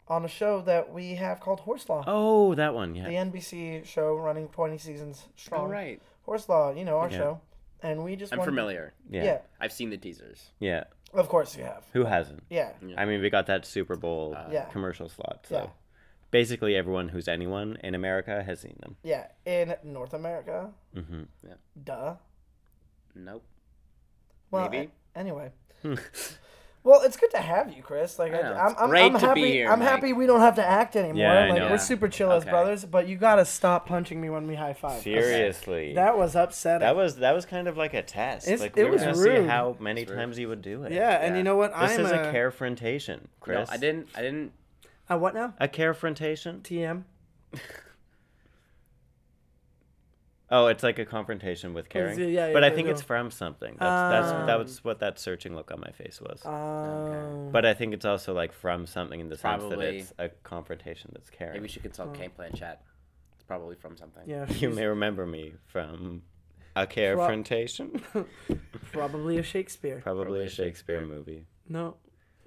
[SPEAKER 2] on a show that we have called Horselaw,
[SPEAKER 1] oh, that one,
[SPEAKER 2] the
[SPEAKER 1] yeah.
[SPEAKER 2] NBC show running twenty seasons strong.
[SPEAKER 4] All Oh, right.
[SPEAKER 2] Horselaw, you know our
[SPEAKER 1] Yeah.
[SPEAKER 2] show, and we just
[SPEAKER 4] I'm
[SPEAKER 2] wanted-
[SPEAKER 4] familiar.
[SPEAKER 1] Yeah.
[SPEAKER 2] yeah,
[SPEAKER 4] I've seen the teasers.
[SPEAKER 1] Yeah.
[SPEAKER 2] of course you have.
[SPEAKER 1] Who hasn't?
[SPEAKER 2] Yeah,
[SPEAKER 1] I mean, we got that Super Bowl uh,
[SPEAKER 2] Yeah.
[SPEAKER 1] commercial slot. So
[SPEAKER 2] Yeah.
[SPEAKER 1] basically, everyone who's anyone in America has seen them.
[SPEAKER 2] yeah, in North America,
[SPEAKER 1] Mm-hmm.
[SPEAKER 2] duh.
[SPEAKER 4] Nope.
[SPEAKER 2] Well,
[SPEAKER 4] Maybe.
[SPEAKER 2] a- anyway.
[SPEAKER 1] [laughs]
[SPEAKER 2] well, it's good to have you, Chris. Like,
[SPEAKER 4] I
[SPEAKER 2] I
[SPEAKER 4] know.
[SPEAKER 2] am
[SPEAKER 4] It's
[SPEAKER 2] I'm,
[SPEAKER 4] great
[SPEAKER 2] I'm
[SPEAKER 4] to be
[SPEAKER 2] happy.
[SPEAKER 4] here,
[SPEAKER 2] I'm
[SPEAKER 4] Mike.
[SPEAKER 2] happy we don't have to act anymore.
[SPEAKER 1] Yeah, I
[SPEAKER 2] like,
[SPEAKER 1] know.
[SPEAKER 2] we're
[SPEAKER 1] Yeah.
[SPEAKER 2] super chill as
[SPEAKER 4] Okay.
[SPEAKER 2] brothers. But you gotta stop punching me when we high five.
[SPEAKER 1] Seriously.
[SPEAKER 2] That was upsetting.
[SPEAKER 1] That was that was kind of like a test.
[SPEAKER 2] It's-
[SPEAKER 1] like we
[SPEAKER 2] it
[SPEAKER 1] were
[SPEAKER 2] was
[SPEAKER 1] gonna
[SPEAKER 2] rude.
[SPEAKER 1] see how many times you would do it.
[SPEAKER 2] yeah, and
[SPEAKER 4] Yeah.
[SPEAKER 2] you know what?
[SPEAKER 1] This
[SPEAKER 2] I'm
[SPEAKER 1] is a,
[SPEAKER 2] a
[SPEAKER 1] carefrontation,
[SPEAKER 4] No,
[SPEAKER 1] Chris.
[SPEAKER 4] I didn't. I didn't.
[SPEAKER 2] a what now?
[SPEAKER 1] A carefrontation?
[SPEAKER 2] TM.
[SPEAKER 1] Oh, it's like a confrontation with caring.
[SPEAKER 2] it- yeah,
[SPEAKER 1] but
[SPEAKER 2] yeah,
[SPEAKER 1] I think
[SPEAKER 2] yeah.
[SPEAKER 1] it's from something. That's that's
[SPEAKER 2] Um.
[SPEAKER 1] that's what that searching look on my face was.
[SPEAKER 2] Um,
[SPEAKER 1] but I think it's also like from something in the sense
[SPEAKER 4] Probably.
[SPEAKER 1] that it's a confrontation that's caring.
[SPEAKER 4] Maybe we should consult game plan chat. It's probably from something.
[SPEAKER 1] [laughs]
[SPEAKER 2] yeah,
[SPEAKER 1] You
[SPEAKER 2] she's
[SPEAKER 1] may remember me from a carefrontation.
[SPEAKER 2] [laughs] probably a Shakespeare.
[SPEAKER 1] Probably a Shakespeare movie.
[SPEAKER 2] No,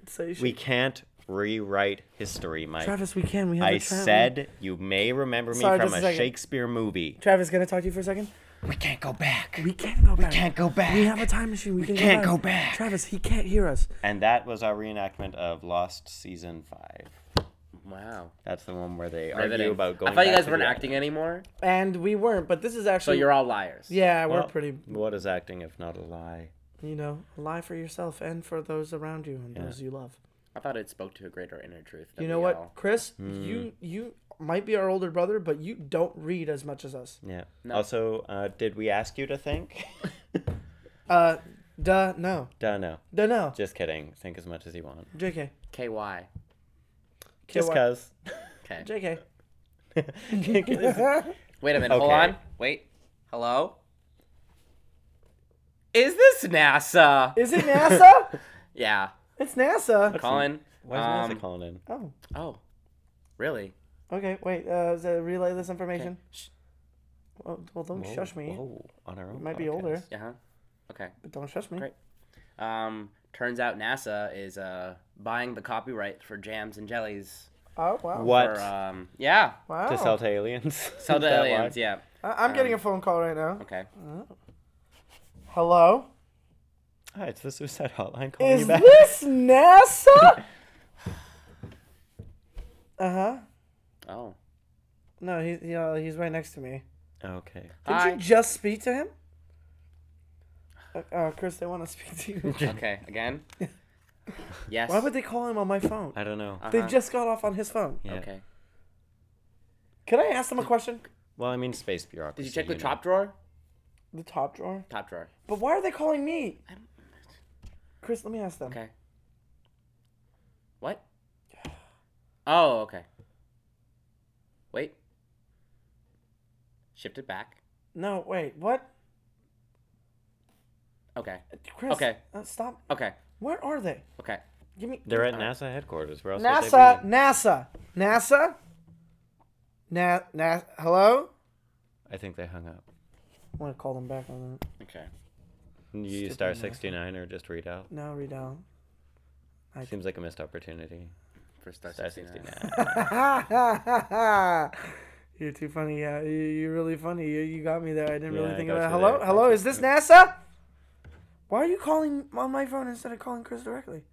[SPEAKER 2] so you should.
[SPEAKER 1] We can't rewrite history, Mike.
[SPEAKER 2] Travis, we can. We have
[SPEAKER 1] I
[SPEAKER 2] a Travis.
[SPEAKER 1] said you may remember me
[SPEAKER 2] Sorry,
[SPEAKER 1] from
[SPEAKER 2] just a
[SPEAKER 1] a
[SPEAKER 2] second.
[SPEAKER 1] Shakespeare movie.
[SPEAKER 2] Travis, can I talk to you for a second?
[SPEAKER 5] We can't go back.
[SPEAKER 2] We can go back. We
[SPEAKER 5] can't go back.
[SPEAKER 2] We have a time machine. We, can
[SPEAKER 5] can't
[SPEAKER 2] go
[SPEAKER 5] go
[SPEAKER 2] back.
[SPEAKER 5] back.
[SPEAKER 2] Travis, he can't hear us.
[SPEAKER 1] And that was our reenactment of Lost Season 5.
[SPEAKER 4] Wow.
[SPEAKER 1] That's the one where they
[SPEAKER 4] Riveting.
[SPEAKER 1] argue about going
[SPEAKER 4] I thought you
[SPEAKER 1] back
[SPEAKER 4] guys
[SPEAKER 1] to
[SPEAKER 4] weren't
[SPEAKER 1] the-
[SPEAKER 4] acting anymore.
[SPEAKER 2] And we weren't, but this is
[SPEAKER 4] So
[SPEAKER 2] actually.
[SPEAKER 4] you're all liars.
[SPEAKER 2] Yeah,
[SPEAKER 1] Well,
[SPEAKER 2] we're pretty.
[SPEAKER 1] What is acting if not a lie?
[SPEAKER 2] You know, lie for yourself and for those around you and those you love.
[SPEAKER 4] I thought it spoke to a greater inner truth. than
[SPEAKER 2] You know
[SPEAKER 4] we
[SPEAKER 2] what,
[SPEAKER 4] all-
[SPEAKER 2] Chris? You you might be our older brother, but you don't read as much as us.
[SPEAKER 1] Yeah. Also, uh, did we ask you to
[SPEAKER 4] [laughs]
[SPEAKER 1] think?
[SPEAKER 2] Uh, duh, no,
[SPEAKER 1] Duh, no.
[SPEAKER 2] duh, no.
[SPEAKER 1] Just kidding. Think as much as you want.
[SPEAKER 2] Jk,
[SPEAKER 4] KY.
[SPEAKER 1] Just
[SPEAKER 2] [laughs]
[SPEAKER 1] cuz.
[SPEAKER 4] Okay.
[SPEAKER 2] Jk.
[SPEAKER 4] Wait a minute. Hold
[SPEAKER 1] Okay.
[SPEAKER 4] on. Wait. Hello. Is this NASA?
[SPEAKER 2] [laughs] Is it NASA?
[SPEAKER 4] yeah.
[SPEAKER 2] it's NASA.
[SPEAKER 4] Colin.
[SPEAKER 1] Why is
[SPEAKER 4] um,
[SPEAKER 1] Nasa calling in?
[SPEAKER 2] Oh,
[SPEAKER 4] Oh. Really?
[SPEAKER 2] okay. Wait. Uh, is it relay this information.
[SPEAKER 4] Shh.
[SPEAKER 2] Oh, well, don't
[SPEAKER 1] Whoa,
[SPEAKER 2] shush me.
[SPEAKER 1] Whoa, on our own.
[SPEAKER 2] Might be older.
[SPEAKER 1] podcast.
[SPEAKER 4] Yeah. huh? Okay.
[SPEAKER 2] Don't shush me.
[SPEAKER 4] Great. Um, turns out NASA is uh, buying the copyright for jams and jellies.
[SPEAKER 2] Oh wow.
[SPEAKER 1] What?
[SPEAKER 4] For, um, yeah.
[SPEAKER 2] Wow.
[SPEAKER 1] To sell to aliens? [laughs]
[SPEAKER 4] Sell
[SPEAKER 1] Is
[SPEAKER 4] to
[SPEAKER 1] that why?
[SPEAKER 4] aliens. Yeah.
[SPEAKER 2] I- I'm getting a phone call right now.
[SPEAKER 4] Okay.
[SPEAKER 2] Hello.
[SPEAKER 1] Hi, it's the suicide hotline calling
[SPEAKER 2] Is
[SPEAKER 1] you back.
[SPEAKER 2] this
[SPEAKER 1] [laughs]
[SPEAKER 2] NASA? uh huh.
[SPEAKER 4] Oh.
[SPEAKER 2] No, he's you know, he's right next to me.
[SPEAKER 1] Okay.
[SPEAKER 2] Did
[SPEAKER 4] Hi.
[SPEAKER 2] you just speak to him? Uh, uh, Chris, they want to [laughs] speak to you.
[SPEAKER 4] Okay. Again.
[SPEAKER 2] [laughs]
[SPEAKER 4] yes.
[SPEAKER 2] Why would they call him on my phone?
[SPEAKER 1] I don't know.
[SPEAKER 2] They
[SPEAKER 4] Uh-huh.
[SPEAKER 2] just got off on his phone.
[SPEAKER 1] Yeah.
[SPEAKER 4] Okay.
[SPEAKER 2] Can I ask them a question?
[SPEAKER 1] Well, I mean, space bureaucracy.
[SPEAKER 4] Did you check the
[SPEAKER 1] know.
[SPEAKER 4] top drawer?
[SPEAKER 2] The top drawer.
[SPEAKER 4] Top drawer.
[SPEAKER 2] But why are they calling me?
[SPEAKER 1] Hmm?
[SPEAKER 2] Chris, let me ask them.
[SPEAKER 4] Okay. What? Oh, okay. Wait. Shift it back.
[SPEAKER 2] No, wait, what?
[SPEAKER 4] Okay.
[SPEAKER 2] Chris,
[SPEAKER 4] Okay.
[SPEAKER 2] uh, stop.
[SPEAKER 4] Okay.
[SPEAKER 2] Where are they?
[SPEAKER 4] Okay.
[SPEAKER 2] Give me
[SPEAKER 1] They're at NASA headquarters. Where else would they
[SPEAKER 2] NASA,
[SPEAKER 1] be?
[SPEAKER 2] NASA, NASA, Na, Na, hello.
[SPEAKER 1] I think they hung up.
[SPEAKER 2] I want to call them back on that.
[SPEAKER 4] Okay.
[SPEAKER 1] You
[SPEAKER 2] Stupid
[SPEAKER 1] use star
[SPEAKER 2] NASA.
[SPEAKER 1] 69 or just read out.
[SPEAKER 2] No, we don't. [laughs] I-
[SPEAKER 1] Seems like a missed opportunity.
[SPEAKER 4] For Star
[SPEAKER 1] Star
[SPEAKER 4] 69.
[SPEAKER 1] 69.
[SPEAKER 4] [laughs]
[SPEAKER 2] You're too funny. Yeah, you, you're really funny. You, you got me there. I didn't really
[SPEAKER 1] Yeah, I
[SPEAKER 2] think
[SPEAKER 1] got
[SPEAKER 2] about it.
[SPEAKER 1] you
[SPEAKER 2] Hello,
[SPEAKER 1] there.
[SPEAKER 2] hello. Is this NASA? Why are you calling on my phone instead of calling Chris directly?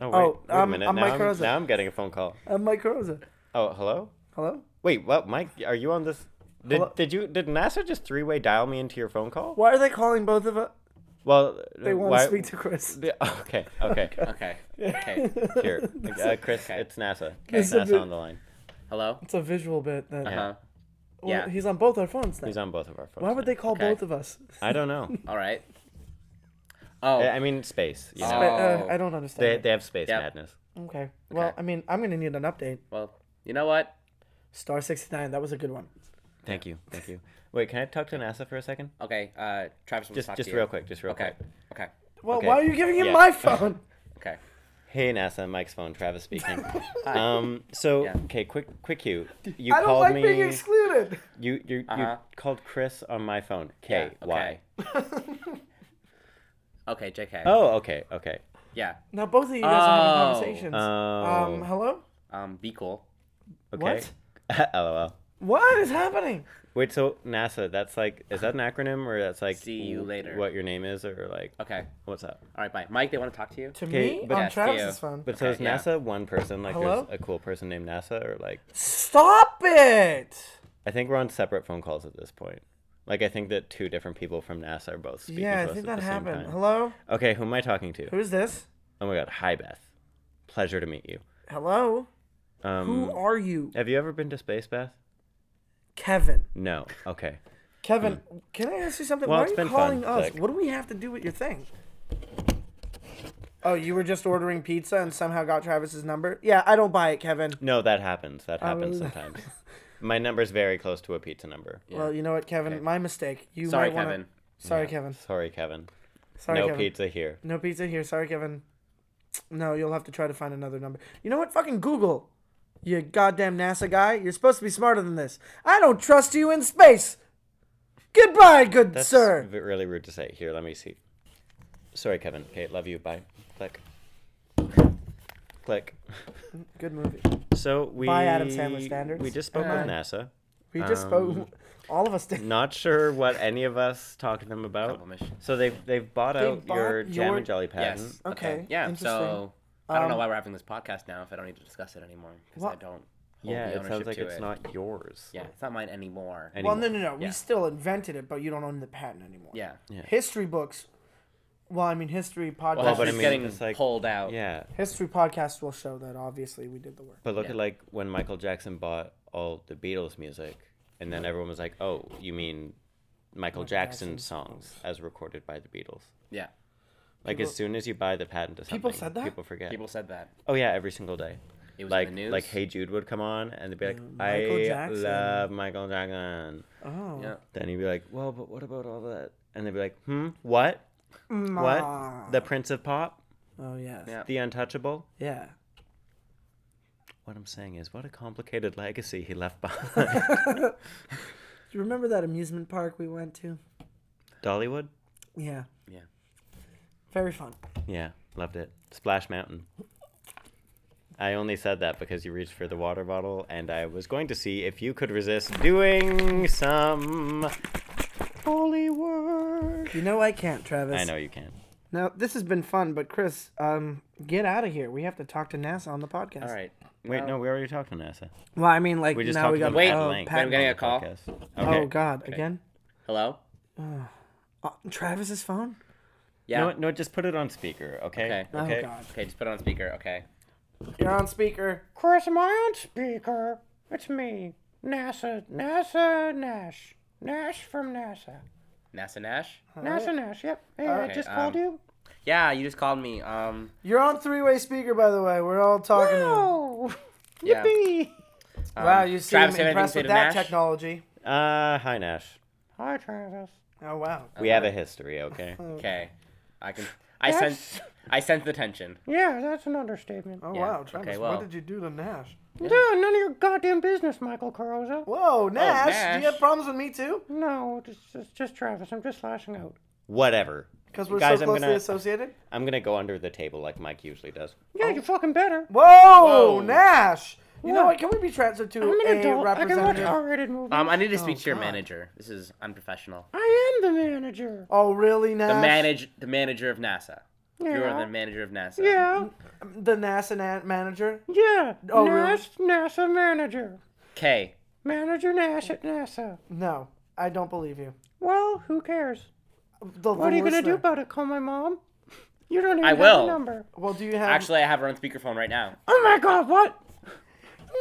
[SPEAKER 1] Oh, wait,
[SPEAKER 2] Oh,
[SPEAKER 1] wait
[SPEAKER 2] um,
[SPEAKER 1] a minute.
[SPEAKER 2] I'm
[SPEAKER 1] now,
[SPEAKER 2] Mike
[SPEAKER 1] I'm,
[SPEAKER 2] Rosa.
[SPEAKER 1] now I'm getting a phone call.
[SPEAKER 2] I'm Uh, Mike Rosa.
[SPEAKER 1] Oh, hello?
[SPEAKER 2] Hello.
[SPEAKER 1] Wait, what, Mike? Are you on this? Did,
[SPEAKER 2] Hello?
[SPEAKER 1] did you did NASA just three way dial me into your phone call?
[SPEAKER 2] Why are they calling both of us?
[SPEAKER 1] Well, uh,
[SPEAKER 2] They want
[SPEAKER 1] why-
[SPEAKER 2] to speak to Chris.
[SPEAKER 1] [laughs] Yeah, Okay, okay, uh,
[SPEAKER 4] Okay. Okay.
[SPEAKER 2] [laughs]
[SPEAKER 1] here, uh, Chris,
[SPEAKER 4] Okay.
[SPEAKER 1] it's NASA.
[SPEAKER 2] This is
[SPEAKER 1] NASA
[SPEAKER 2] a-
[SPEAKER 1] on the line.
[SPEAKER 4] Hello?
[SPEAKER 2] It's a visual bit. That
[SPEAKER 1] [laughs]
[SPEAKER 4] Uh
[SPEAKER 1] Yeah.
[SPEAKER 4] huh.
[SPEAKER 2] well,
[SPEAKER 4] yeah.
[SPEAKER 2] he's on both our phones now.
[SPEAKER 1] He's on both of our phones.
[SPEAKER 2] Why would
[SPEAKER 1] now.
[SPEAKER 2] they call
[SPEAKER 4] Okay.
[SPEAKER 2] both of us?
[SPEAKER 1] I don't
[SPEAKER 2] [laughs]
[SPEAKER 1] know.
[SPEAKER 4] All right. Oh.
[SPEAKER 1] I I mean, space. You know?
[SPEAKER 4] Oh.
[SPEAKER 2] But, uh, I don't understand.
[SPEAKER 1] They
[SPEAKER 2] it.
[SPEAKER 1] they have space
[SPEAKER 4] Yep.
[SPEAKER 1] madness.
[SPEAKER 2] Okay. Well,
[SPEAKER 4] Okay.
[SPEAKER 2] I mean, I'm gonna need an update.
[SPEAKER 4] Well, you know what?
[SPEAKER 2] Star sixty nine. That was a good one.
[SPEAKER 1] Thank you, thank you. Wait, can I talk to NASA for a second?
[SPEAKER 4] Okay. Uh, Travis, wants to
[SPEAKER 1] Just
[SPEAKER 4] talk
[SPEAKER 1] just
[SPEAKER 4] to you.
[SPEAKER 1] real quick, just real
[SPEAKER 4] Okay.
[SPEAKER 1] quick.
[SPEAKER 4] Okay.
[SPEAKER 2] Well,
[SPEAKER 1] Okay.
[SPEAKER 2] why are you giving him
[SPEAKER 1] Yeah.
[SPEAKER 2] my
[SPEAKER 1] [laughs]
[SPEAKER 2] phone?
[SPEAKER 4] Okay.
[SPEAKER 1] Hey NASA, Mike's phone. Travis
[SPEAKER 4] [laughs]
[SPEAKER 1] speaking. um. So
[SPEAKER 4] Yeah.
[SPEAKER 1] okay, quick quick you. You
[SPEAKER 2] I don't
[SPEAKER 1] called
[SPEAKER 2] like
[SPEAKER 1] me.
[SPEAKER 2] being excluded.
[SPEAKER 1] you you
[SPEAKER 4] Uh-huh.
[SPEAKER 1] you called Chris on my phone. K
[SPEAKER 4] Yeah,
[SPEAKER 1] Y.
[SPEAKER 4] Okay, JK.
[SPEAKER 1] Oh, okay, okay.
[SPEAKER 4] Yeah.
[SPEAKER 2] Now both of you guys are having
[SPEAKER 4] Oh.
[SPEAKER 2] conversations. um,
[SPEAKER 1] Oh,
[SPEAKER 2] hello.
[SPEAKER 4] Um, be cool.
[SPEAKER 1] okay. [laughs] LOL.
[SPEAKER 2] What is happening?
[SPEAKER 1] Wait, so NASA, that's like, is that an acronym or that's like,
[SPEAKER 4] See you
[SPEAKER 1] w-
[SPEAKER 4] later. Uh,
[SPEAKER 1] What your name is or like,
[SPEAKER 4] Okay.
[SPEAKER 1] what's up?
[SPEAKER 4] All right, bye. Mike, they want to talk to you.
[SPEAKER 2] To
[SPEAKER 1] Okay,
[SPEAKER 2] me
[SPEAKER 1] but-
[SPEAKER 2] on
[SPEAKER 4] Yes, to you.
[SPEAKER 2] Travis's phone.
[SPEAKER 1] But so is
[SPEAKER 4] Okay, yeah.
[SPEAKER 1] NASA one person? Like,
[SPEAKER 2] Hello?
[SPEAKER 1] there's a cool person named NASA or like,
[SPEAKER 2] Stop it.
[SPEAKER 1] I think we're on separate phone calls at this point. Like, I think that two different people from NASA are both speaking
[SPEAKER 2] yeah,
[SPEAKER 1] to
[SPEAKER 2] I
[SPEAKER 1] us
[SPEAKER 2] think
[SPEAKER 1] at
[SPEAKER 2] that
[SPEAKER 1] the same
[SPEAKER 2] happened.
[SPEAKER 1] time.
[SPEAKER 2] Hello.
[SPEAKER 1] Okay, who am I talking to?
[SPEAKER 2] Who is this?
[SPEAKER 1] Oh my God, hi Beth. Pleasure to meet you.
[SPEAKER 2] Hello.
[SPEAKER 1] Um,
[SPEAKER 2] Who are you,
[SPEAKER 1] have you ever been to space, Beth?
[SPEAKER 2] Kevin?
[SPEAKER 1] No. Okay.
[SPEAKER 2] Kevin, can I ask you something?
[SPEAKER 1] Hmm. Well,
[SPEAKER 2] Why are
[SPEAKER 1] it's
[SPEAKER 2] you
[SPEAKER 1] been
[SPEAKER 2] calling
[SPEAKER 1] fun,
[SPEAKER 2] us?
[SPEAKER 1] Zach.
[SPEAKER 2] What do we have to do with your thing? Oh, you were just ordering pizza and somehow got Travis's number? Yeah, I don't buy it, Kevin.
[SPEAKER 1] No, that happens. That happens
[SPEAKER 2] Oh, really? [laughs]
[SPEAKER 1] sometimes. My number's very close to a pizza number.
[SPEAKER 2] Well, you know what, Kevin?
[SPEAKER 4] Okay.
[SPEAKER 2] My mistake. You
[SPEAKER 4] Sorry,
[SPEAKER 2] might wanna...
[SPEAKER 4] Kevin.
[SPEAKER 2] Sorry, Kevin.
[SPEAKER 1] Sorry, Kevin.
[SPEAKER 2] Sorry,
[SPEAKER 1] no
[SPEAKER 2] Kevin.
[SPEAKER 1] pizza here.
[SPEAKER 2] No pizza here. Sorry, Kevin. No, you'll have to try to find another number. You know what? Fucking Google. You goddamn NASA guy. You're supposed to be smarter than this. I don't trust you in space. Goodbye, good
[SPEAKER 1] That's
[SPEAKER 2] sir.
[SPEAKER 1] v- really rude to say. Here, let me see. Sorry, Kevin. Okay, love you. Bye. Click. Click.
[SPEAKER 2] Good movie.
[SPEAKER 1] So we
[SPEAKER 2] By Adam Sandler standards.
[SPEAKER 1] We just spoke with
[SPEAKER 2] Uh,
[SPEAKER 1] NASA.
[SPEAKER 2] We just
[SPEAKER 1] Um,
[SPEAKER 2] spoke. All of us did.
[SPEAKER 1] Not sure what any of us talked to them about.
[SPEAKER 4] Compliment.
[SPEAKER 1] So they've they've bought
[SPEAKER 2] They
[SPEAKER 1] out
[SPEAKER 2] bought
[SPEAKER 1] your jam
[SPEAKER 2] your-
[SPEAKER 1] and jelly patent.
[SPEAKER 4] Oh. Yes.
[SPEAKER 2] Okay,
[SPEAKER 4] Yeah.
[SPEAKER 2] interesting.
[SPEAKER 4] So I don't know
[SPEAKER 2] Um,
[SPEAKER 4] why we're having this podcast now if I don't need to discuss it anymore because I
[SPEAKER 2] What-
[SPEAKER 4] don't. Hold
[SPEAKER 1] Yeah,
[SPEAKER 4] the
[SPEAKER 1] it sounds
[SPEAKER 4] ownership
[SPEAKER 1] like
[SPEAKER 4] to
[SPEAKER 1] it's
[SPEAKER 4] it.
[SPEAKER 1] not yours.
[SPEAKER 4] Yeah, it's not mine anymore.
[SPEAKER 1] Anymore.
[SPEAKER 2] Well, no, no, no.
[SPEAKER 4] Yeah.
[SPEAKER 2] We still invented it, but you don't own the patent anymore.
[SPEAKER 4] yeah.
[SPEAKER 1] Yeah.
[SPEAKER 2] History books. Well, I mean, history podcasts.
[SPEAKER 4] Well,
[SPEAKER 1] but
[SPEAKER 4] it's
[SPEAKER 1] I mean,
[SPEAKER 4] getting
[SPEAKER 1] it's like-
[SPEAKER 4] pulled out.
[SPEAKER 1] Yeah.
[SPEAKER 2] history podcasts will show that obviously we did the work.
[SPEAKER 1] But look
[SPEAKER 4] Yeah.
[SPEAKER 1] at like when Michael Jackson bought all the Beatles music, and then everyone was like, "Oh, you mean Michael Jackson
[SPEAKER 2] Jackson's
[SPEAKER 1] songs as recorded by the Beatles?"
[SPEAKER 4] Yeah.
[SPEAKER 1] Like as soon as you buy the patent to something,
[SPEAKER 2] People said that?
[SPEAKER 1] people forget.
[SPEAKER 4] People said that.
[SPEAKER 1] Oh yeah, every single day.
[SPEAKER 4] It was
[SPEAKER 1] Like
[SPEAKER 4] in the news.
[SPEAKER 1] like Hey Jude would come on and they'd be like,
[SPEAKER 2] Michael
[SPEAKER 1] "I
[SPEAKER 2] Jackson."
[SPEAKER 1] love Michael Jackson."
[SPEAKER 2] Oh.
[SPEAKER 4] Yeah.
[SPEAKER 1] Then he'd be like, "Well, but what about all that?" And they'd be like, "Hmm, what?
[SPEAKER 2] Ma.
[SPEAKER 1] What? The Prince of Pop?
[SPEAKER 2] Oh yes.
[SPEAKER 4] Yeah.
[SPEAKER 1] The Untouchable?"
[SPEAKER 2] Yeah.
[SPEAKER 1] What I'm saying is, what a complicated legacy he left behind.
[SPEAKER 2] [laughs] Do you remember that amusement park we went to?
[SPEAKER 1] Dollywood?
[SPEAKER 2] Yeah.
[SPEAKER 4] Yeah.
[SPEAKER 2] Very fun.
[SPEAKER 1] Yeah, loved it. Splash Mountain. I only said that because you reached for the water bottle, and I was going to see if you could resist doing some holy work.
[SPEAKER 2] You know I can't, Travis.
[SPEAKER 1] I know you can.
[SPEAKER 2] Now this has been fun, but Chris, um, get out of here. We have to talk to NASA on the podcast.
[SPEAKER 4] All right.
[SPEAKER 1] Wait,
[SPEAKER 4] Well,
[SPEAKER 2] Oh.
[SPEAKER 1] no, we already talked to NASA.
[SPEAKER 2] Well, I mean, like
[SPEAKER 1] We just
[SPEAKER 2] now
[SPEAKER 1] talked
[SPEAKER 2] we
[SPEAKER 1] to
[SPEAKER 2] got
[SPEAKER 1] them
[SPEAKER 4] Wait,
[SPEAKER 1] at
[SPEAKER 2] oh,
[SPEAKER 1] length.
[SPEAKER 4] I'm
[SPEAKER 2] patent-
[SPEAKER 4] getting
[SPEAKER 1] on
[SPEAKER 4] a
[SPEAKER 1] the
[SPEAKER 4] call.
[SPEAKER 1] podcast.
[SPEAKER 2] oh
[SPEAKER 1] Okay.
[SPEAKER 2] God, again.
[SPEAKER 4] Hello.
[SPEAKER 2] Uh, Travis's phone.
[SPEAKER 4] Yeah.
[SPEAKER 1] No, no, just put it on speaker, okay?
[SPEAKER 4] Okay.
[SPEAKER 2] Oh God.
[SPEAKER 4] Okay, just put it on speaker. Okay.
[SPEAKER 2] You're on speaker.
[SPEAKER 1] Chris, am I on speaker? It's me, NASA, NASA Nash. Nash from NASA.
[SPEAKER 4] NASA Nash.
[SPEAKER 1] NASA [laughs] Nash, yep. Hey,
[SPEAKER 4] right. just called um, you. Yeah, you just called me. Um.
[SPEAKER 2] You're on three way speaker, by the way. We're all talking. to you.
[SPEAKER 4] Yeah.
[SPEAKER 1] Yippee!
[SPEAKER 4] Um,
[SPEAKER 2] wow, you seem
[SPEAKER 4] Travis, have anything to
[SPEAKER 2] impressed
[SPEAKER 4] say
[SPEAKER 2] with
[SPEAKER 4] to
[SPEAKER 2] that
[SPEAKER 4] Nash?
[SPEAKER 2] technology.
[SPEAKER 1] Uh, hi Nash. Hi Travis.
[SPEAKER 2] Oh wow.
[SPEAKER 1] We have a history, okay?
[SPEAKER 4] Okay, I can. I sense. I sense the tension.
[SPEAKER 1] yeah, that's an understatement.
[SPEAKER 2] Oh
[SPEAKER 4] Yeah,
[SPEAKER 2] wow, Travis,
[SPEAKER 4] okay, well.
[SPEAKER 2] what did you do to Nash?
[SPEAKER 1] No, none of your goddamn business, Michael Carosa.
[SPEAKER 2] Whoa, Nash, do
[SPEAKER 4] Oh, Nash.
[SPEAKER 2] you have problems with me too?
[SPEAKER 1] No, just, just just Travis. I'm just lashing out. Whatever.
[SPEAKER 2] Because we're
[SPEAKER 1] Guys,
[SPEAKER 2] so
[SPEAKER 1] I'm
[SPEAKER 2] closely
[SPEAKER 1] gonna-
[SPEAKER 2] associated.
[SPEAKER 1] I'm gonna go under the table like Mike usually does.
[SPEAKER 5] Yeah,
[SPEAKER 4] Oh.
[SPEAKER 5] you fucking better.
[SPEAKER 2] Whoa,
[SPEAKER 4] Whoa.
[SPEAKER 2] Nash. You know what? Can we be transferred to
[SPEAKER 5] I'm
[SPEAKER 2] a
[SPEAKER 5] an adult. I can watch
[SPEAKER 2] representative?
[SPEAKER 5] R-rated movies.
[SPEAKER 4] Um, I need to speak to your
[SPEAKER 2] Oh, God.
[SPEAKER 4] manager. This is unprofessional.
[SPEAKER 5] I am the manager.
[SPEAKER 2] oh really, Nash?
[SPEAKER 4] The manage the manager of NASA. You are
[SPEAKER 5] Yeah.
[SPEAKER 4] the manager of NASA.
[SPEAKER 5] Yeah,
[SPEAKER 2] the NASA na- manager.
[SPEAKER 5] yeah.
[SPEAKER 2] Oh, really?
[SPEAKER 5] Nash, NASA manager.
[SPEAKER 4] Okay.
[SPEAKER 5] Manager Nash at NASA.
[SPEAKER 2] No, I don't believe you.
[SPEAKER 5] Well, who cares?
[SPEAKER 2] The
[SPEAKER 5] What are you gonna do
[SPEAKER 2] listener.
[SPEAKER 5] about it? Call my mom? You don't even
[SPEAKER 4] I
[SPEAKER 5] have
[SPEAKER 4] will.
[SPEAKER 5] a number.
[SPEAKER 2] Well, do you have?
[SPEAKER 4] Actually, I have her on speakerphone right now.
[SPEAKER 5] Oh my God, what?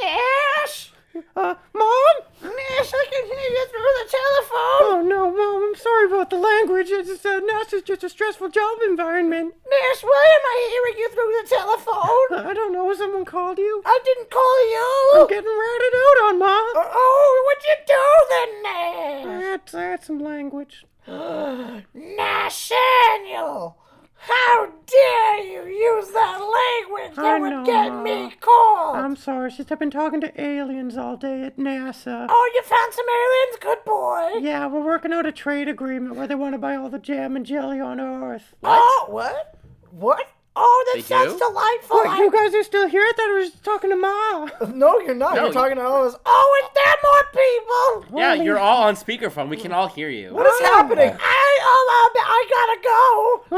[SPEAKER 5] Nash. Uh, mom? Nash, I can hear you through the telephone. Oh no, mom. I'm sorry about the language. It's just uh, NASA's just a stressful job environment.
[SPEAKER 6] Nash, why am I hearing you through the telephone? Oh!
[SPEAKER 5] I don't know. Someone called you.
[SPEAKER 6] I didn't call
[SPEAKER 5] I'm
[SPEAKER 6] you.
[SPEAKER 5] getting ratted out on, Mom.
[SPEAKER 6] Oh, what'd you do then, Nash?
[SPEAKER 5] That's that's some language.
[SPEAKER 6] Nathaniel, how dare you use that language that
[SPEAKER 5] I
[SPEAKER 6] would
[SPEAKER 5] know,
[SPEAKER 6] get
[SPEAKER 5] Ma.
[SPEAKER 6] me called?
[SPEAKER 5] I'm sorry, sis. I've been talking to aliens all day at NASA.
[SPEAKER 6] oh, you found some aliens? Good boy.
[SPEAKER 5] Yeah, we're working out a trade agreement where they want to buy all the jam and jelly on Earth.
[SPEAKER 6] Oh, what? What? Oh, that
[SPEAKER 4] They
[SPEAKER 6] sounds
[SPEAKER 4] do?
[SPEAKER 6] delightful.
[SPEAKER 5] Wait, you guys are still here? I thought I was just talking to Ma.
[SPEAKER 2] no, you're not. you're
[SPEAKER 4] you-
[SPEAKER 2] talking to all of us.
[SPEAKER 6] Oh, is there more people?
[SPEAKER 4] Yeah, you're all on speakerphone. We can all hear you.
[SPEAKER 2] What is happening?
[SPEAKER 6] I, oh, um, I gotta go.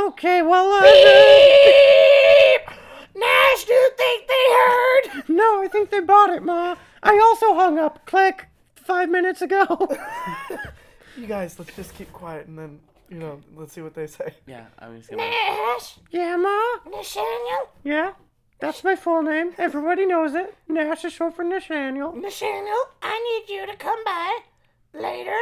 [SPEAKER 5] Okay, well,
[SPEAKER 6] [laughs]
[SPEAKER 5] uh,
[SPEAKER 6] Beep! Nash, do you think they heard?
[SPEAKER 5] no, I think they bought it, Ma. I also hung up. Click. Five minutes ago.
[SPEAKER 2] You guys, let's just keep quiet and then you know, let's see what they say.
[SPEAKER 4] Yeah, I'm just gonna.
[SPEAKER 6] Nash?
[SPEAKER 5] yeah, Ma.
[SPEAKER 6] Nathaniel?
[SPEAKER 5] Yeah. That's my full name. Everybody knows it. Nash is short for Nathaniel.
[SPEAKER 6] Nathaniel, I need you to come by later.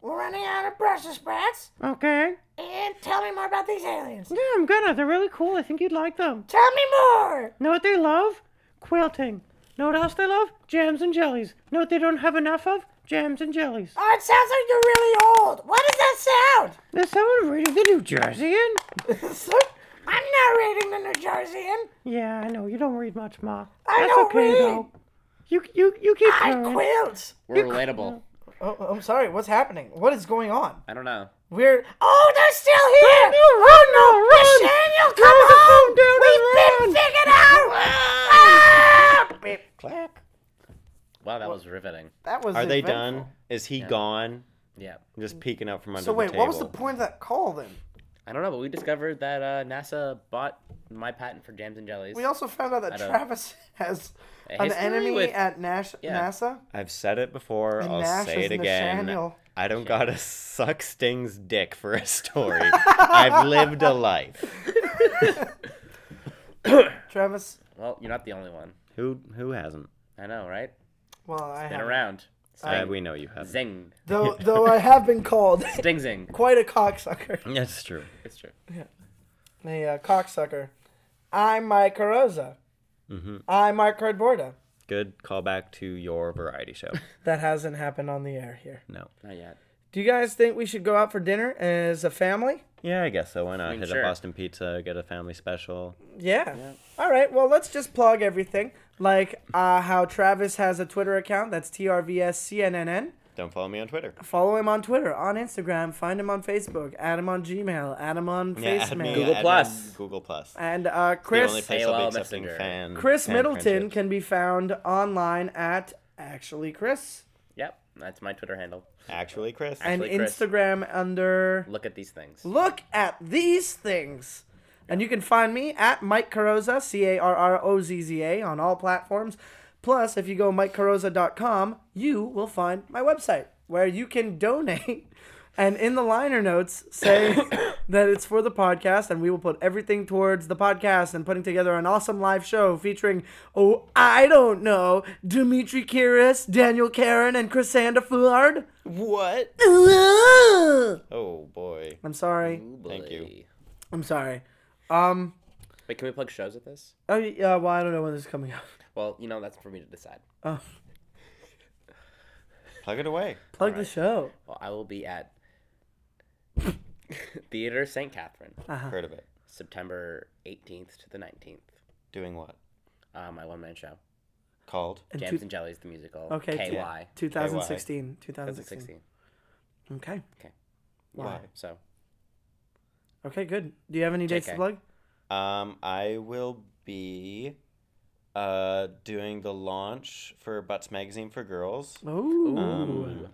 [SPEAKER 6] We're running out of Brussels sprouts.
[SPEAKER 5] Okay.
[SPEAKER 6] And tell me more about these aliens.
[SPEAKER 5] Yeah, I'm gonna. They're really cool. I think you'd like them.
[SPEAKER 6] Tell me more.
[SPEAKER 5] Know what they love? Quilting. Know what else they love? Jams and jellies. Know what they don't have enough of? Jams and jellies.
[SPEAKER 6] Oh, it sounds like you're really old. What does that sound?
[SPEAKER 5] Is someone reading the New Jerseyan?
[SPEAKER 6] I'm not reading the New Jerseyan.
[SPEAKER 5] Yeah, I know you don't read much, Ma.
[SPEAKER 6] I
[SPEAKER 5] That's
[SPEAKER 6] don't
[SPEAKER 5] okay
[SPEAKER 6] read.
[SPEAKER 5] though. You you you keep
[SPEAKER 6] I
[SPEAKER 5] going.
[SPEAKER 6] quilt.
[SPEAKER 4] We're relatable.
[SPEAKER 2] Oh, I'm sorry. What's happening? What is going on?
[SPEAKER 4] I don't know.
[SPEAKER 2] We're
[SPEAKER 6] Oh, they're still here. Oh,
[SPEAKER 5] No, run, no, run! Throw
[SPEAKER 6] Nathaniel,
[SPEAKER 5] the phone
[SPEAKER 6] come home.
[SPEAKER 5] down
[SPEAKER 6] We've been
[SPEAKER 5] and run!
[SPEAKER 6] figured out. Ah!
[SPEAKER 1] Clack.
[SPEAKER 4] Wow, that was riveting.
[SPEAKER 2] that was.
[SPEAKER 1] Are they
[SPEAKER 2] eventful.
[SPEAKER 1] done? Is he gone?
[SPEAKER 4] Yeah.
[SPEAKER 1] I'm just peeking out from under
[SPEAKER 2] So
[SPEAKER 1] the
[SPEAKER 2] wait,
[SPEAKER 1] table.
[SPEAKER 2] what was the point of that call then?
[SPEAKER 4] I don't know, but we discovered that uh, NASA bought my patent for jams and jellies.
[SPEAKER 2] We also found out that
[SPEAKER 4] I don't-
[SPEAKER 2] Travis has
[SPEAKER 4] A
[SPEAKER 2] an
[SPEAKER 4] history
[SPEAKER 2] enemy
[SPEAKER 4] with-
[SPEAKER 2] at Nash
[SPEAKER 4] Yeah.
[SPEAKER 2] NASA.
[SPEAKER 1] I've said it before.
[SPEAKER 2] And
[SPEAKER 1] I'll
[SPEAKER 2] Nash
[SPEAKER 1] say
[SPEAKER 2] is
[SPEAKER 1] it again.
[SPEAKER 2] Nathaniel.
[SPEAKER 1] I don't gotta [laughs] suck Sting's dick for a [laughs] story. I've lived a life.
[SPEAKER 2] Travis.
[SPEAKER 4] Well, you're not the only one.
[SPEAKER 1] Who who hasn't?
[SPEAKER 4] I know, right?
[SPEAKER 2] Well, I
[SPEAKER 4] Been
[SPEAKER 2] have
[SPEAKER 4] around.
[SPEAKER 1] Uh, we know you haven't.
[SPEAKER 4] Zing.
[SPEAKER 2] though though I have been called [laughs]
[SPEAKER 4] Ding zing.
[SPEAKER 2] quite a cocksucker. [laughs]
[SPEAKER 1] That's true.
[SPEAKER 4] It's true.
[SPEAKER 2] A uh, cocksucker. I'm Mike Carosa.
[SPEAKER 4] Mm-hmm.
[SPEAKER 1] Mhm.
[SPEAKER 2] I'm Mark Cardborda.
[SPEAKER 1] Good callback to your variety [laughs] show.
[SPEAKER 2] That hasn't happened on the air here.
[SPEAKER 1] No.
[SPEAKER 4] Not yet.
[SPEAKER 2] Do you guys think we should go out for dinner as a family?
[SPEAKER 1] Yeah, I guess so. Why not?
[SPEAKER 4] mean,
[SPEAKER 1] Hit
[SPEAKER 4] sure.
[SPEAKER 1] a Boston pizza, get a family special.
[SPEAKER 2] Yeah. All right. Well, let's just plug everything. Like uh, how Travis has a Twitter account. That's TRVSCNNN.
[SPEAKER 1] Don't follow me on Twitter.
[SPEAKER 2] Follow him on Twitter, on Instagram. Find him on Facebook. Add him on Gmail. Add him on
[SPEAKER 1] Yeah, add me,
[SPEAKER 2] Facemail.
[SPEAKER 4] Google
[SPEAKER 1] add me on
[SPEAKER 4] Plus.
[SPEAKER 1] Google Plus.
[SPEAKER 2] And uh,
[SPEAKER 1] the only
[SPEAKER 2] Chris
[SPEAKER 1] place I'll be
[SPEAKER 4] AOL
[SPEAKER 1] accepting
[SPEAKER 4] Messenger.
[SPEAKER 1] fan.
[SPEAKER 2] Chris
[SPEAKER 1] fan
[SPEAKER 2] Middleton
[SPEAKER 1] friendships.
[SPEAKER 2] can be found online at actually Chris
[SPEAKER 4] Yep, that's my Twitter handle.
[SPEAKER 1] Actually, Chris.
[SPEAKER 2] and
[SPEAKER 4] Actually Chris.
[SPEAKER 2] Instagram under
[SPEAKER 4] Look at these things.
[SPEAKER 2] Look at these things. And you can find me at Mike Carozza, C A R R O Z Z A, on all platforms. Plus, if you go mikecarozza.com, you will find my website where you can donate. And in the liner notes, say [coughs] that it's for the podcast, and we will put everything towards the podcast and putting together an awesome live show featuring, oh, I don't know, Dimitri Kiris, Daniel Karen, and Chrisanda Fullard.
[SPEAKER 1] What? Oh boy.
[SPEAKER 2] I'm sorry.
[SPEAKER 4] Ooh,
[SPEAKER 1] Thank
[SPEAKER 4] boy.
[SPEAKER 1] you.
[SPEAKER 2] I'm sorry. Um,
[SPEAKER 4] Wait, can we plug shows with this?
[SPEAKER 2] uh, Oh yeah, well I don't know when this is coming out. [laughs]
[SPEAKER 4] Well, you know, that's for me to decide.
[SPEAKER 2] Oh,
[SPEAKER 1] Plug it away. [laughs]
[SPEAKER 2] plug the
[SPEAKER 4] Alright.
[SPEAKER 2] show.
[SPEAKER 4] Well, I will be at [laughs] Theater St. Catherine,
[SPEAKER 2] Uh-huh.
[SPEAKER 1] Heard of it.
[SPEAKER 4] September 18th to the 19th.
[SPEAKER 1] Doing what?
[SPEAKER 4] Uh, my one man show.
[SPEAKER 1] Called.
[SPEAKER 2] And
[SPEAKER 4] Jams
[SPEAKER 2] two-
[SPEAKER 4] and Jellies, the musical.
[SPEAKER 2] Okay,
[SPEAKER 4] KY.
[SPEAKER 2] two- 2016.
[SPEAKER 4] 2016.
[SPEAKER 2] 2016. Okay.
[SPEAKER 1] Why?
[SPEAKER 2] [laughs]
[SPEAKER 4] So,
[SPEAKER 2] Okay, good. Do you have any dates to
[SPEAKER 4] JK.
[SPEAKER 2] plug?
[SPEAKER 1] Um, I will be uh doing the launch for Butts Magazine for Girls.
[SPEAKER 2] Ooh.
[SPEAKER 1] Um,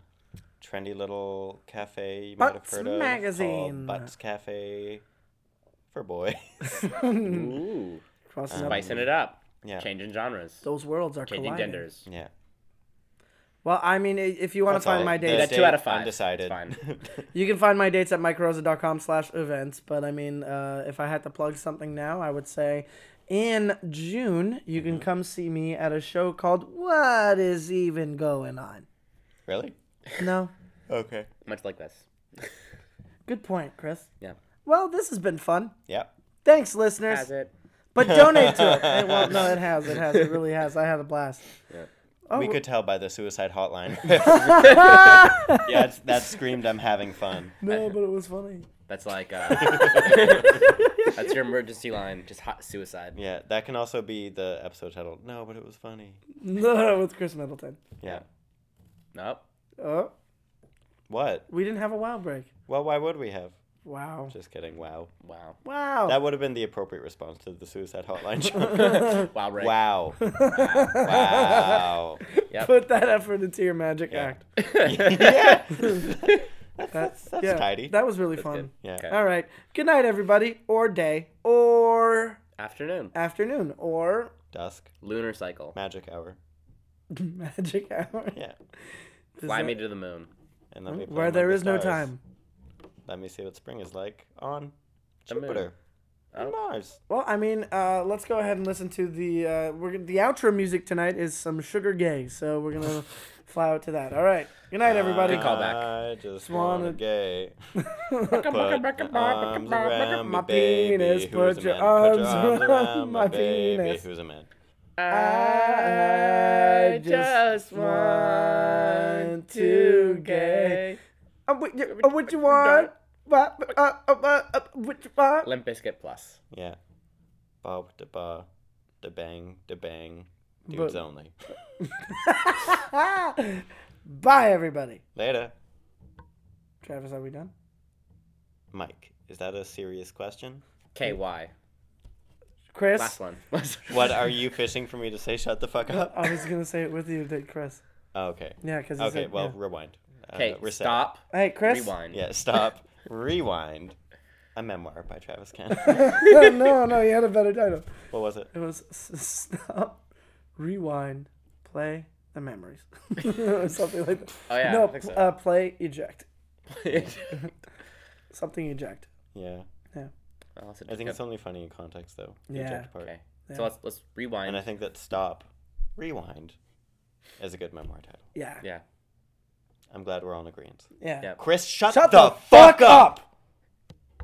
[SPEAKER 1] trendy little cafe you might
[SPEAKER 2] Butts
[SPEAKER 1] have heard of. Called
[SPEAKER 2] Magazine.
[SPEAKER 1] Butts Cafe for boys. [laughs]
[SPEAKER 4] ooh,
[SPEAKER 2] Crossing up.
[SPEAKER 4] spicing it up,
[SPEAKER 1] yeah.
[SPEAKER 4] changing genres,
[SPEAKER 2] Those worlds are
[SPEAKER 4] changing
[SPEAKER 2] colliding.
[SPEAKER 4] genders.
[SPEAKER 1] Yeah.
[SPEAKER 2] Well, I mean, i- if you want to
[SPEAKER 1] That's all.
[SPEAKER 2] find my
[SPEAKER 1] The
[SPEAKER 2] dates,
[SPEAKER 4] That's two out of
[SPEAKER 1] date,
[SPEAKER 4] five.
[SPEAKER 1] Undecided.
[SPEAKER 4] It's
[SPEAKER 1] [laughs]
[SPEAKER 2] you can find my dates at mikerosa.com slash events. But I mean, uh, if I had to plug something now, I would say in June, you can come see me at a show called What Is Even Going On?
[SPEAKER 1] really?
[SPEAKER 2] No?
[SPEAKER 1] Okay.
[SPEAKER 4] Much like this.
[SPEAKER 2] Good point, Chris.
[SPEAKER 4] Yeah.
[SPEAKER 2] Well, this has been fun.
[SPEAKER 1] Yep.
[SPEAKER 2] Thanks, listeners.
[SPEAKER 4] Has it?
[SPEAKER 2] But donate to
[SPEAKER 1] [laughs]
[SPEAKER 2] it. And, well, no, it has. It has. It really has. I had a blast. Oh,
[SPEAKER 1] we
[SPEAKER 2] w-
[SPEAKER 1] could tell by the suicide
[SPEAKER 2] [laughs]
[SPEAKER 1] hotline. [laughs] yeah, it's, that screamed, I'm having fun.
[SPEAKER 2] No, but it was funny.
[SPEAKER 4] That's
[SPEAKER 2] [laughs]
[SPEAKER 4] like uh, that's your emergency line. Just hot suicide.
[SPEAKER 1] Yeah, that can also be the episode title. No, but it was funny.
[SPEAKER 2] No, [laughs] with Chris Middleton.
[SPEAKER 1] Yeah.
[SPEAKER 4] Nope.
[SPEAKER 2] Oh,
[SPEAKER 1] What?
[SPEAKER 2] we didn't have a wild break.
[SPEAKER 1] Well, why would we have?
[SPEAKER 2] Wow.
[SPEAKER 1] Just kidding. Wow.
[SPEAKER 2] [laughs]
[SPEAKER 4] Wow.
[SPEAKER 2] Wow.
[SPEAKER 1] That would have been the appropriate response to the suicide hotline joke. [laughs]
[SPEAKER 4] [laughs] Wow. Right.
[SPEAKER 1] wow. Wow.
[SPEAKER 4] Yep.
[SPEAKER 2] Put that effort into your magic
[SPEAKER 1] Yeah. [laughs]
[SPEAKER 2] act.
[SPEAKER 1] yeah.
[SPEAKER 2] That- [laughs]
[SPEAKER 1] that's tidy.
[SPEAKER 2] That was really fun.
[SPEAKER 4] good.
[SPEAKER 1] Yeah.
[SPEAKER 4] Okay.
[SPEAKER 2] All right. Good night, everybody. Or day. Or
[SPEAKER 4] Afternoon.
[SPEAKER 2] afternoon. Or [laughs]
[SPEAKER 1] Dusk.
[SPEAKER 4] Lunar cycle.
[SPEAKER 1] Magic hour.
[SPEAKER 2] magic hour.
[SPEAKER 1] Yeah.
[SPEAKER 2] Does
[SPEAKER 4] Fly
[SPEAKER 2] that-
[SPEAKER 4] me to the moon.
[SPEAKER 1] And let me play
[SPEAKER 2] Mm, where
[SPEAKER 1] among
[SPEAKER 2] there
[SPEAKER 1] the
[SPEAKER 2] is no
[SPEAKER 1] stars.
[SPEAKER 2] time.
[SPEAKER 1] Let me see what spring is like on
[SPEAKER 4] The moon.
[SPEAKER 1] Jupiter. and
[SPEAKER 4] Oh.
[SPEAKER 1] Mars.
[SPEAKER 2] Well, I mean, uh, let's go ahead and listen to the uh, we're gonna, the outro music tonight is some Sugar Gay, so we're
[SPEAKER 4] [laughs]
[SPEAKER 2] gonna fly out to that. All right, good night, everybody.
[SPEAKER 4] Uh,
[SPEAKER 2] Uh,
[SPEAKER 4] Good call
[SPEAKER 2] [laughs]
[SPEAKER 4] back.
[SPEAKER 1] I just
[SPEAKER 2] Swan
[SPEAKER 1] wanna
[SPEAKER 2] and-
[SPEAKER 1] gay.
[SPEAKER 2] Put
[SPEAKER 1] Put your arms around
[SPEAKER 2] my
[SPEAKER 1] my penis.
[SPEAKER 2] penis.
[SPEAKER 1] Put your arms [laughs] around my penis. Who's a man?
[SPEAKER 2] I just want to gay. Uh, what, you, uh, what you want? What, uh, uh, uh, uh, what you want? [laughs]
[SPEAKER 4] Limp Biscuit Plus.
[SPEAKER 1] Yeah. Bob da ba, da bang, da bang. Dudes only.
[SPEAKER 2] Bye, everybody.
[SPEAKER 1] Later.
[SPEAKER 2] Travis, are we done?
[SPEAKER 1] Mike, is that a serious question?
[SPEAKER 4] KY.
[SPEAKER 2] Chris,
[SPEAKER 4] Last one. [laughs]
[SPEAKER 1] What uh, are you fishing for me to say? Shut the fuck up.
[SPEAKER 2] I was gonna say it with you, did Chris?
[SPEAKER 1] Oh, okay.
[SPEAKER 2] Yeah, because
[SPEAKER 1] Okay. Well, rewind. Uh,
[SPEAKER 4] Okay.
[SPEAKER 1] reset.
[SPEAKER 4] stop.
[SPEAKER 2] yeah. hey, Chris.
[SPEAKER 4] Rewind. [laughs]
[SPEAKER 1] Yeah. Stop. rewind. A memoir by Travis [laughs] Kent.
[SPEAKER 2] [laughs] no, no, no, you had a better title.
[SPEAKER 1] what was it?
[SPEAKER 2] It was [laughs] s- stop, rewind, play the
[SPEAKER 4] [laughs]
[SPEAKER 2] memories, [laughs] something like that.
[SPEAKER 4] Oh, yeah, I
[SPEAKER 2] no,
[SPEAKER 4] think so.
[SPEAKER 2] uh, play eject, something eject.
[SPEAKER 1] Yeah.
[SPEAKER 4] I'll also
[SPEAKER 1] I
[SPEAKER 4] just
[SPEAKER 1] think
[SPEAKER 4] go-
[SPEAKER 1] it's only funny in context, though. the
[SPEAKER 2] Yeah.
[SPEAKER 1] eject part.
[SPEAKER 4] okay.
[SPEAKER 2] Yeah.
[SPEAKER 4] So let's let's rewind.
[SPEAKER 1] And I think that stop, rewind, is a good memoir title.
[SPEAKER 2] Yeah,
[SPEAKER 4] yeah.
[SPEAKER 1] I'm glad we're all in agreement.
[SPEAKER 2] yeah.
[SPEAKER 4] Yeah.
[SPEAKER 1] Chris, shut,
[SPEAKER 2] Shut
[SPEAKER 1] the, fuck up.